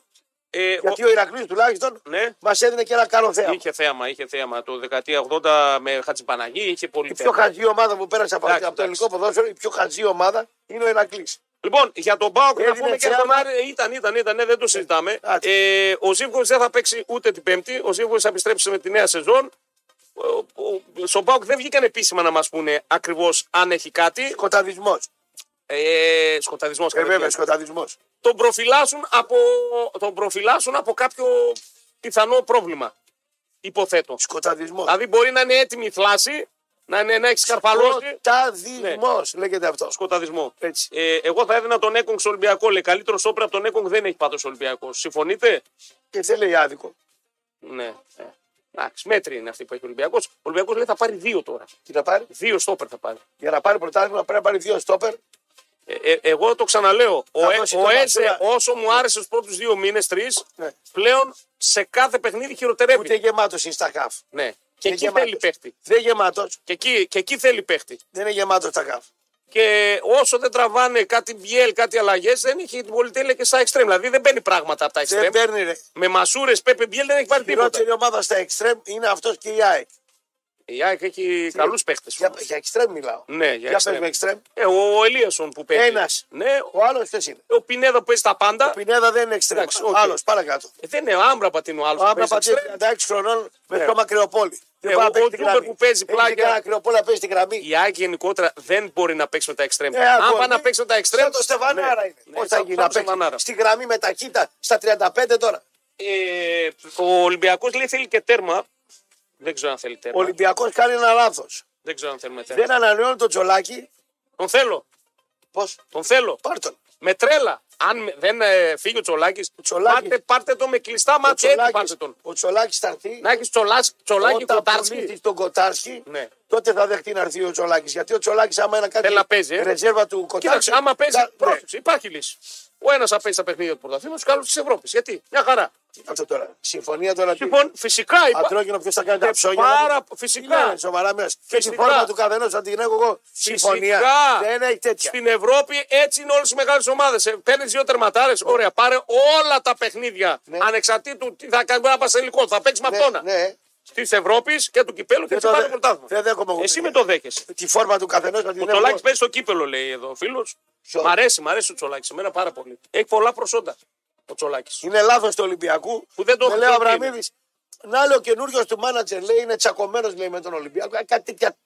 Ε,
Γιατί ο Ηρακλής τουλάχιστον
Ναι.
μας έδινε και ένα καλό θέαμα.
Είχε θέαμα, είχε θέαμα. Το δεκαετία 80 με Χατζηπαναγή είχε πολύ
Η πιο
θέαμα.
χαζή ομάδα που πέρασε από,
Εντάξει,
από το
εντάξει.
ελληνικό ποδόσφαιρο, η πιο χαζή ομάδα είναι ο Ηρακλής.
Λοιπόν, για τον Πάοκ να
Έδινε
πούμε και
θέαμα.
τον Άρη. Ήταν, ήταν, ήταν, ναι, δεν το συζητάμε.
Άτσι.
Ε, ο Ζήβκοβιτ δεν θα παίξει ούτε την Πέμπτη. Ο Ζήβκοβιτ θα επιστρέψει με τη νέα σεζόν. Ο- ο- Στον Πάοκ δεν βγήκαν επίσημα να μας πούνε ακριβώς αν έχει κάτι.
Κοταδισμό.
Ε, Σκοταδισμός.
Ε, βέβαια, σκοταδισμός.
τον, προφυλάσσουν από, τον προφυλάσσουν από κάποιο πιθανό πρόβλημα. Υποθέτω.
Σκοταδισμός.
Δηλαδή μπορεί να είναι έτοιμη η θλάση, να, είναι, να έχει σκαρφαλώσει.
Σκοταδισμό λέγεται αυτό.
Ναι. Σκοταδισμό.
Έτσι.
Ε, εγώ θα έδινα τον Έκογκ στο Ολυμπιακό. Λέει καλύτερο όπερα από τον Έκογκ δεν έχει πάντως Ολυμπιακό. Συμφωνείτε.
Και δεν λέει άδικο.
Ναι. Ε, εντάξει, μέτρη είναι αυτή που έχει ο Ολυμπιακό. Ο Ολυμπιακός λέει θα πάρει δύο τώρα.
Τι να πάρει.
Δύο στόπερ θα πάρει.
Για να πάρει πρωτάθλημα πρέπει να πάρει δύο στόπερ.
Ε, ε, εγώ το ξαναλέω. Ο, ε,
δώσει
ο
το
Έζε,
Μασούρα.
όσο μου άρεσε του πρώτους δύο μήνες, τρεις,
Ναι.
πλέον σε κάθε παιχνίδι χειροτερεύει.
Ούτε γεμάτος είναι στα χαφ.
Ναι. Και
Είναι
εκεί
γεμάτος.
θέλει παίχτη.
Δεν γεμάτος.
Και εκεί, και εκεί θέλει παίχτη.
Δεν είναι γεμάτος στα χαφ.
Και όσο δεν τραβάνε κάτι BL, κάτι αλλαγές, δεν έχει την πολυτέλεια και στα extreme. Δηλαδή δεν παίρνει πράγματα από τα
Δεν
extreme.
παίρνει ρε.
Με μασούρες, πέπε BL δεν έχει πάρει
Η
τίποτα.
χειρότερη ομάδα στα εξτρέμ είναι αυτός και η ΑΕΚ.
Η ΑΕΚ έχει καλούς παίχτες.
Για, για εξτρέμ μιλάω.
Ναι, για
για πες
extreme.
με εξτρέμ.
Ε, ο Ελίασον που παίζει.
Ένας.
Ναι,
Ο άλλος ποιος είναι.
ο Πινέδα που παίζει τα πάντα.
Ο Πινέδα δεν είναι εξτρέμ.
Εντάξει, οκ.
Άλλος παρακάτω.
Ε, δεν είναι ο Άμπρα είναι ο άλλος.
Ο Άμπρα πατήρε 36 χρονών με
Ναι.
χρώμα κρεοπόλη.
Ε,
Δεν
ο-
πάει να παίξει
ο
τη
Ντούμπερ
γραμμή.
που παίζει
Δεν
πλάγια.
έχει κανένα κρεοπόλη να παίζει τη γραμμή.
Η ΑΕΚ γενικότερα δεν μπορεί να παίξει με τα extreme.
Ε,
Αν
ακόμη.
πάει να παίξει με τα extreme.
Σαν το Στεβανάρα
Ναι,
είναι.
ναι,
Πώς θα
σαν-
γίνει
σαν
να
το Στεβανάρα.
παίξει. Στη γραμμή με ταχύτητα στα 35 τώρα.
Ε, ο Ολυμπιακός λέει θέλει και τέρμα. Δεν ξέρω αν θέλει τέρμα.
Ο Ολυμπιακός κάνει ένα λάθος.
Δεν ξέρω αν θέλουμε τέρμα.
Δεν ανανεώνει τον Τζολάκη.
Τον θέλω.
Πώς.
Τον θέλω.
Πάρ' τον.
Με τρέλα. Αν με- δεν ε, φύγει ο Τσολάκης,
Τσολάκης.
πάρτε, πάρτε τον με κλειστά
Ο
μάτια. Έτσι
Τσολάκης-
πάρτε τον.
Ο Τσολάκης θα έρθει.
Να έχεις Τσολάκη
Όταν
Κοτάρσκι.
πουλήσει τον Κοτάρσκι,
Ναι.
τότε θα δεχτεί να έρθει ο Τσολάκης. Γιατί ο Τσολάκης, άμα είναι κάτι
Θέλει να παίζει, ε.
ρεζέρβα του Κοτάρσκι.
Κοίταξε, άμα παίζει.
κα- ναι.
Πρόσεξε, υπάρχει λύση. Ο ένας θα παίζει τα παιχνίδια του πρωταθλήματος, ο άλλο της Ευρώπης. Γιατί, μια χαρά.
Αυτό τώρα. Συμφωνία τώρα. τι-
Λοιπόν, φυσικά υπάρχει.
Αντρόγινο, ποιος θα κάνει τα
Και
ψώνια.
πάρα-
να-
φυσικά.
Ναι, σοβαρά μιλάς. Και τη
Φυσικά.
φόρμα του καθενός θα την έχω εγώ. Συμφωνία.
Φυσικά.
Δεν έχει τέτοια.
Στην Ευρώπη έτσι είναι όλες οι μεγάλες ομάδες. Παίρνεις δύο τερματάρες, ωραία, πάρε όλα τα παιχνίδια.
Ναι.
Ανεξαρτήτου τι θα κάνει, μπορεί να πας σε υλικό, θα παίξεις με
Ναι,
αυτόνα.
ναι.
Της Ευρώπης και του κυπέλου και
Δεν
του
το
πάρει
δε-
πρωτάθλημα.
δεν δέχομαι εγώ
Εσύ
τέτοια.
με το δέχεσαι.
Τη φόρμα του καθενός θα την
Ο
έχω εγώ.
Τσολάκης παίζει στο κύπελο, λέει εδώ ο φίλος.
Ποιο?
Μ' αρέσει, μ' αρέσει ο Τσολάκης. Εμένα πάρα πολύ. Έχει πολλά προσόντα ο Τσολάκης.
Είναι λάθος του Ολυμπιακού.
Που δεν το
με
έχουν
λέει ο
δει τι είναι.
Αβραμίδης. Να λέει ο καινούριος του μάνατζερ, λέει είναι τσακωμένος λέει με τον Ολυμπιακό. Ε, Κάτι τέτοια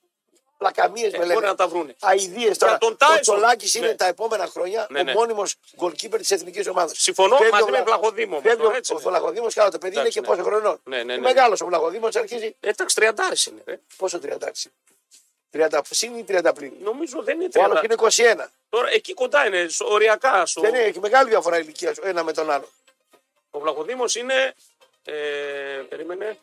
πλακαμίε με
Ε, μπορεί
λένε.
να τα βρούνε.
Αιδίε τώρα.
τον
ο
Τάισον.
Τσολάκης
Ναι.
είναι τα επόμενα χρόνια
Ναι, ναι.
ο μόνιμο γκολκίπερ της εθνικής ομάδας.
Συμφωνώ μαζί με Βλαχοδήμο, όμως, τώρα, έτσι
Ο
είναι.
Βλαχοδήμος, καλά, το παιδί είναι
Εντάξει,
και
ναι.
πόσο χρονών.
Ναι, ναι, ναι.
Μεγάλος ο Βλαχοδήμος αρχίζει.
Ε, Εντάξει, τριαντάρι είναι. ε. Ρε.
Πόσο 30 άξι. 30 συν ή 30 πλήν.
Νομίζω δεν είναι
Ο άλλος
τριαντάρι.
είναι 21.
Τώρα εκεί κοντά είναι, στο- οριακά. Στο...
Δεν είναι, έχει μεγάλη διαφορά ηλικίας ο ένα με τον άλλο.
Ο Βλαχοδήμος είναι. Ε, περίμενε.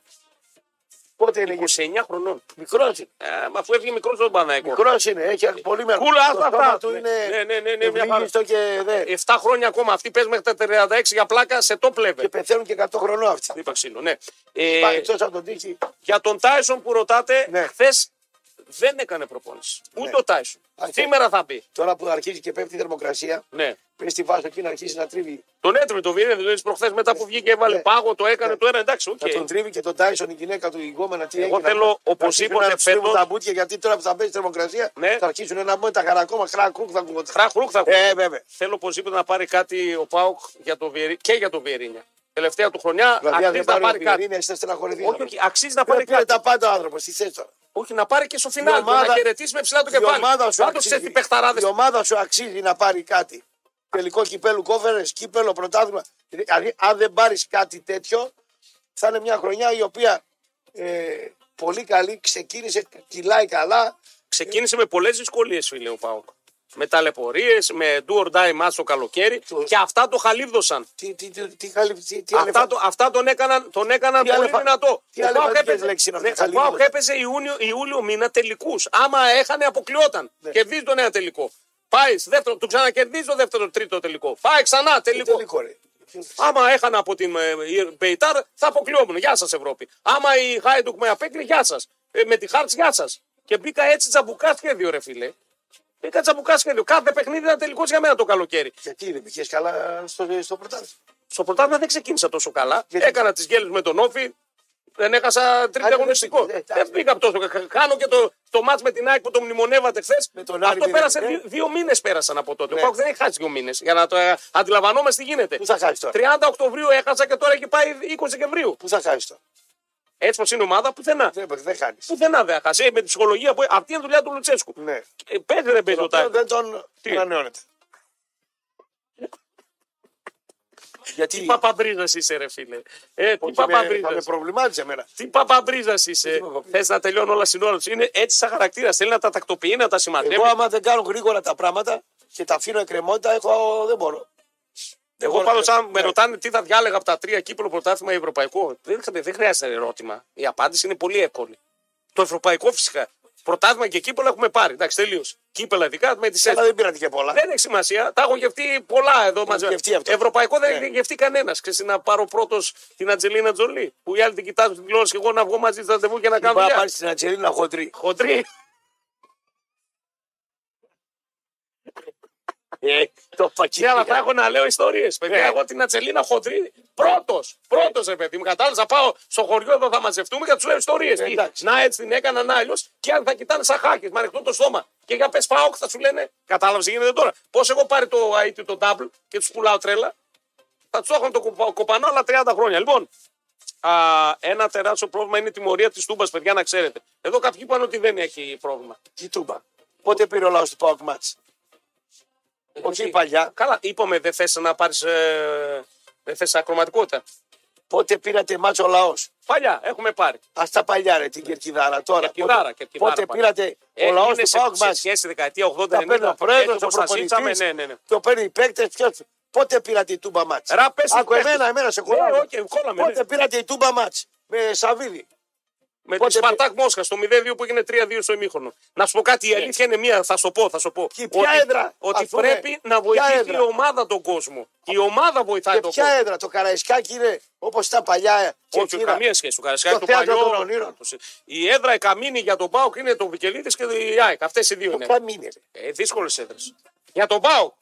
Πότε είναι
29 χρονών.
Μικρός είναι.
Ε, μα αφού έφυγε μικρός στον Παναγικό.
Μικρός είναι, έχει πολύ μεγάλο.
Κούλα,
Το
άστα
στόμα
αυτά.
του
Ναι,
είναι
ναι, ναι, ναι, ναι, μια Ε,
ευγύριστο και δε.
7 χρόνια ακόμα. Αυτή παίζει μέχρι τα 36 για πλάκα σε top level.
Και πεθαίνουν και 100 χρονών αυτοί.
Είπα ξύλο, ναι. Ε,
Πάει εκτός από τον τύχη.
για τον Τάισον που ρωτάτε,
Ναι.
χθες δεν έκανε προπόνηση. Ούτε ο Τάισον.
Αυτό.
Σήμερα θα μπει.
Τώρα που αρχίζει και πέφτει η θερμοκρασία,
Ναι.
πες στη βάση εκεί να αρχίσει να τρίβει.
Τον έτρεπε τον Βίνε, δηλαδή προχθές μετά που βγήκε, έβαλε
Ναι.
πάγο, το έκανε
Ναι.
το ένα. Εντάξει, οκ.
Να τον τρίβει και τον Τάισον, η γυναίκα του, η γκόμενα. Τι
Εγώ
έγινε,
θέλω
να- να
οπωσδήποτε
αρχίσουν να τους τρίβουν
φέτος-
τα μπουτια γιατί τώρα που θα πέσει η θερμοκρασία
Ναι.
θα αρχίσουν να μπουν τα χαρακόμα χράκουκ θα ακούγονται.
Χράχουρουκ θα
Ε, βέβαια.
Θέλω οπωσδήποτε να πάρει κάτι ο Πάουκ για το Βιερι... και για τον Βιερίνια. Τελευταία του χρονιά
Δηλαδή αν δεν
αξίζει να πάρει
πάρει
κάτι.
πυρήνε, θα στεναχωρηθεί.
Όχι, όχι, αξίζει να
Πρέπει
πάρει κάτι.
τα πάντα ο άνθρωπος. Τι θες τώρα.
Όχι, να πάρει και στο
Η
φινάλι.
ομάδα-
Να χαιρετήσει με ψηλά το
Η
κεφάλι.
ομάδα, σου
Πάντως ξέρει
αξίζει,
τι παιχταράδες.
η ομάδα σου αξίζει να πάρει κάτι. Τελικό κυπέλου κόφερε, κύπελο, πρωτάθλημα. Δηλαδή, αν δεν πάρεις κάτι τέτοιο, θα είναι μια χρονιά η οποία ε, πολύ καλή, ξεκίνησε, κυλάει καλά.
Ξεκίνησε με πολλές δυσκολίες, φίλε ο Πάουκ. Με ταλαιπωρίες, με do or die match το καλοκαίρι. Και αυτά το χαλίβδωσαν.
Τι, τι, τι, τι, χαλι- τι, τι
Αυτά,
ελεφα-
το, αυτά τον έκαναν, τον έκαναν
Τι
πολύ
αλεφα-
δυνατό.
τι
ο Πάουκ
αλεφαντικές
έπαιζε,
λέξεις είναι
ναι,
αυτές,
ο Πάοκ
αλήθεια.
έπαιζε Ιούνιο, Ιούλιο μήνα τελικούς. Άμα έχανε, αποκλειόταν.
Ναι.
Κερδίζει τον ένα τελικό. Πάεις, σε δεύτερο, του ξανακερδίζει το δεύτερο, τρίτο τελικό. Πάει ξανά
τι
τελικό.
τελικό, ρε.
Άμα έχανα από την ε, η Μπεϊτάρ, θα αποκλειόμουν. Γεια σας, Ευρώπη. Άμα η Χάιντουκ με απέκλει, γεια σας. με τη Χάρτ, γεια σας. Και μπήκα έτσι τσαμπουκά σχέδιο, ρε φίλε. Μπήκα τσαμπουκά σχέδιο. Κάθε παιχνίδι ήταν τελικός για μένα το καλοκαίρι.
Γιατί δεν πήγε καλά στο, στο πρωτάθλημα.
Στο πρωτάθλημα δεν ξεκίνησα τόσο καλά.
Γιατί?
Έκανα τις γέλες με τον Όφη. Δεν έχασα
Α,
τρίτη
δεν
αγωνιστικό.
πήγες, ε,
Δεν
εντάξει.
πήγα από τόσο. κα- Κάνω και το, το μάτ με την ΑΕΚ που το μνημονεύατε χθες.
Με τον Άρη
Αυτό
μηδέν,
πέρασε.
ε.
Δύο, δύο μήνες πέρασαν από τότε.
Ναι.
Ο Πάουκ δεν έχει χάσει δύο μήνες. Για να το ε, αντιλαμβανόμαστε τι γίνεται.
Πού θα χάσεις τώρα.
30 Οκτωβρίου έχασα και τώρα έχει πάει 20 Δεκεμβρίου.
Πού θα χάσεις τώρα.
Έτσι πως είναι ομάδα πουθενά.
Δεν, δεν χάνεις.
Πουθενά δεν χάσει. Ε, Με τη ψυχολογία που. Αυτή είναι η δουλειά του Λουτσέσκου.
Ναι.
Ε, Παίζει δεν παίζει ο Τάκη.
Δεν τον
Τι?
ανανεώνεται.
Τι
Γιατί
παπαμπρίζας είσαι, ρε φίλε. Ε, τι
όχι, με-
παπαμπρίζας.
θα με προβλημάτισε εμένα.
Τι παπαμπρίζας είσαι. Θες να τελειώνουν όλα στην ώρα του. Είναι έτσι σαν χαρακτήρας. Θέλει να τα τακτοποιεί, να τα σημαδεύει.
Εγώ άμα δεν κάνω γρήγορα τα πράγματα και τα αφήνω εκκρεμότητα, έχω, δεν μπορώ. Δεν
Εγώ
μπορώ.
πάντω, αν με
Ναι.
ρωτάνε τι θα διάλεγα από τα τρία κύπελο πρωτάθλημα ή ευρωπαϊκό, δεν, δεν χρειάζεται ερώτημα. Η απάντηση είναι πολύ εύκολη. Το ευρωπαϊκό φυσικά. Πρωτάθλημα και κύπελο έχουμε πάρει. Εντάξει, τελείως. Κύπελα ειδικά με τις
Αλλά δεν πήρατε και πολλά.
Δεν έχει σημασία. Τα έχω γευτεί πολλά εδώ μαζί.
γευτεί αυτό.
Ευρωπαϊκό δεν
Ναι.
έχει γευτεί κανένας. Ξέρετε να πάρω πρώτος την Ατζελίνα Τζολί. Που οι άλλοι την κοιτάζουν την τηλεόραση και εγώ να βγω μαζί τη ραντεβού και να κάνω
Πάω να
δουλειά.
πάρει στην Ατζελίνα χοντρή.
Χοντρή.
Ε, το
Ναι, αλλά θα
πακέτο.
έχω να λέω ιστορίες. Παιδιά,
Ναι.
εγώ την Ατσελίνα Χοντρή πρώτος. Πρώτος, ρε παιδί μου. Κατάλαβες, θα πάω στο χωριό εδώ, θα μαζευτούμε και θα τους λέω ιστορίες.
Ε, εντάξει.
Να έτσι την έκανα, να αλλιώς. Και αν θα κοιτάνε σαν χάκι, με ανοιχτό το στόμα. Και για πες πάω, θα σου λένε. Κατάλαβες, γίνεται τώρα. Πώς εγώ πάρει το IT το double και τους πουλάω τρέλα. Θα τους έχω το κοπα- κοπανό άλλα 30 χρόνια. Λοιπόν, α, ένα τεράστιο πρόβλημα είναι η τιμωρία της Τούμπας, παιδιά, να ξέρετε. Εδώ κάποιοι είπαν ότι δεν έχει πρόβλημα.
Τι τούμπα. Πότε πήρε ο λαός του Πάοκ Μάτς. Όχι η παλιά.
Καλά, είπαμε δεν θες να πάρεις. Ε, δεν θες ακροματικότητα.
Πότε πήρατε μάτς ο λαός.
Παλιά, έχουμε πάρει.
Ας τα παλιά, ρε, την κερκιδάρα τώρα.
Ναι. Κερκιδάρα,
Πότε-
Κερκιδάρα
Πότε
πάλι.
πήρατε
Ε,
ο λαό
είναι
του
σε,
Πάοκ
σε
Μάτς.
σχέση δεκαετία 80-90.
Τα παίρνει ο πρόεδρος,
Έτσι
ο
όπως σας
προπονητής.
ήρθαμε, ναι, ναι, ναι.
Το παίρνει οι παίκτες. Πότε πήρατε η τούμπα μάτς.
Ρα, πες τους
Άκου
παίκτες.
εμένα, εμένα σε
Ναι,
κολλάω.
οκ, κόλλαμε, ναι.
Πότε πήρατε η τούμπα μάτς. Με Σαβίδη.
Με
Πότε
τη Σπαρτάκ Μόσχα στο 0-2 που έγινε 3-2 στο ημίχρονο. Να σου πω κάτι, η αλήθεια είναι μία, θα σου πω, θα σου πω.
Ναι. Και ποια έδρα,
ότι
ας πούμε,
πρέπει να
ποια
βοηθήσει η
έδρα.
ομάδα τον κόσμο. Η ομάδα βοηθάει
Και
τον
Ε, ποια
κόσμο.
έδρα, το Καραϊσκάκι είναι όπως τα παλιά. ε,
Όχι,
κερκίδα.
καμία σχέση. Ο Καρασκάκη
Το
το παλιό.
θέατρο των ονείρων.
Η έδρα η Καμίνη για τον Πάοκ είναι το Βικελίδης και η ΑΕΚ. Αυτές οι δύο είναι.
Ποια μήνε, ρε.
Ε, Δύσκολες έδρες. Για τον Πάοκ.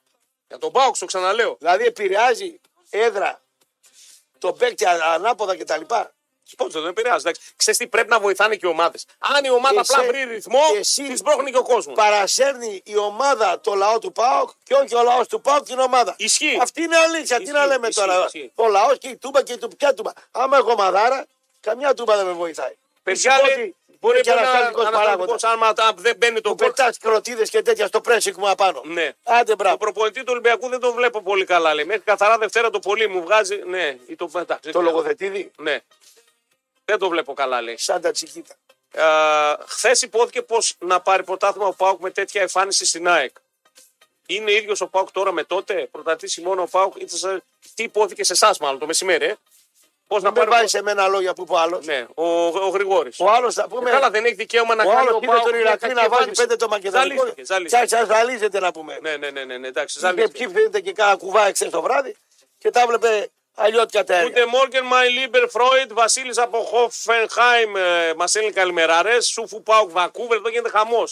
Για τον Πάοκ, το ξαναλέω.
Δηλαδή επηρεάζει έδρα τον παίκτη α- ανάποδα κτλ.
Σπόντζο, δεν επηρεάζει. εντάξει. Ξέρεις τι, πρέπει να βοηθάνε και οι ομάδες. Αν η ομάδα
Εσύ-
απλά βρει ρυθμό,
εσύ-
της σπρώχνει και ο κόσμος.
Παρασέρνει η ομάδα το λαό του ΠΑΟΚ και όχι ο λαός του ΠΑΟΚ την ομάδα.
Ισχύει.
Αυτή είναι αλήθεια. Τι
Ισχύει,
να λέμε
ισχύει,
τώρα.
ισχύει.
Ο λαός και η τούμπα και η τούμπα. Ποια τούμπα. Άμα έχω μαδάρα, καμιά τούμπα δεν με βοηθάει.
Παιδιά,
Σου πω
λέει,
ότι
μπορεί
είναι και
να
ένας
είναι
τακτικός παράγοντας.
άμα τα- δεν μπαίνει το
Που
γκολ.
πετάς κροτίδες και τέτοια στο πρέσικ μου απάνω.
Ναι.
Άντε μπράβο.
Το προπονητής του Ολυμπιακού δεν τον βλέπω πολύ καλά. Λέει. Μέχρι καθαρά Δευτέρα το πολύ μου βγάζει. Ναι, ή το εντάξει,
Το
δεν-
λογοθετήδι
Ναι. Δεν το βλέπω καλά, λέει.
σαν τα τσικίτα.
Χθε Ε, υπόθηκε πως να πάρει πρωτάθλημα ο Πάουκ με τέτοια εμφάνιση στην ΑΕΚ. Είναι ίδιος ο Πάουκ τώρα με τότε, πρωταθλήσει μόνο ο Πάουκ. Είτε σε- Τι υπόθηκε σε εσάς, μάλλον το μεσημέρι, ε. Πώς να
Δεν με
πάρει.
βάζεις σε μένα λόγια που είπε ο άλλος.
Ναι, ο, ο Γρηγόρης.
Ο άλλος θα πούμε.
Καλά, δεν έχει δικαίωμα να
Ο
κάνει
άλλος
ο
πήρε
Πάουκ.
τον
μια
Ηρακλή
κακή
να βάζει
εμφάνιση.
πέντε το μακεδονικό.
Ζαλίστηκε, ζαλίστηκε.
Τσα- τσα- Ζαλίζεται να πούμε.
Ναι, ναι, ναι, ναι, ναι, εντάξει,
Δεν
ζαλίστηκε.
ψήφιζε και κάνα κουβά εχθέ το βράδυ και τα βλέπε αλλιώτικα τα έργα.
Ούτε Μόργεν, Μάι Λίμπερ, Φρόιντ, Βασίλης από ε, Χόφενχάιμ μα στέλνει καλημεράρε. Σούφου Πάουκ, Βακούβερ, εδώ γίνεται χαμός.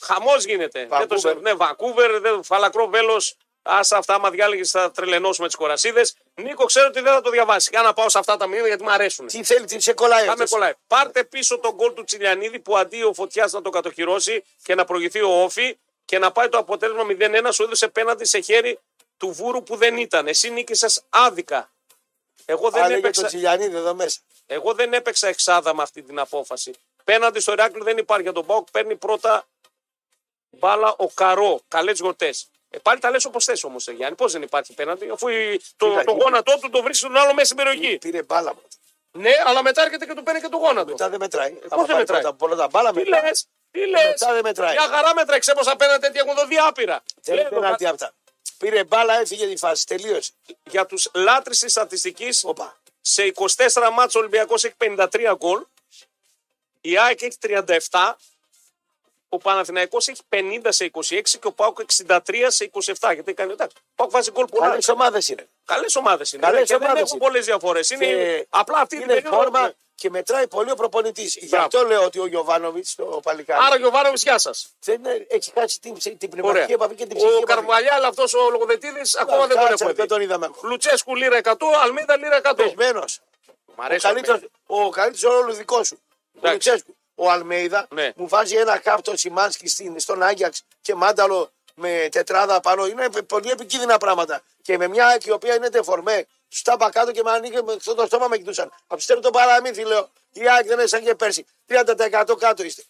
Χαμό γίνεται. Δεν το
Βακούβερ.
σε- ναι, Βακούβερ, δεν, φαλακρό βέλος. Άσε αυτά, άμα διάλεγες, θα τρελενώσουμε τις κορασίδες. Νίκο, ξέρω ότι δεν θα το διαβάσεις. Για να πάω σε αυτά τα μηνύματα γιατί μου αρέσουν.
Τι θέλει, τι σε κολλάει.
Πάμε
αυτός.
κολλάει. Πάρτε πίσω τον γκολ του Τσιλιανίδη που αντί ο φωτιάς να το κατοχυρώσει και να προηγηθεί ο Όφη και να πάει το αποτέλεσμα 0-1 σου έδωσε πέναντι σε χέρι του βούρου που δεν ήταν. Εσύ νίκησες άδικα. Εγώ δεν,
Άρα για τον
έπαιξα,
Τσιλιανίδη εδώ μέσα.
εγώ δεν έπαιξα εξάδα με αυτή την απόφαση. Πέναντι στο Ηράκλειο δεν υπάρχει. Για τον Πάουκ παίρνει πρώτα μπάλα ο Καρό. Καλές γιορτέ. Ε, πάλι τα λες όπως θες όμως, ε, Γιάννη. Πώς δεν υπάρχει πέναντι, αφού η- το,
Κοίτα,
το
κοίτα.
γόνατό του το βρίσκει στον άλλο μέσα στην περιοχή.
Πήρε μπάλα μου.
Ναι, αλλά μετά έρχεται και του παίρνει και το γόνατο.
Μετά δεν μετράει.
Ε, πώς
Άμα
δεν
πάρει
μετράει?
πρώτα Πολλά τα μπάλα
Τι
μετά.
λες, τι λες.
Μετά δεν μετράει.
Μια χαρά μετράει. Ξέρω απέναντι τέτοια έχουν δώσει άπειρα.
Δεν
Λέω,
είναι πέναλτι αυτά. Πήρε μπάλα, έφυγε τη φάση. Τελείωσε.
Για τους λάτρε της στατιστικής,
Οπα.
σε 24 μάτς ο Ολυμπιακός έχει 53 γκολ. Η ΑΕΚ έχει 37. Ο Παναθηναϊκός έχει 50 σε 26 και ο Πάουκ 63 σε 27. Γιατί κάνει εντάξει. Ο Πάουκ βάζει γκολ πολλά.
Καλές ομάδες είναι.
Καλές ομάδες είναι.
Καλές
και δεν
ομάδες
έχουν
είναι.
πολλές διαφορές. Είναι...
Και
Απλά αυτή
είναι
την περίοδο.
φόρμα και μετράει πολύ ο προπονητής. Γι'
Μπράβο.
αυτό λέω ότι ο Γιωβάνοβιτ, ο παλικάρι,
Άρα, Γιωβάνο, γεια σα.
δεν είναι- έχει χάσει την, ψη- την
Ωραία.
πνευματική επαφή και την ψυχική
Ο
επαφή.
Καρβαλιάλ, αυτός ο λογοδετήδη, ακόμα δεν τον
Κάτσε,
έχουμε
δεν
δει.
τον είδαμε ακόμα.
Λουτσέσκου λίρα 100, Αλμίδα λίρα 100.
Πεσμένος.
Μ'
Ο
αρέσει.
καλύτερος, ο καλύτερος ρόλο δικό σου. Ο
Εντάξει.
Λουτσέσκου. Ο Αλμέιδα
Ναι.
μου βάζει ένα κάπτο Σιμάνσκι στην, στον Άγιαξ και μάνταλο με τετράδα πάνω. Είναι πολύ επικίνδυνα πράγματα. και με μια ΑΕΚ η οποία είναι τεφορμέ. Του τάπα κάτω και με ανοίγει με αυτό το στόμα με κοιτούσαν. Απιστεύω το παραμύθι, λέω. Η ΑΕΚ δεν είναι σαν και πέρσι. 30% κάτω είστε.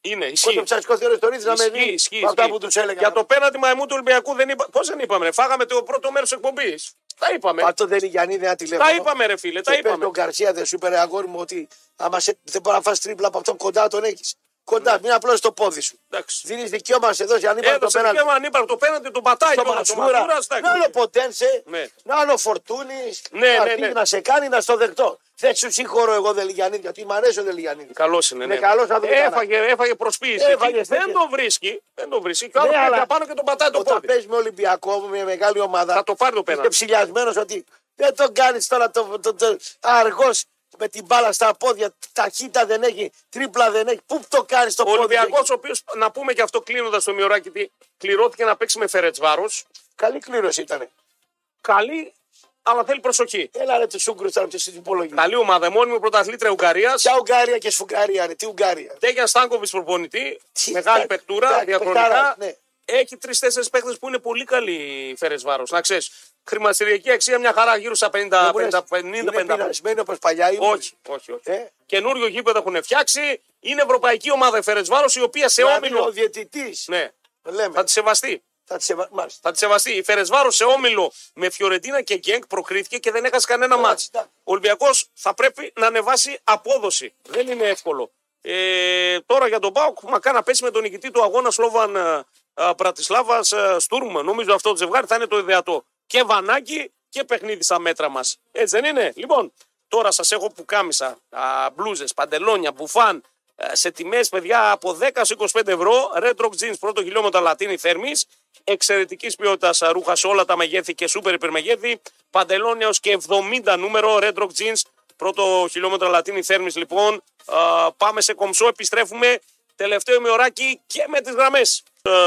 Είναι, ισχύει.
Πότε ψάχνεις ο Ρεστορίτη να με
Ισχύει,
δει
ισχύει,
αυτά
ισχύει.
που τους έλεγα.
Για το πέναντι μαϊμού του Ολυμπιακού δεν είπα. Πώς δεν είπαμε, ρε. φάγαμε το πρώτο μέρος εκπομπής. Τα είπαμε.
Αυτό δεν είναι Γιάννη, δεν τηλέφωνο.
Τα είπαμε, ρε φίλε, τα
Και πες
είπαμε.
Τον Γκαρσία δεν σου είπε ρε αγόρι μου ότι άμα σε, δεν μπορείς να φας τρίπλα από αυτόν κοντά τον έχεις. Κοντά, μην απλώ το πόδι σου.
Εντάξει.
Δίνεις δικαίωμα σε δώσεις αν είπα το
Ναι. Έδωσε
πέναλτι.
δικαίωμα ανύπαρκτο το πέναντι, τον πατάει
στο ναι.
τον
Μασούρα. Να είναι ο Ποντένσε,
Ναι.
να είναι ο Φορτούνης,
Ναι,
να,
ναι,
φύγει
ναι.
να σε κάνει να στο δεχτώ. Δεν σου συγχωρώ εγώ Δελιγιανίδη, γιατί μ' αρέσει ο Δελιγιανίδη.
Καλός είναι. Ναι.
Είναι καλός άνθρωπος.
Έφαγε, έφαγε προσποίηση.
Έφαγε,
Εκεί δεν
τέτοιο.
τον βρίσκει. Δεν τον βρίσκει. Και ο άλλος
Ναι,
πέφτει
αλλά
απάνω και τον πατάει το
Όταν
πόδι.
παίζεις με Ολυμπιακό, με μεγάλη ομάδα,
Θα το πάρει το πέναντι.
Είστε ψηλιασμένος ότι δεν τον κάνεις τώρα το, το, το, αργός με την μπάλα στα πόδια. Ταχύτητα δεν έχει, τρίπλα δεν έχει. Πού το κάνει το
Ο
πόδι.
Ολυμπιακό,
σου?
ο οποίος να πούμε και αυτό κλείνοντας το μειωράκι, τι, κληρώθηκε να παίξει με Φερετσβάρο.
Καλή κλήρωση ήταν.
Καλή, αλλά θέλει προσοχή.
Έλα ρε τους Ούγκρου τώρα τους υπολογισμού.
Καλή ομάδα, μόνιμη πρωταθλήτρια Ουγγαρίας.
Ποια Ουγγαρία και σφουγγαρία, ρε, τι Ουγγαρία.
Τέγια Στάνκοβιτ προπονητή,
Τι,
μεγάλη
τα-
πεκτούρα,
τα-
διαχρονικά.
παιχτάρα, ναι.
Έχει τρει-τέσσερι παίκτες που είναι πολύ καλοί φέρε βάρος. Να ξέρεις. Χρηματιστηριακή αξία μια χαρά γύρω στα 50-50.
Είναι πειρασμένοι όπως παλιά ήμουν.
Όχι, όχι, όχι.
Ε.
Καινούριο γήπεδο έχουν φτιάξει. Είναι ευρωπαϊκή ομάδα η Φερεσβάρος, η οποία σε
Δηλαδή, Ο
όμιλο.
διαιτητής,
Ναι,
λέμε,
θα τη σεβαστεί.
θα τις εβα- μάλιστα.
Θα τη σεβαστεί. Η Φερεσβάρος σε όμιλο με Φιωρεντίνα και Γκένκ προκρίθηκε και δεν έχασε κανένα μάτ.
εντάξει.
Ο Ολυμπιακός θα πρέπει να ανεβάσει απόδοση. Δεν είναι εύκολο. Ε, τώρα για τον Πάοκ, μακάρι να πέσει με τον νικητή του αγώνα Σλόβαν ε, ε, Πρατισλάβας ε, Στούρμα. Νομίζω αυτό το ζευγάρι θα είναι το ιδεατό. Και βανάκι και παιχνίδι στα μέτρα μας. Έτσι δεν είναι. Λοιπόν, τώρα σας έχω πουκάμισα, α, μπλούζες, παντελόνια, μπουφάν, ε, σε τιμές, παιδιά, από 10 σε 25 ευρώ. Red Rock Jeans, πρώτο χιλιόμετρο Λατίνη Θέρμης. Εξαιρετικής ποιότητας ρούχα σε όλα τα μεγέθη και σούπερ υπερμεγέθη. Παντελόνια ως και 70 νούμερο. Red Rock Jeans, πρώτο χιλιόμετρο Λατίνη Θέρμης, λοιπόν. Α, πάμε σε κομψό, επιστρέφουμε. Τελευταίο ημιωράκι και με τις γραμμές.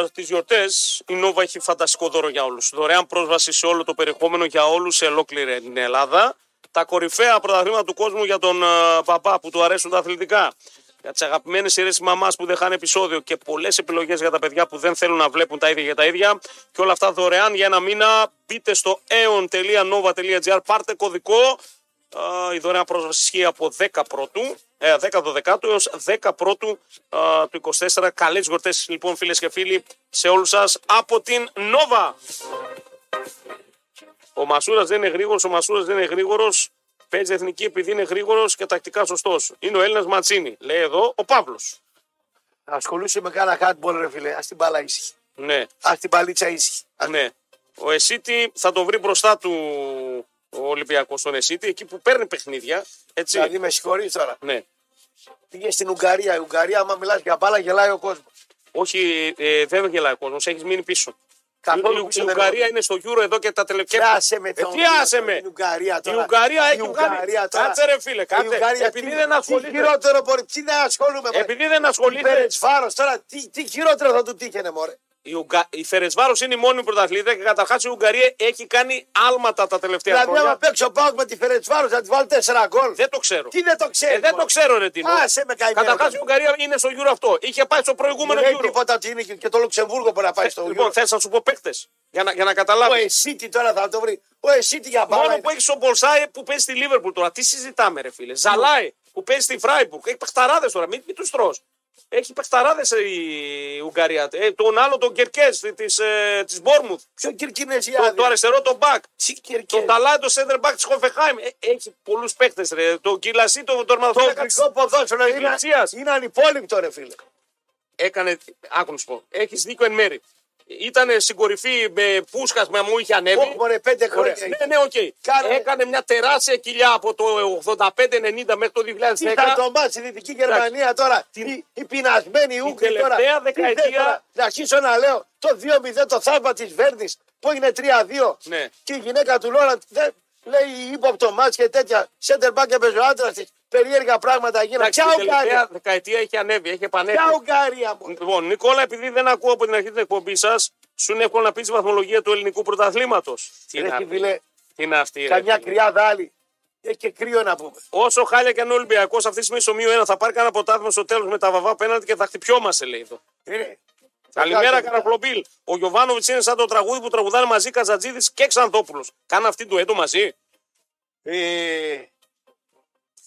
Στι γιορτές, η Νόβα έχει φανταστικό δώρο για όλους. Δωρεάν πρόσβαση σε όλο το περιεχόμενο για όλους σε ολόκληρη την Ελλάδα. Τα κορυφαία πρωταθλήματα του κόσμου για τον ε, παπά που του αρέσουν τα αθλητικά. Για τις αγαπημένες σειρές της μαμάς που δεν χάνει επεισόδιο και πολλές επιλογές για τα παιδιά που δεν θέλουν να βλέπουν τα ίδια για τα ίδια. Και όλα αυτά δωρεάν για ένα μήνα. Μπείτε στο aeon.nova.gr, πάρτε κωδικό. Ε, Η δωρεάν πρόσβαση ισχύει από 10 πρώτου, ε, 10 Δωδεκάτου έως 10 πρώτου ε, του 24. Καλές γιορτές λοιπόν φίλες και φίλοι σε όλους σας από την Νόβα. Ο Μασούρας δεν είναι γρήγορος, ο Μασούρας δεν είναι γρήγορος. Παίζει εθνική επειδή είναι γρήγορος και τακτικά σωστός. Είναι ο Έλληνας Ματσίνη, λέει εδώ ο Παύλος.
Ασχολούσε με κάνα hardball ρε φίλε, ας την μπάλα ήσυχη.
Ναι,
Ας την παλίτσα ήσυχη. Ας-
ναι. Ο Εσίτη θα τον βρει μπροστά του ο Ολυμπιακός τον Εσίτη, εκεί που παίρνει παιχνίδια. Έτσι.
Δηλαδή με συγχωρείς τώρα.
Ναι.
Πήγες στην Ουγγαρία. Η Ουγγαρία, άμα μιλάς για μπάλα, γελάει ο κόσμος.
Όχι, ε, δεν γελάει ο κόσμος, έχεις μείνει πίσω.
Καθόλου
Η- η-
πίσω
Η
δεν
Ουγγαρία
έχω.
είναι στο γύρο εδώ και τα
Και
τελευταία.
άσε με
Ε,
τον.
τι άσε με.
Η Ουγγαρία
Η
τώρα.
Ουγγαρία
Η
έχει
Ουγγαρία
βγάλει.
τώρα.
Κάτσε ρε φίλε,
Η
κάτσε.
Ουγγαρία,
Επειδή
τι-
δεν Ε,
Τι
ασχολείται.
χειρότερο μπορεί. Τι δεν ασχολούμαι. μωρέ.
Επειδή δεν
Τι
ασχολείται.
παίρνεις βάρος τώρα. Τι, τι χειρότερο θα του τύχαινε, μωρέ.
Η, Ουγγα... η Φερεσβάρος είναι η μόνη πρωταθλήτρια και καταρχάς η Ουγγαρία έχει κάνει άλματα τα τελευταία
Δηλαδή, άμα
χρόνια.
παίξει ο Πάουκ με τη Φερετσβάρο, θα τη βάλει 4 γκολ.
Δεν το ξέρω.
Τι δεν το ξέρει.
Ε, δεν
μωρέ.
το ξέρω, ρε Τίνο.
Άσε με καημένο.
Καταρχάς η Ουγγαρία είναι στο γύρο αυτό. Είχε πάει στο προηγούμενο
Δεν έχει
γύρο.
τίποτα ότι είναι και και το Λουξεμβούργο μπορεί να πάει στο
Λοιπόν,
Euro.
θες να σου πω παίχτε. Για να, για να
Ο
καταλάβει.
Εσίτη τώρα θα το βρει. Ο Εσίτη για μπάλα.
Μόνο
είναι.
που έχεις τον Μπολσάι που παίζει στη Λίβερπουλ τώρα. Τι συζητάμε, ρε φίλε. Ζαλάι που παίζει στη Φράιμπουργκ. Έχει παιχταράδες τώρα, μην, μην τους τρώ. Έχει παιχταράδες η Ουγγαρία. Ε, τον άλλο τον Κερκές της ε, της Μπόρμουθ.
Ποιο
Το,
Κυρκινέζιάδη.
το αριστερό τον Μπακ.
Τι
Το
Κυρκινέζιάδη.
ταλάντο center back της Χόφεχάιμ. Ε, έχει πολλούς παίχτες, ρε. Το Κυλασί, το
Το
Τορμαδόκα.
αγγλικό ποδόσφαιρο είναι,
Εκκλησίας.
είναι ανυπόλυκτο, ρε φίλε.
Έκανε. Άκου να σου πω. Έχεις δίκιο εν μέρη. Ήταν στην κορυφή με πούσκα με μου είχε ανέβει.
Όχι, μωρέ, πέντε
Ε, Ωραία.
χρόνια.
Ναι, ναι, οκ.
Κάνε-
Έκανε μια τεράστια κοιλιά από το 85-90 μέχρι το 2010.
Ήταν το μάτς στη Δυτική Γερμανία τώρα. Οι, οι πεινασμένοι Ούγγροι τώρα.
τελευταία
Τι θέλει
δεκαετία-
τώρα, Να αρχίσω να λέω το 2-0 το θαύμα της Βέρνης που έγινε 3-2.
Ναι.
Και η γυναίκα του Λόραντ δεν λέει ύποπτο μάτς και τέτοια. Σέντερ μπακ έπαιζε ο άντρας της. Περίεργα πράγματα γίνανε.
Εντάξει,
Ποια
την τελευταία
Ουγγαρία.
δεκαετία έχει ανέβει, έχει επανέλθει.
Ποια Ουγγαρία μου.
Λοιπόν, Νικόλα, επειδή δεν ακούω από την αρχή της εκπομπής σας, σου είναι εύκολο να πεις τη βαθμολογία του ελληνικού πρωταθλήματος. Τι είναι
Ρε
αυτή,
φίλε,
τι είναι αυτή, ρε
καμιά
φίλε.
κρυάδα άλλη. Έχει και κρύο να πούμε.
Όσο χάλια και αν ο Ολυμπιακός αυτή τη στιγμή στο μείον 1 θα πάρει κανένα ποτάθμο στο τέλος με τα βαβά πέναντι και θα χτυπιόμαστε, λέει εδώ.
Είναι-
Καλημέρα,
κάνετε.
Καρακλομπίλ. Ο Γιωβάνοβιτ είναι σαν το τραγούδι που τραγουδάνε μαζί Καζατζίδης και Ξανθόπουλος. Κάνε αυτή του έτο μαζί.
Ε,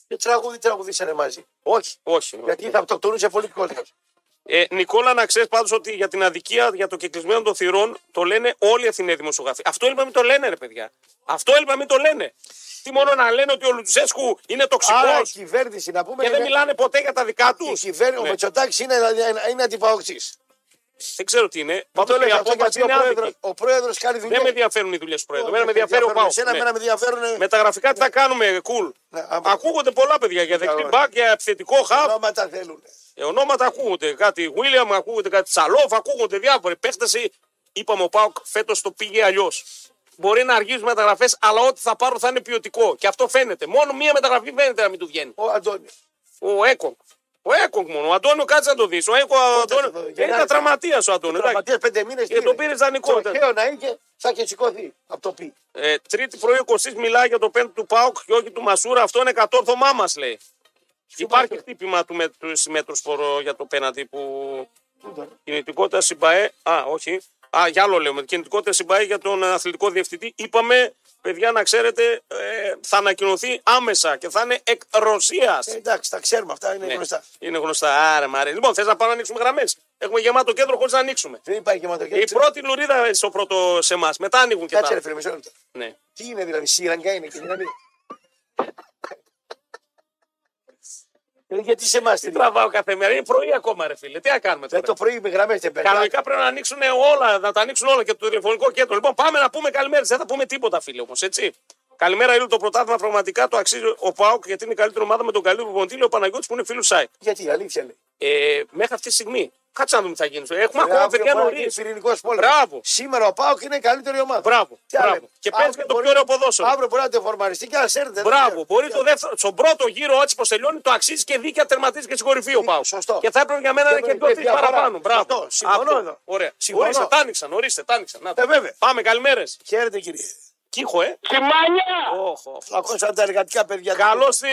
τι τραγούδι τραγουδήσανε μαζί. Όχι.
Όχι.
Γιατί θα αυτοκτονούσε πολύ κόσμο.
Ε, Νικόλα, να ξέρεις πάντως ότι για την αδικία, για το κεκλεισμένο των θυρών, το λένε όλοι οι Αθηναίοι δημοσιογράφοι. Αυτό έλειπα μην το λένε, ρε παιδιά. Αυτό έλειπα μην το λένε. Τι μόνο να λένε ότι ο Λουτσέσκου είναι
Άρα η
τοξικό
κυβέρνηση να πούμε.
και δεν
είναι-
μιλάνε ποτέ για τα δικά του.
Η κυβέρνηση,
Ναι.
ο Μετσοτάκη είναι, είναι, είναι αντιπαοξή.
Δεν ξέρω τι είναι.
Μα το
Πάντω η
λέω αυτό
απόφαση
γιατί ο
είναι
πρόεδρος
άδικη.
ο πρόεδρος κάνει δουλειά.
Δεν με ενδιαφέρουν οι δουλειές του Πρόεδρου. Εμένα με
Δεν
ενδιαφέρει ο Πάο.
Εσένα εμένα με ενδιαφέρουν.
Με τα γραφικά τι θα κάνουμε, κουλ.
Ναι, άμα-
Ακούγονται πολλά παιδιά για δεξί μπακ, για επιθετικό χαβ.
Ονόματα θέλουν.
Ε, ονόματα ακούγονται. Κάτι Βίλιαμ, ακούγονται κάτι Τσαλόφ, ακούγονται διάφοροι. Παίχτε, είπαμε ο Πάοκ φέτος το πήγε αλλιώς. Μπορεί να αργίζουν μεταγραφές, αλλά ό,τι θα πάρουν θα είναι ποιοτικό. Και αυτό φαίνεται. Μόνο μία μεταγραφή φαίνεται να μην του βγαίνει.
Ο Αντώνιος.
Ο Έκογκ. Ο Έκογκ μόνο. Ο Αντώνιο, κάτσε να το δεις. Ο Έκογκ. ο
θα το
Αντώνιο-
δω.
Ε, Ήταν
Γενάρη.
τραυματία ο Αντώνιο. εντάξει.
Τραυματία πέντε μήνες.
Και τον πήρε δανεικό.
Το χέο να είχε, θα είχε σηκωθεί από το πι.
Ε, τρίτη πρωί ο Κωστή μιλάει για το πέμπτο του Πάουκ και όχι του Μασούρα. Αυτό είναι κατόρθωμά μας, λέει. Υπάρχει χτύπημα του, με, του συμμέτρου σπορο για το πέναντι που. Κινητικότητα συμπαέ. Α, όχι. Α, για άλλο λέμε. Κινητικότητα συμπαέ για τον ε, αθλητικό διευθυντή. Είπαμε, παιδιά, να ξέρετε, ε, θα ανακοινωθεί άμεσα και θα είναι εκ Ρωσίας.
Ε, εντάξει, τα ξέρουμε αυτά,
Ναι.
είναι γνωστά.
Είναι γνωστά. Άρα, μ' αρέσει. Λοιπόν, θες να πάμε να ανοίξουμε γραμμές. Έχουμε γεμάτο κέντρο χωρίς να ανοίξουμε.
Δεν υπάρχει γεματοκέντρο.
Η πρώτη λουρίδα ε, στο πρώτο σε εμάς. Μετά ανοίγουν και τα.
Κάτσε ρε φίλε, μισό λεπτό.
άλλα. Ναι.
Τι είναι δηλαδή, σύραγγα είναι και δηλαδή. Ε, Γιατί σε εμάς
Τι
την
τραβάω κάθε μέρα, είναι πρωί ακόμα, ρε φίλε. Τι να κάνουμε
Ε,
τώρα.
το πρωί με γραμμές δεν παίρνει.
Κανονικά πρέπει να ανοίξουν όλα, να τα ανοίξουν όλα και το τηλεφωνικό κέντρο. Λοιπόν, πάμε να πούμε καλημέρα. Δεν θα πούμε τίποτα, φίλε όμως, έτσι. Καλημέρα, Ήλιο. Το πρωτάθλημα πραγματικά το αξίζει ο Πάοκ γιατί είναι η καλύτερη ομάδα με τον καλύτερο προπονητή. λέει Ο Παναγιώτης που είναι φίλος Σάικ.
Γιατί, αλήθεια λέει.
Ε, μέχρι αυτή τη στιγμή. Κάτσε να δούμε τι θα γίνει. Έχουμε ακόμα
Αύριο
παιδιά
μπορεί να
νωρί.
γίνει πυρηνικός πόλεμος.
Μπράβο.
Σήμερα ο Πάοκ είναι η καλύτερη ομάδα.
Μπράβο,
Τι άλλο
μπράβο.
λέμε.
Και παίζει
Αύριο
και το πιο
μπορεί-
ωραίο ποδόσφαιρο.
Αύριο μπορεί να τεφορμαριστεί και να σέρνετε.
Μπράβο, μπορεί το δεύτερο, στον πρώτο γύρο, έτσι πως τελειώνει, το αξίζει και δίκαια τερματίζει και στην κορυφή ο Πάο.
Σωστό.
Και θα έπρεπε για μένα να είναι και
έπρεπε
πιο τρει
διαφορά.
παραπάνω. Μπράβο.
Σωστό. Συμφωνώ
Αυτό.
εδώ.
Ωραία.
Συμφωνώ.
Ορίστε, τα άνοιξαν, ορίστε, τα άνοιξαν. Να τα.
Ε, βέβαια.
Πάμε, καλημέρες.
Χαίρετε κύριε.
Κύχο, ε.
Σημάνια!
Όχο.
Ακούσαμε τα εργατικά παιδιά.
Καλό στη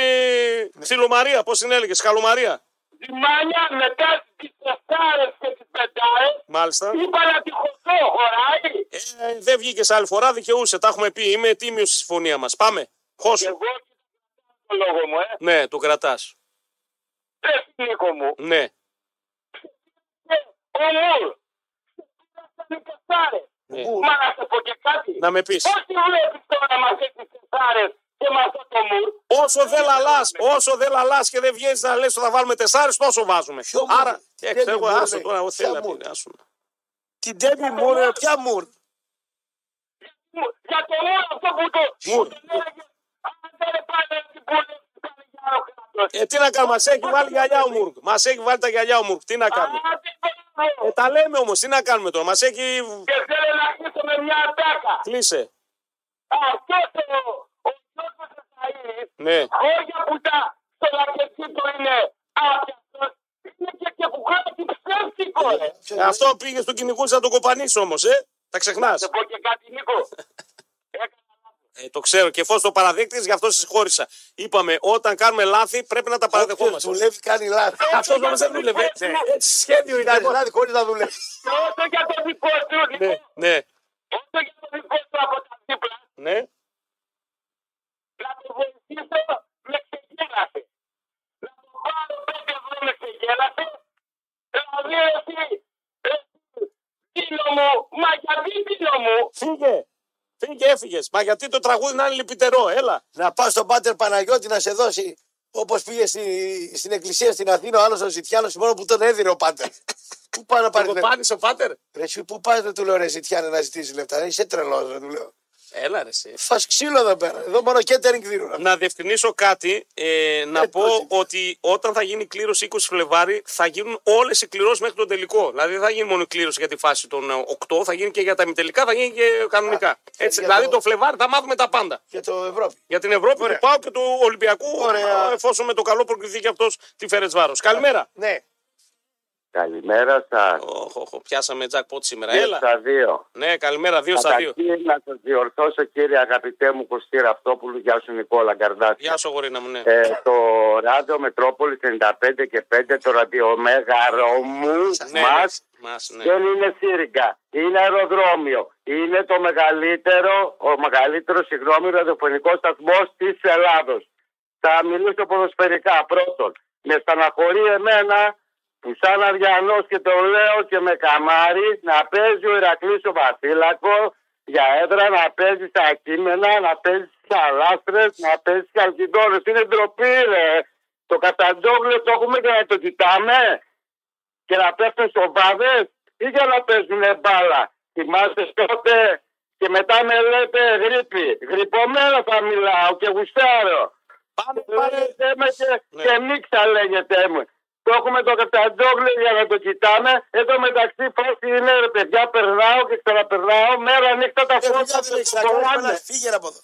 Ψιλομαρία, πώ την έλεγες, Καλομαρία.
Σημάνια μετά τις τεσσάρες και τις πεντάρες
Μάλιστα.
είπα να τη χωθώ, χωράει.
Ε, δεν βγήκε άλλη φορά, δικαιούσε. Τα έχουμε πει. Είμαι τίμιος στη συμφωνία μας. Πάμε. Χώσου.
Εγώ το λόγο μου, ε.
Ναι, το κρατάς.
Δεν Νίκο μου.
Ναι.
Ε, Ο Μουρ. Οι τεσσάρες.
Ναι.
Μα να σε πω και κάτι.
Να με πεις.
Πώς τη βλέπεις τώρα μαζί τις τεσσάρες και με αυτό το Μουρ.
Όσο δεν λαλά, όσο δεν λαλάς και δεν βγαίνεις να λες ότι θα βάλουμε τεσσάρι, τόσο βάζουμε.
Ποιο μου
Άρα,
λέει,
ε,
δεν
ξέρω,
μου
άσο
λέει.
τώρα, εγώ
Ποια
θέλω να
μου
πει,
λέει.
άσο.
Την Ντέμι Μουρ, ρε, ποια Μουρ.
Μου- Για το Μουρ αυτό που το...
Μουρ.
που τον έλεγε, Αν δεν πάνε την πόλη, θα είναι για άλλο κράτος.
Ε, τι να κάνουμε, μα έχει βάλει γυαλιά ο Μουρκ. Μας έχει βάλει τα γυαλιά ο Μουρκ. Τι να
Α,
κάνουμε.
τι θέλω.
Ε, τα λέμε όμως, τι να κάνουμε τώρα. Μας έχει.
Και θέλω να αρχίσω με μια ατάκα.
Κλείσε.
Αυτό το ο Γιώργος Ισαήλης,
Ναι.
χώρια που τα στο λακετή του είναι άπιαστος, είναι και και που κάνει την ψεύτικο, ρε.
Ε, αυτό πήγες στο κυνηγού να το κοπανίσει όμως, ε. Τα ξεχνάς.
Θα πω και κάτι, Νίκο. Έκανα λάθος.
Ε, το ξέρω και εφόσον το παραδείχτη, γι' αυτό συγχώρησα. Είπαμε, όταν κάνουμε λάθη, πρέπει να τα
Όποιος
παραδεχόμαστε.
δουλεύει κάνει λάθη.
Αυτό όμω δεν δούλευε.
Ναι.
Έτσι, σχέδιο
Κάνει
ήταν.
λάθη χωρίς να δουλεύει.
Και όσο για το δικό σου, Νίκο,
Ναι, ναι,
όσο για το δικό σου από τα δίπλα,
ναι.
να το βοηθήσω, με ξεγέλασε. Να το βάλω πέντε ευρώ, με ξεγέλασε. Δηλαδή, εσύ, εσύ, δίνω μου, μα γιατί δίνω μου,
Φύγε. Φύγε, έφυγες. Μα γιατί το τραγούδι να είναι λυπητερό, έλα.
Να πας στον Πάτερ Παναγιώτη να σε δώσει όπως πήγε στη- στην εκκλησία στην Αθήνα ο άλλος ο Ζητιάνος μόνο που τον έδινε ο Πάτερ. Πού πάει να
Το
πάρει λεφτά.
κοπάνει ο πάτερ.
Ρε εσύ πού πας δεν του λέω ρε Ζητιάνε να ζητήσεις λεφτά. Ρε, Είσαι τρελός ρε του λέω.
Έλα, ρε, εσύ.
Φας ξύλο εδώ πέρα. Εδώ μόνο catering δίνουν.
Να διευκρινίσω κάτι. Ε, να
Ε,
πω
τότε.
ότι όταν θα γίνει κλήρωση 20 Φλεβάρι, θα γίνουν όλες οι κληρώσεις μέχρι τον τελικό. Δηλαδή, δεν θα γίνει μόνο η κλήρωση για τη φάση των ε, 8, θα γίνει και για τα ημιτελικά, θα γίνει και κανονικά. Έτσι,
για
δηλαδή,
το-
το Φλεβάρι θα μάθουμε τα πάντα.
Και το Ευρώπη.
Για την Ευρώπη
Ωραία.
του Πάου και του Ολυμπιακού,
Ωραία.
ε, εφόσον με το καλό προκριθεί και αυτός τη Φέρετ Βάρος. Καλημέρα.
Ναι.
Καλημέρα σας.
Οχ, οχ, οχ, πιάσαμε jackpot σήμερα.
Δύο
Ε, Έλα.
στα δύο.
Ναι, καλημέρα, δύο στα δύο.
Καταρχήν να σας διορθώσω, κύριε αγαπητέ μου Κωστή Ραυτόπουλου. Γεια σου, Νικόλα Γκαρδάκη.
Γεια σου, γορίνα μου, ναι.
Ε, το ράδιο Μετρόπολη 95 και 5, το ραδιομέγαρο μου
Ναι,
μας
Μας, ναι.
Δεν είναι σύριγγα. Είναι αεροδρόμιο. Είναι το μεγαλύτερο, ο μεγαλύτερος συγγνώμη, ραδιοφωνικός σταθμός της Ελλάδος. Θα μιλήσω ποδοσφαιρικά πρώτον. Με στεναχωρεί εμένα που σαν Αριανός και το λέω και με καμάρις να παίζει ο Ηρακλής ο Βασίλακος για έδρα, να παίζει στα κείμενα, να παίζει στα λάστρες, να παίζει στα αλκυντόρε. Είναι ντροπή, ρε. Το Κασταντζόγλιο το έχουμε και να το κοιτάμε και να πέφτουν σοβάδε ή για να παίζουν μπάλα. Θυμάστε τότε και μετά με λέτε γρήπη. Γρυπωμένο θα μιλάω και γουστάρω.
Πάμε, πάμε.
Λέτε με και, και μίξα λέγεται μου. Το έχουμε το καταντόγλιο για να το κοιτάμε. Εδώ μεταξύ φάση είναι ρε παιδιά, περνάω και ξαναπερνάω μέρα νύχτα τα
Ε, δουλειά
φώτα.
δεν έχεις να
το
κάνεις,
φοβάμαι.
Παναγιώτη, Φύγε ρε από εδώ.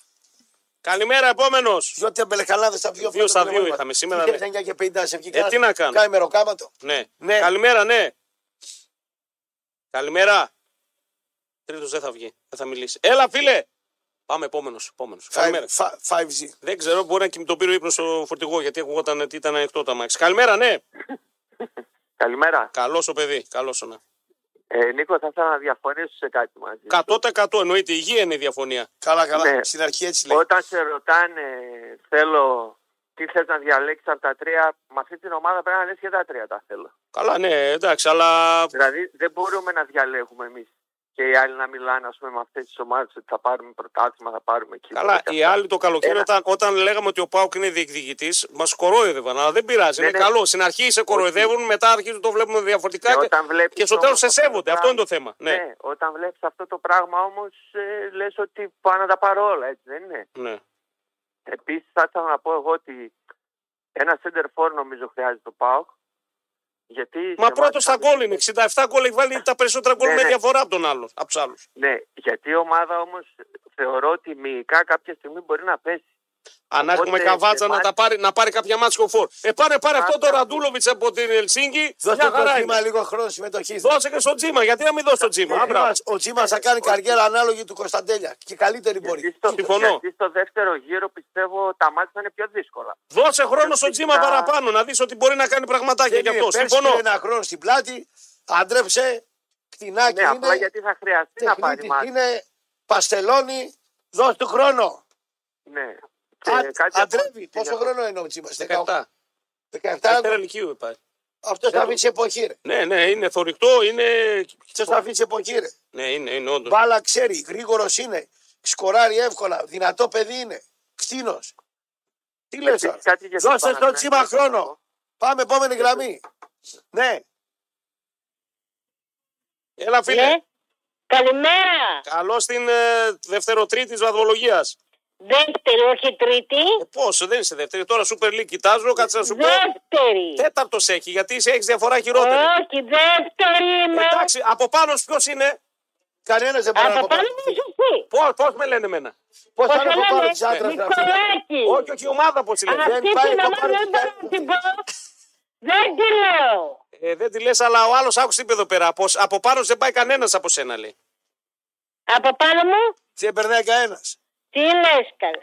Καλημέρα, επόμενος.
Διότι αμπελεχαλάδε στα δύο
Δύο στα
φράγματα
δύο
βλέπω.
είχαμε σήμερα,
Είχες
ναι.
9 και 50 σε βγήκε
Ε,
ένας.
τι να κάνω.
Κάει μεροκάματο.
Ναι.
Ναι.
Καλημέρα, ναι. Καλημέρα. Τρίτος δεν θα βγει. Δεν θα μιλήσει. Έλα, φίλε. Πάμε, επόμενος. Επόμενος. Καλημέρα.
5G.
Δεν ξέρω, μπορεί να και με το πήρε ο ύπνος στο φορτηγός γιατί ακουγόταν ότι ήταν ανοιχτό το αμάξι. Καλημέρα, ναι.
Καλημέρα.
Καλό ο παιδί. Καλό ο ναι.
Ε, Νίκο, θα ήθελα να διαφωνήσω σε κάτι μαζί. σου.
100% εννοείται. Η υγεία είναι η διαφωνία.
Καλά, καλά.
Ναι.
Στην αρχή έτσι λέει.
Όταν σε ρωτάνε, θέλω τι θες να διαλέξεις από τα τρία, με αυτή την ομάδα πρέπει να λες και τα τρία τα θέλω.
Καλά, ναι, εντάξει, αλλά.
Δηλαδή δεν μπορούμε να διαλέγουμε εμείς και οι άλλοι να μιλάνε ας πούμε, με αυτές τις ομάδες ότι θα πάρουμε πρωτάθλημα, θα πάρουμε εκεί.
Καλά, οι άλλοι το καλοκαίρι,
Ένα.
όταν, όταν λέγαμε ότι ο Πάουκ είναι διεκδικητής, μας κορόιδευαν. Αλλά δεν πειράζει,
Ναι,
είναι
ναι.
καλό. Στην αρχή σε κοροϊδεύουν, μετά αρχίζουν το βλέπουμε διαφορετικά
Και
και,
όταν βλέπεις
και στο τέλο
όμως
σε
αυτό το
σέβονται. Αυτό
πράγμα-
είναι το θέμα.
Ναι.
Ναι.
όταν βλέπεις αυτό το πράγμα όμως ε, λες ότι πάω να τα πάρω όλα, έτσι δεν είναι.
ναι.
Επίσης θα ήθελα να πω εγώ ότι ένα center for νομίζω χρειάζεται το ΠΑΟΚ. Γιατί
Μα
σε
πρώτος
μάτς
στα
αμυντικές-
γκολ είναι. 67 γκολ έχει βάλει τα περισσότερα γκολ
Ναι,
με
ναι.
διαφορά από τον άλλο. Από τους άλλους.
Ναι, γιατί η ομάδα όμως θεωρώ ότι μυϊκά κάποια στιγμή μπορεί να πέσει.
Αν έχουμε
Οπότε,
καβάτσα
σε
να,
μάτς-
τα πάρει, να πάρει κάποια μάτσο φορ. Ε, πάρε, πάρε αυτό το
Κάποια-
Ραντούλοβιτ από την Ελσίνκη.
Δώστε
Μια
το
χαρά
τσίμα
είναι.
λίγο χρόνο συμμετοχής.
Δώσε και στο τζίμα. Γιατί να μην δώσει το τζίμα. Α, μπράβο.
Ο τσίμα θα κάνει καριέρα ανάλογη του Κωνσταντέλια. Και καλύτερη
Γιατί
μπορεί.
στο,
Συμφωνώ.
γιατί στο δεύτερο γύρο πιστεύω τα μάτια θα είναι πιο δύσκολα.
Δώσε χρόνο στο
Ουσιαστικά-
τζίμα παραπάνω να δεις ότι μπορεί να κάνει πραγματάκια
Δεν
γι'
είναι
αυτό.
πέρσι,
Συμφωνώ.
είναι ένα χρόνο στην πλάτη. Αντρέψε. Κτηνάκι
Ναι, απλά
είναι.
γιατί θα χρειαστεί να πάρει
τεχνίτης
μάτια.
είναι. Παστελώνει. Δώσ' του χρόνο.
Ναι. Και
Αν-
κάτι
Αντρεύει.
ακόμα.
Πόσο χρόνο είναι ο τσίμα.
17.
17.
Δεύτερα ηλικίου υπάρχει.
Αυτός θα αφήσει εποχή. ρε.
Ναι, ναι, είναι θορυκτό, είναι.
Αυτός θα αφήσει εποχή. ρε.
Ναι, είναι, είναι όντως.
Μπάλα ξέρει, γρήγορος είναι. Σκοράρει εύκολα. Δυνατό παιδί είναι. Κτίνο. Ε, Τι λες
Επίσης,
τώρα.
κάτι για την
Δώστε στο
Παναθηναϊκή
τσίμα
θέλω να
χρόνο.
πω.
Πάμε, επόμενη γραμμή. Ναι,
Έλα, φίλε.
Ναι. Καλημέρα.
Καλό στην ε, δευτεροτρίτης βαθμολογίας.
Δεύτερη, όχι τρίτη.
Ε, πόσο, δεν είσαι δεύτερη. Τώρα Super League κοιτάζω, κάτσε να
Ναι.
σου πω. Ε,
Δεύτερη.
Τέταρτος έχει, γιατί έχεις διαφορά χειρότερη.
Ε,
Όχι, δεύτερη είμαι.
Εντάξει, από πάνω ποιος είναι.
κανένας δεν μπορεί να
Από
το
πάνω
πάρει.
μου εσύ.
Πώς πώς με λένε εμένα.
Πώς θα
Πώς
είναι
το
από
λένε,
πάνω τη άντρα
Ναι.
να φύγει.
Νικολάκη.
Όχι, όχι, η ομάδα πώς τη λένε.
Αυτή
δεν πάει,
την
το
ομάδα
πάρε,
δεν μπορώ
το πάρε.
να την πω. Δεν τη λέω.
Ε, δεν τη λες, αλλά ο άλλος άκουσε τι είπε εδώ πέρα. Πως, από πάνω δεν πάει κανένας από σένα, λέει.
Από πάνω μου,
Δεν περνάει κανένας.
τι λες καλέ.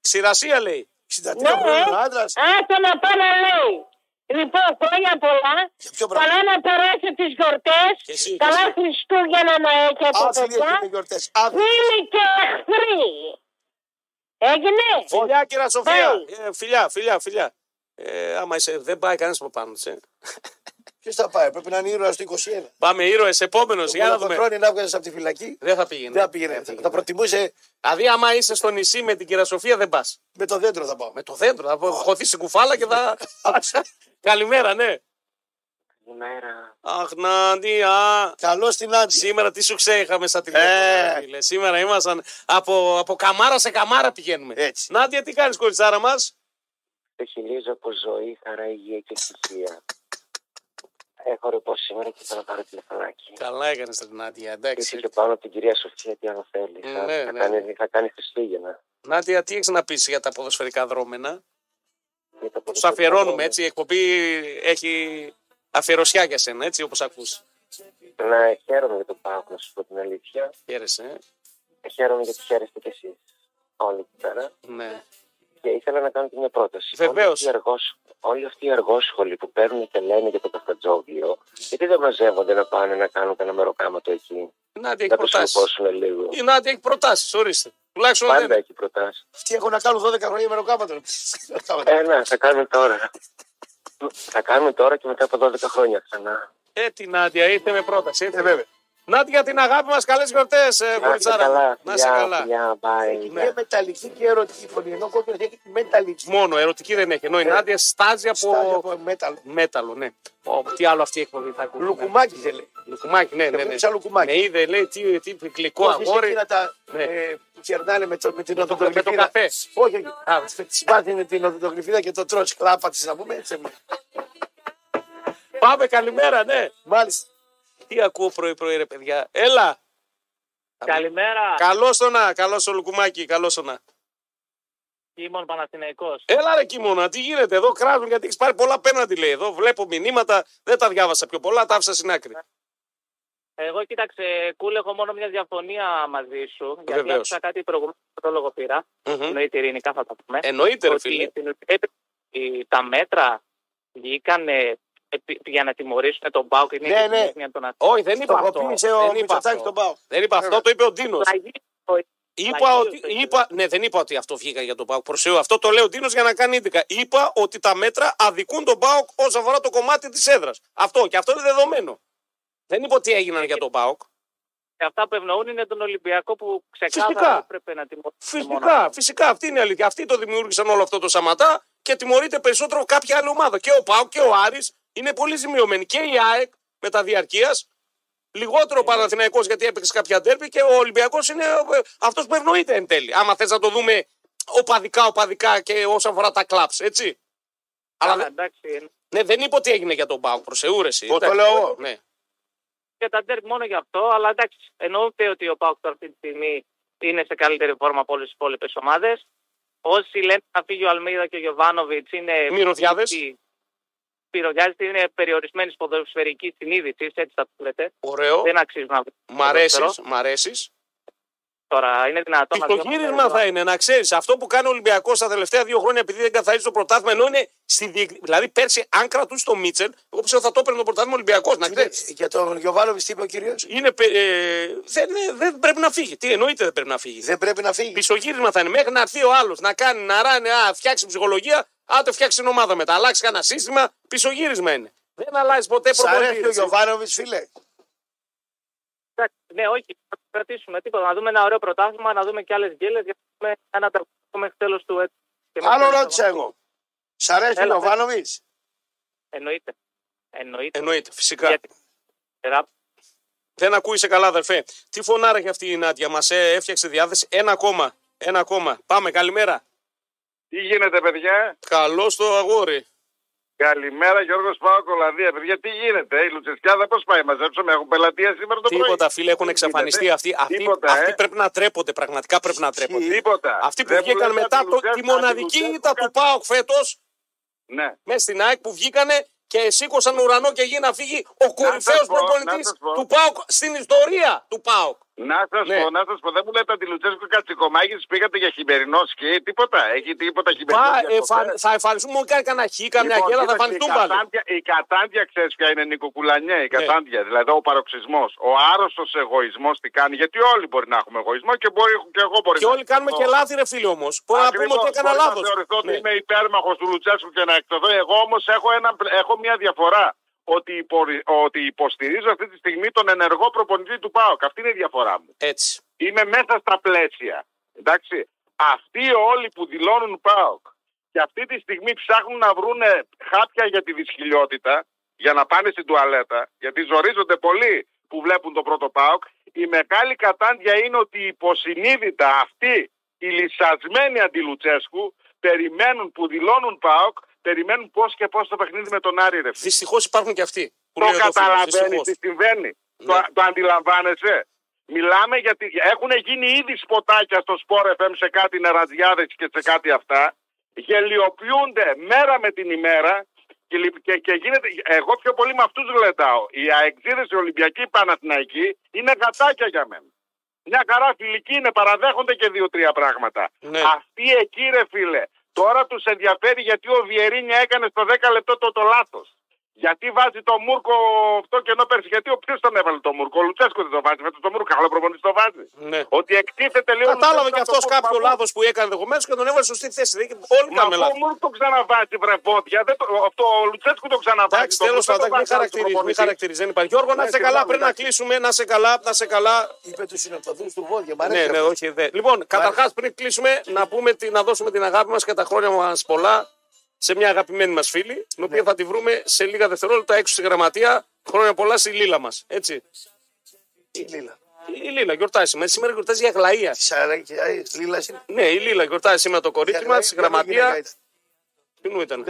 Ξηρασία, λέει.
63
Ναι,
χρόνια άντρα.
άστα να πάω να λέει. Λοιπόν, χρόνια πολλά.
Για ποιο πράγμα.
Καλά να περάσετε τις
Και εσύ,
γιορτές.
και
Καλά
εσύ.
Χριστούγεννα να έχετε,
Άθλιε είναι οι
παιδιά.
γιορτέ.
Φίλοι και εχθροί. Έγινε.
Φιλιά, κυρία Σοφία.
Πάει.
Ε, φιλιά, φιλιά, φιλιά. Ε, άμα είσαι, δεν πάει κανένας από πάνω της, ε.
Ποιος θα πάει, πρέπει να είναι ήρωας του 21.
Πάμε ήρωες, επόμενος. Για να
Όταν τον
δούμε.
χρόνο να βγάζεις από τη φυλακή,
Δεν θα πήγαινε.
δεν θα πήγαινε. Θα προτιμούσε
Δηλαδή, άμα είσαι στο νησί με την κυρία Σοφία, δεν πας.
με το δέντρο θα πάω.
Με το δέντρο, θα χωθεί στην κουφάλα και [laughs] θα. Καλημέρα, ναι.
Καλημέρα.
Αχ, Νάντια.
Καλό στην άντση.
Σήμερα τι σου ξέχαμε στα τηλέφωνα.
Ε.
ρε φίλε. Σήμερα ήμασταν από, από καμάρα σε καμάρα πηγαίνουμε.
Έτσι.
Νάντια, τι κάνεις, κοριτσάρα μας.
Σε χιλίζω από ζωή, χαρά, υγεία και ευτυχία. Έχω ρεπό σήμερα και θέλω να πάρω τηλεφωνάκι.
Καλά έκανες την Νάντια, εντάξει.
και πάνω από την κυρία Σοφία τι άλλο θέλει.
Ε, Θα- ναι, θα ναι. κάνει-
κάνει, θα κάνει Χριστούγεννα.
Νάντια, τι έχεις να πεις για τα ποδοσφαιρικά δρόμενα.
Ε,
Του αφιερώνουμε έτσι. Η εκπομπή έχει αφιερωσιά για σένα, έτσι όπως ακούς.
Να χαίρομαι για τον Πάοκ, να σου πω την αλήθεια.
Χαίρεσαι. ε.
Χαίρομαι γιατί χαίρεστε κι εσείς όλοι εκεί πέρα.
Ναι.
Και ήθελα να κάνω και μια πρόταση.
Βεβαίως.
Όλοι αυτοί οι εργόσ- Όλοι αυτοί οι εργόσχολοι που παίρνουν και λένε για το καφετζόγλιο, γιατί δεν μαζεύονται να πάνε να κάνουν κανένα μεροκάματο εκεί.
Να την
να
έχει
το
προτάσεις.
σκοπώσουν λίγο.
Η Νάντι έχει προτάσεις, ορίστε. Τουλάχιστον
Πάντα
δεν.
έχει προτάσεις.
Αυτοί έχουν να κάνουν 12 χρόνια μεροκάματο. Ε,
Ένα, Ε, ναι, θα κάνουν τώρα. θα κάνουν τώρα και μετά από 12 χρόνια ξανά.
Ε, την Νάντια, ήρθε με πρόταση.
Ε,
Ήρθε. Ε, βέβαια. Νάντια, την αγάπη μας, καλές γιορτές, Κοριτσάρα. ε, Να είσαι καλά.
Γεια, bye.
Ναι.
Είναι μεταλλική και ερωτική φωνή. Ενώ ο κόσμο έχει τη μεταλλική. λοιπόν,
Μόνο ερωτική δεν έχει. Ενώ η Νάντια στάζει
Στάζει
από
από μέταλλο.
μέταλλο, ναι. Ω, τι άλλο αυτή η εκπομπή θα ακούσει.
Λουκουμάκι δεν λέει.
Λουκουμάκι, ναι, ναι. ναι.
βλέπω σαν λουκουμάκι.
Με είδε, λέει, τι, τι γλυκό
Όχι σε
αγόρι.
εκείνα τα
Ναι.
ε, που κερνάνε με, το, με την
το- με το
οδοντογλυφίδα.
καφέ.
Όχι, όχι. Σπάθινε την οδοντογλυφίδα και το τρως κλάπα της να πούμε έτσι.
Πάμε, καλημέρα, ναι.
Μάλιστα.
Τι ακούω πρωί-πρωί, ρε παιδιά. Έλα.
Καλημέρα,
Καλό το να, καλό το λουκουμάκι, καλό το να.
Κίμων Παναθηναϊκός. Ε,
Έλα ρε Κιμώνα, τι γίνεται εδώ, κράζουν γιατί έχεις πάρει πολλά πέναντι λέει. Εδώ βλέπω μηνύματα, δεν τα διάβασα πιο πολλά, τα άφησα στην άκρη.
Εγώ κοίταξε, Κούλ, έχω μόνο μια διαφωνία μαζί σου. Γιατί
Βεβαίως.
άκουσα κάτι προηγουμένω στο λόγο πήρα.
Μμμ.
Εννοείται ειρηνικά θα τα πούμε.
Εννοείται, ρε
Ότι
φίλε.
στην ουσία, ε, τα μέτρα βγήκαν ε, επί- για να τιμωρήσουν τον Πάουκ. Είναι
Ναι,
και
ναι.
συνέχεια τον Ατ-
Όχι, δεν είπα αυτό.
Στοχοποίησε ο
Δεν είπα
Μητσοτάκης
αυτό.
τον Πάο.
Δεν είπα αυτό, το είπε ο Ντίνος.
Πλαγίος το-
Είπα
πλαγίος
ότι.
το είπε.
Είπα, ναι, δεν είπα ότι αυτό βγήκα για τον Πάοκ. Προσέω, αυτό το λέει ο Ντίνος για να κάνει ίντικα. Είπα ότι τα μέτρα αδικούν τον Πάοκ όσον αφορά το κομμάτι της έδρας. Αυτό και αυτό είναι δεδομένο. Δεν είπα ότι έγιναν για τον Πάοκ.
Και Αυτά που ευνοούν είναι τον Ολυμπιακό που
Φυσικά.
ξεκάθαρα έπρεπε να τιμωρήσει. μόνο
Φυσικά,
αυτό.
φυσικά αυτή είναι η αλήθεια. Αυτοί το δημιούργησαν όλο αυτό το σαματά και τιμωρείται περισσότερο κάποια άλλη ομάδα. Και ο Πάο και ο Άρης είναι πολύ ζημιωμένοι. Και η ΑΕΚ με τα διαρκείας. Λιγότερο ο Παναθηναϊκός γιατί έπαιξε κάποια ντέρμπι και ο Ολυμπιακός είναι αυτός που ευνοείται εν τέλει. Άμα θες να το δούμε οπαδικά, οπαδικά και όσον αφορά τα κλαμπ, έτσι. Αλλά
Καλά,
δεν-
εντάξει.
ναι, δεν είπα ότι έγινε για τον Πάο προσεούρεση.
Πώς το λέω εγώ.
Ναι.
και τα ντέρμπι μόνο γι' αυτό, αλλά εντάξει, εννοείται ότι ο Πάουκ τώρα αυτή τη στιγμή είναι σε καλύτερη φόρμα από όλες τις υπόλοιπες ομάδες. Όσοι λένε να φύγει ο Αλμίδα και ο Γιωβάνοβιτ είναι.
Μυρωδιάδες.
Πυροδιάδε είναι περιορισμένη ποδοσφαιρική συνείδηση, έτσι θα του λέτε.
Ωραίο.
Δεν αξίζει να βρει.
Μ' αρέσεις. Μ' αρέσεις.
Τώρα είναι δυνατόν να
Το
βγει ο
γύρισμα
Παναθηναϊκός.
θα είναι, να ξέρεις. Αυτό που κάνει ο Ολυμπιακός τα τελευταία δύο χρόνια, επειδή δεν καθαρίζει το πρωτάθλημα, ενώ είναι στη διεκ... Δηλαδή, πέρσι, αν κρατούσε το Μίτσελ, εγώ πιστεύω θα το έπαιρνε το πρωτάθλημα Ολυμπιακός, να ξέρεις.
Για Ε, τον Γιωβάνοβιτ τι είπε ο κύριος.
Είναι, πε- ε, δεν, ε, δεν πρέπει να φύγει. Τι εννοείται δεν πρέπει να φύγει.
Δεν πρέπει να φύγει.
Πισωγύρισμα θα είναι. Μέχρι να έρθει ο άλλος να κάνει, να ράνει, α, φτιάξει ψυχολογία, α, το φτιάξεις την ομάδα μετά. Αλλάξεις κανένα σύστημα, πισωγύρισμα είναι. Δεν αλλάζει ποτέ
Σ' αρέσει ο
προπονητή.
Γιωβάνοβιτ, φίλε.
Εντάξει, Ναι, όχι, θα το κρατήσουμε τίποτα. Να δούμε ένα ωραίο πρωτάθλημα, να δούμε και άλλες γκέλες για να δούμε ένα τραγουδικό μέχρι τέλος του έτους. Και μέχρι
Άλλο
τέλος
ρώτησα
αγώνα.
εγώ. Σ' αρέσει ο
Έλα,
Γιωβάνοβιτ.
Εννοείται. Εννοείται.
Εννοείται, φυσικά.
Γιατί- Ραπ-
Δεν ακούει καλά, αδερφέ. Τι φωνάραχε αυτή η Νάντια, μας έφτιαξε διάθεση. Ένα ακόμα. Ένα ακόμα. Πάμε, καλημέρα.
Τι γίνεται, παιδιά.
Καλό στο αγόρι.
Καλημέρα, Γιώργος Πάο Κολανδία. Παιδιά, τι γίνεται, ε, η Λουτσεσκιάδα πώς πάει, μαζέψαμε, έχουν πελατεία σήμερα το πρωί.
Τίποτα, φίλε, έχουν εξαφανιστεί
γίνεται. ε?
αυτοί. Αυτοί,
Τίποτα,
αυτοί
ε.
πρέπει να τρέπονται, πραγματικά πρέπει να τρέπονται.
Τίποτα.
Αυτοί που
Δεν
βγήκαν
βλέπω
μετά
τη
το,
Λουτσέ-
τη
τη
μοναδική
Λουτσέ-
ήττα του Πάοκ φέτος,
Ναι.
μέσα στην ΑΕΚ που βγήκανε και σήκωσαν ουρανό και γη να φύγει ο κορυφαίο
σας πω, να
προπονητής
σας πω.
του Πάοκ στην ιστορία του Πάοκ.
Να σας
Ναι.
πω, να σας πω, δεν μου λέτε αντιλουτσέσκο κατσικομάκη, πήγατε για χειμερινό σκι, τίποτα. Έχει τίποτα χειμερινό.
Πα-
διακοπές?
εμφαν- θα εμφανιστούμε όχι κανένα χ, καμιά ε,
Λοιπόν,
γέλα, θα
κοίταξε,
εμφανιστούν
η
πάλι.
Κατάντια, η κατάντια ξέρεις ποια είναι Νικοκουλανιά,
Ναι.
η κατάντια. Δηλαδή ο παροξισμός, ο άρρωστος εγωισμός τι κάνει, γιατί όλοι μπορεί να έχουμε εγωισμό και, μπορεί, και εγώ μπορεί
Και
να
όλοι κάνουμε και λάθη, ρε φίλε όμω. Μπορούμε να πούμε
Λοιπόν. Ακριβώς.
ότι έκανα Ναι,
Μπορεί
λάθο.
Να θεωρηθώ ότι είμαι υπέρμαχος του Λουτσέσκου και να εκδοθώ. Εγώ όμως έχω, ένα- έχω μια διαφορά. Ότι, υπορι- ότι υποστηρίζω αυτή τη στιγμή τον ενεργό προπονητή του ΠΑΟΚ. Αυτή είναι η διαφορά μου.
Έτσι.
Είμαι μέσα στα πλαίσια. Εντάξει. Αυτοί όλοι που δηλώνουν ΠΑΟΚ και αυτή τη στιγμή ψάχνουν να βρουν χάπια για τη δυσχυλιότητα, για να πάνε στην τουαλέτα, γιατί ζορίζονται πολλοί που βλέπουν το πρώτο ΠΑΟΚ. Η μεγάλη κατάντια είναι ότι υποσυνείδητα αυτοί οι λυσασμένοι αντιλουτσέσκου περιμένουν που δηλώνουν ΠΑΟΚ, περιμένουν πώς και πώς το παιχνίδι με τον Άρη ρε. φίλε.
Δυστυχώς υπάρχουν και αυτοί. που
Το
λέει εδώ, φίλε,
καταλαβαίνει
δυστυχώς.
τι συμβαίνει.
Ναι.
Το, το αντιλαμβάνεσαι. Μιλάμε γιατί έχουν γίνει ήδη σποτάκια στο Sport FM σε κάτι νεραδιάδες και σε κάτι αυτά. Γελιοποιούνται μέρα με την ημέρα και, λι- και, και γίνεται. Εγώ πιο πολύ με αυτούς γλεντάω. Οι αεξίδες, οι Ολυμπιακοί, οι Παναθηναϊκοί είναι γατάκια για μένα. Μια χαρά φιλικοί είναι, παραδέχονται και δύο-τρία πράγματα.
Ναι.
Αυτοί εκεί, ρε φίλε, Τώρα τους ενδιαφέρει γιατί ο Βιερίνια έκανε στο 10 λεπτό το, το λάθος. Γιατί βάζει το Μούρκο αυτό και ενώ πέρσι, γιατί ο ποιο τον έβαλε το Μούρκο, ο Λουτσέσκος δεν το βάζει. Με το Μούρκο, καλό προπονητής το βάζει.
ναι.
Ότι εκτίθεται λίγο.
Κατάλαβε κι αυτό κάποιο λάθος που έκανε ενδεχομένω και τον έβαλε στη σωστή θέση. Δεν- Όλοι
Μα
κάνουμε
αυτό
λάθο.
ο Μούρκο το ξαναβάζει, βρε πόδια. Δεν το, αυτό ο Λουτσέσκο το ξαναβάζει.
Εντάξει,
Το
τέλος
Μούρκο
πάντων,
δεν
μην
το βάζει
χαρακτηρίζει.
στον
Μην
προπονητή.
χαρακτηρίζει, δεν υπάρχει. Γιώργο, να
Ναι,
είσαι καλά,
συγγνώμη,
πρέπει να
εντάξει.
κλείσουμε. Να είσαι καλά, να είσαι καλά.
Είπε του συνοπταδού του Βόδια, μ' αρέσει
Ναι, ναι,
αυτό.
όχι. Δε. Λοιπόν, καταρχάς πριν κλείσουμε, να, πούμε, τη- να δώσουμε την αγάπη μας και τα χρόνια μας πολλά σε μια αγαπημένη μας φίλη, την
Ναι.
οποία θα τη βρούμε σε λίγα δευτερόλεπτα έξω στη γραμματεία. Χρόνια πολλά στη Λίλα μας. Έτσι.
Η Λίλα.
Η Λίλα γιορτάζει σήμερα. Σήμερα γιορτάζει η Αγλαία.
Τη Λίλα ε, είναι.
Ναι, η Λίλα γιορτάζει σήμερα το κορίτσι μα, στη γραμματεία. Ποινού ήταν.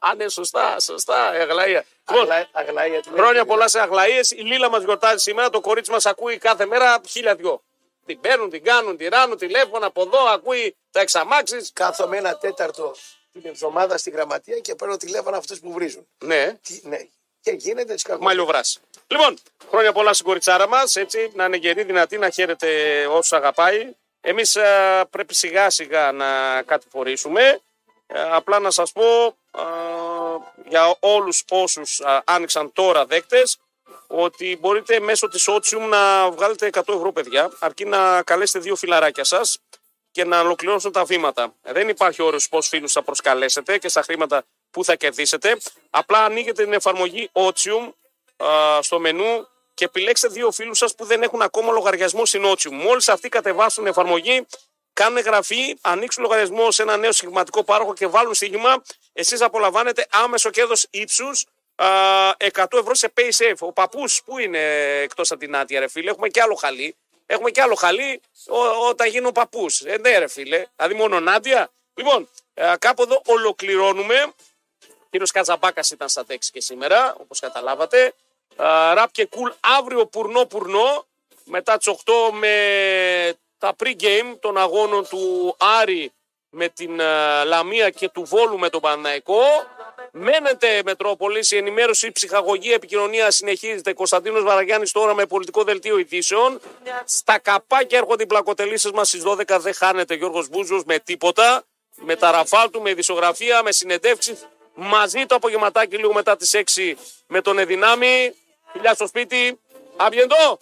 Α, ναι, σωστά, σωστά, η Αγλαία. Λοιπόν,
Αγλαία του λέει.
Χρόνια πολλά σε αγλαίες. Η Λίλα μας γιορτάζει σήμερα. Το κορίτσι μας ακούει κάθε μέρα χίλια δυο. Την παίρνουν, την κάνουν, τη ράνουν, τηλέφωνα από εδώ, ακούει τα εξαμάξεις.
Κάθομαι ένα τέταρτο την εβδομάδα στη γραμματεία και παίρνω τηλέφωνο αυτούς που βρίζουν.
Ναι,
Τι- ναι. Και γίνεται τη κακό.
μαλλιοβράση. Λοιπόν, χρόνια πολλά στην κοριτσάρα μας. Έτσι, να είναι γερή, δυνατή, να χαίρεται όσους αγαπάει. Εμείς πρέπει σιγά σιγά να κατηφορήσουμε. Ε, απλά να σας πω α, για όλους όσους α, άνοιξαν τώρα δέκτες ότι μπορείτε μέσω της Otium να βγάλετε 100 ευρώ παιδιά αρκεί να καλέσετε δύο φιλαράκια σας και να ολοκληρώσουν τα βήματα. Δεν υπάρχει όρος πώς φίλους θα προσκαλέσετε και στα χρήματα που θα κερδίσετε. Απλά ανοίγετε την εφαρμογή Otium α, στο μενού και επιλέξτε δύο φίλους σας που δεν έχουν ακόμα λογαριασμό στην Otium. Μόλις αυτοί κατεβάσουν την εφαρμογή κάνουν εγγραφή, ανοίξουν λογαριασμό σε ένα νέο στοιχηματικό πάροχο και βάλουν στοίχημα, εσείς απολαμβάνετε άμεσο κέρδος ύψους 100 ευρώ σε PaySafe. Ο παππούς που είναι εκτός από την Άτια, ρε φίλε, έχουμε και άλλο χαλί. Έχουμε και άλλο χαλί ό, όταν γίνει ο παππούς. Ε, ναι, ρε φίλε. Δηλαδή μόνο Νάντια. Λοιπόν, ε, κάπου εδώ ολοκληρώνουμε. Κύριος Κατζαμπάκας ήταν στα τέξη και σήμερα, όπως καταλάβατε. Α, Ραπ και κουλ αύριο πουρνό πουρνό μετά τις 8 με τα pre-game των αγώνων του Άρη με την α, Λαμία και του Βόλου με τον Παναϊκό. Μένετε Μετρόπολης, η ενημέρωση, η ψυχαγωγή, η επικοινωνία συνεχίζεται. Κωνσταντίνος Βαραγιάννης τώρα με πολιτικό δελτίο ειδήσεων. Στα καπάκια έρχονται οι πλακοτελήσεις μας στις 12, δεν χάνεται Γιώργος Μπούζος με τίποτα. Με τα ραφάλ του, με ειδησιογραφία, με συνεντεύξεις. Μαζί το απογευματάκι λίγο μετά τις 6 με τον Εδυνάμι. Φιλιά στο σπίτι. Αμπιεντό!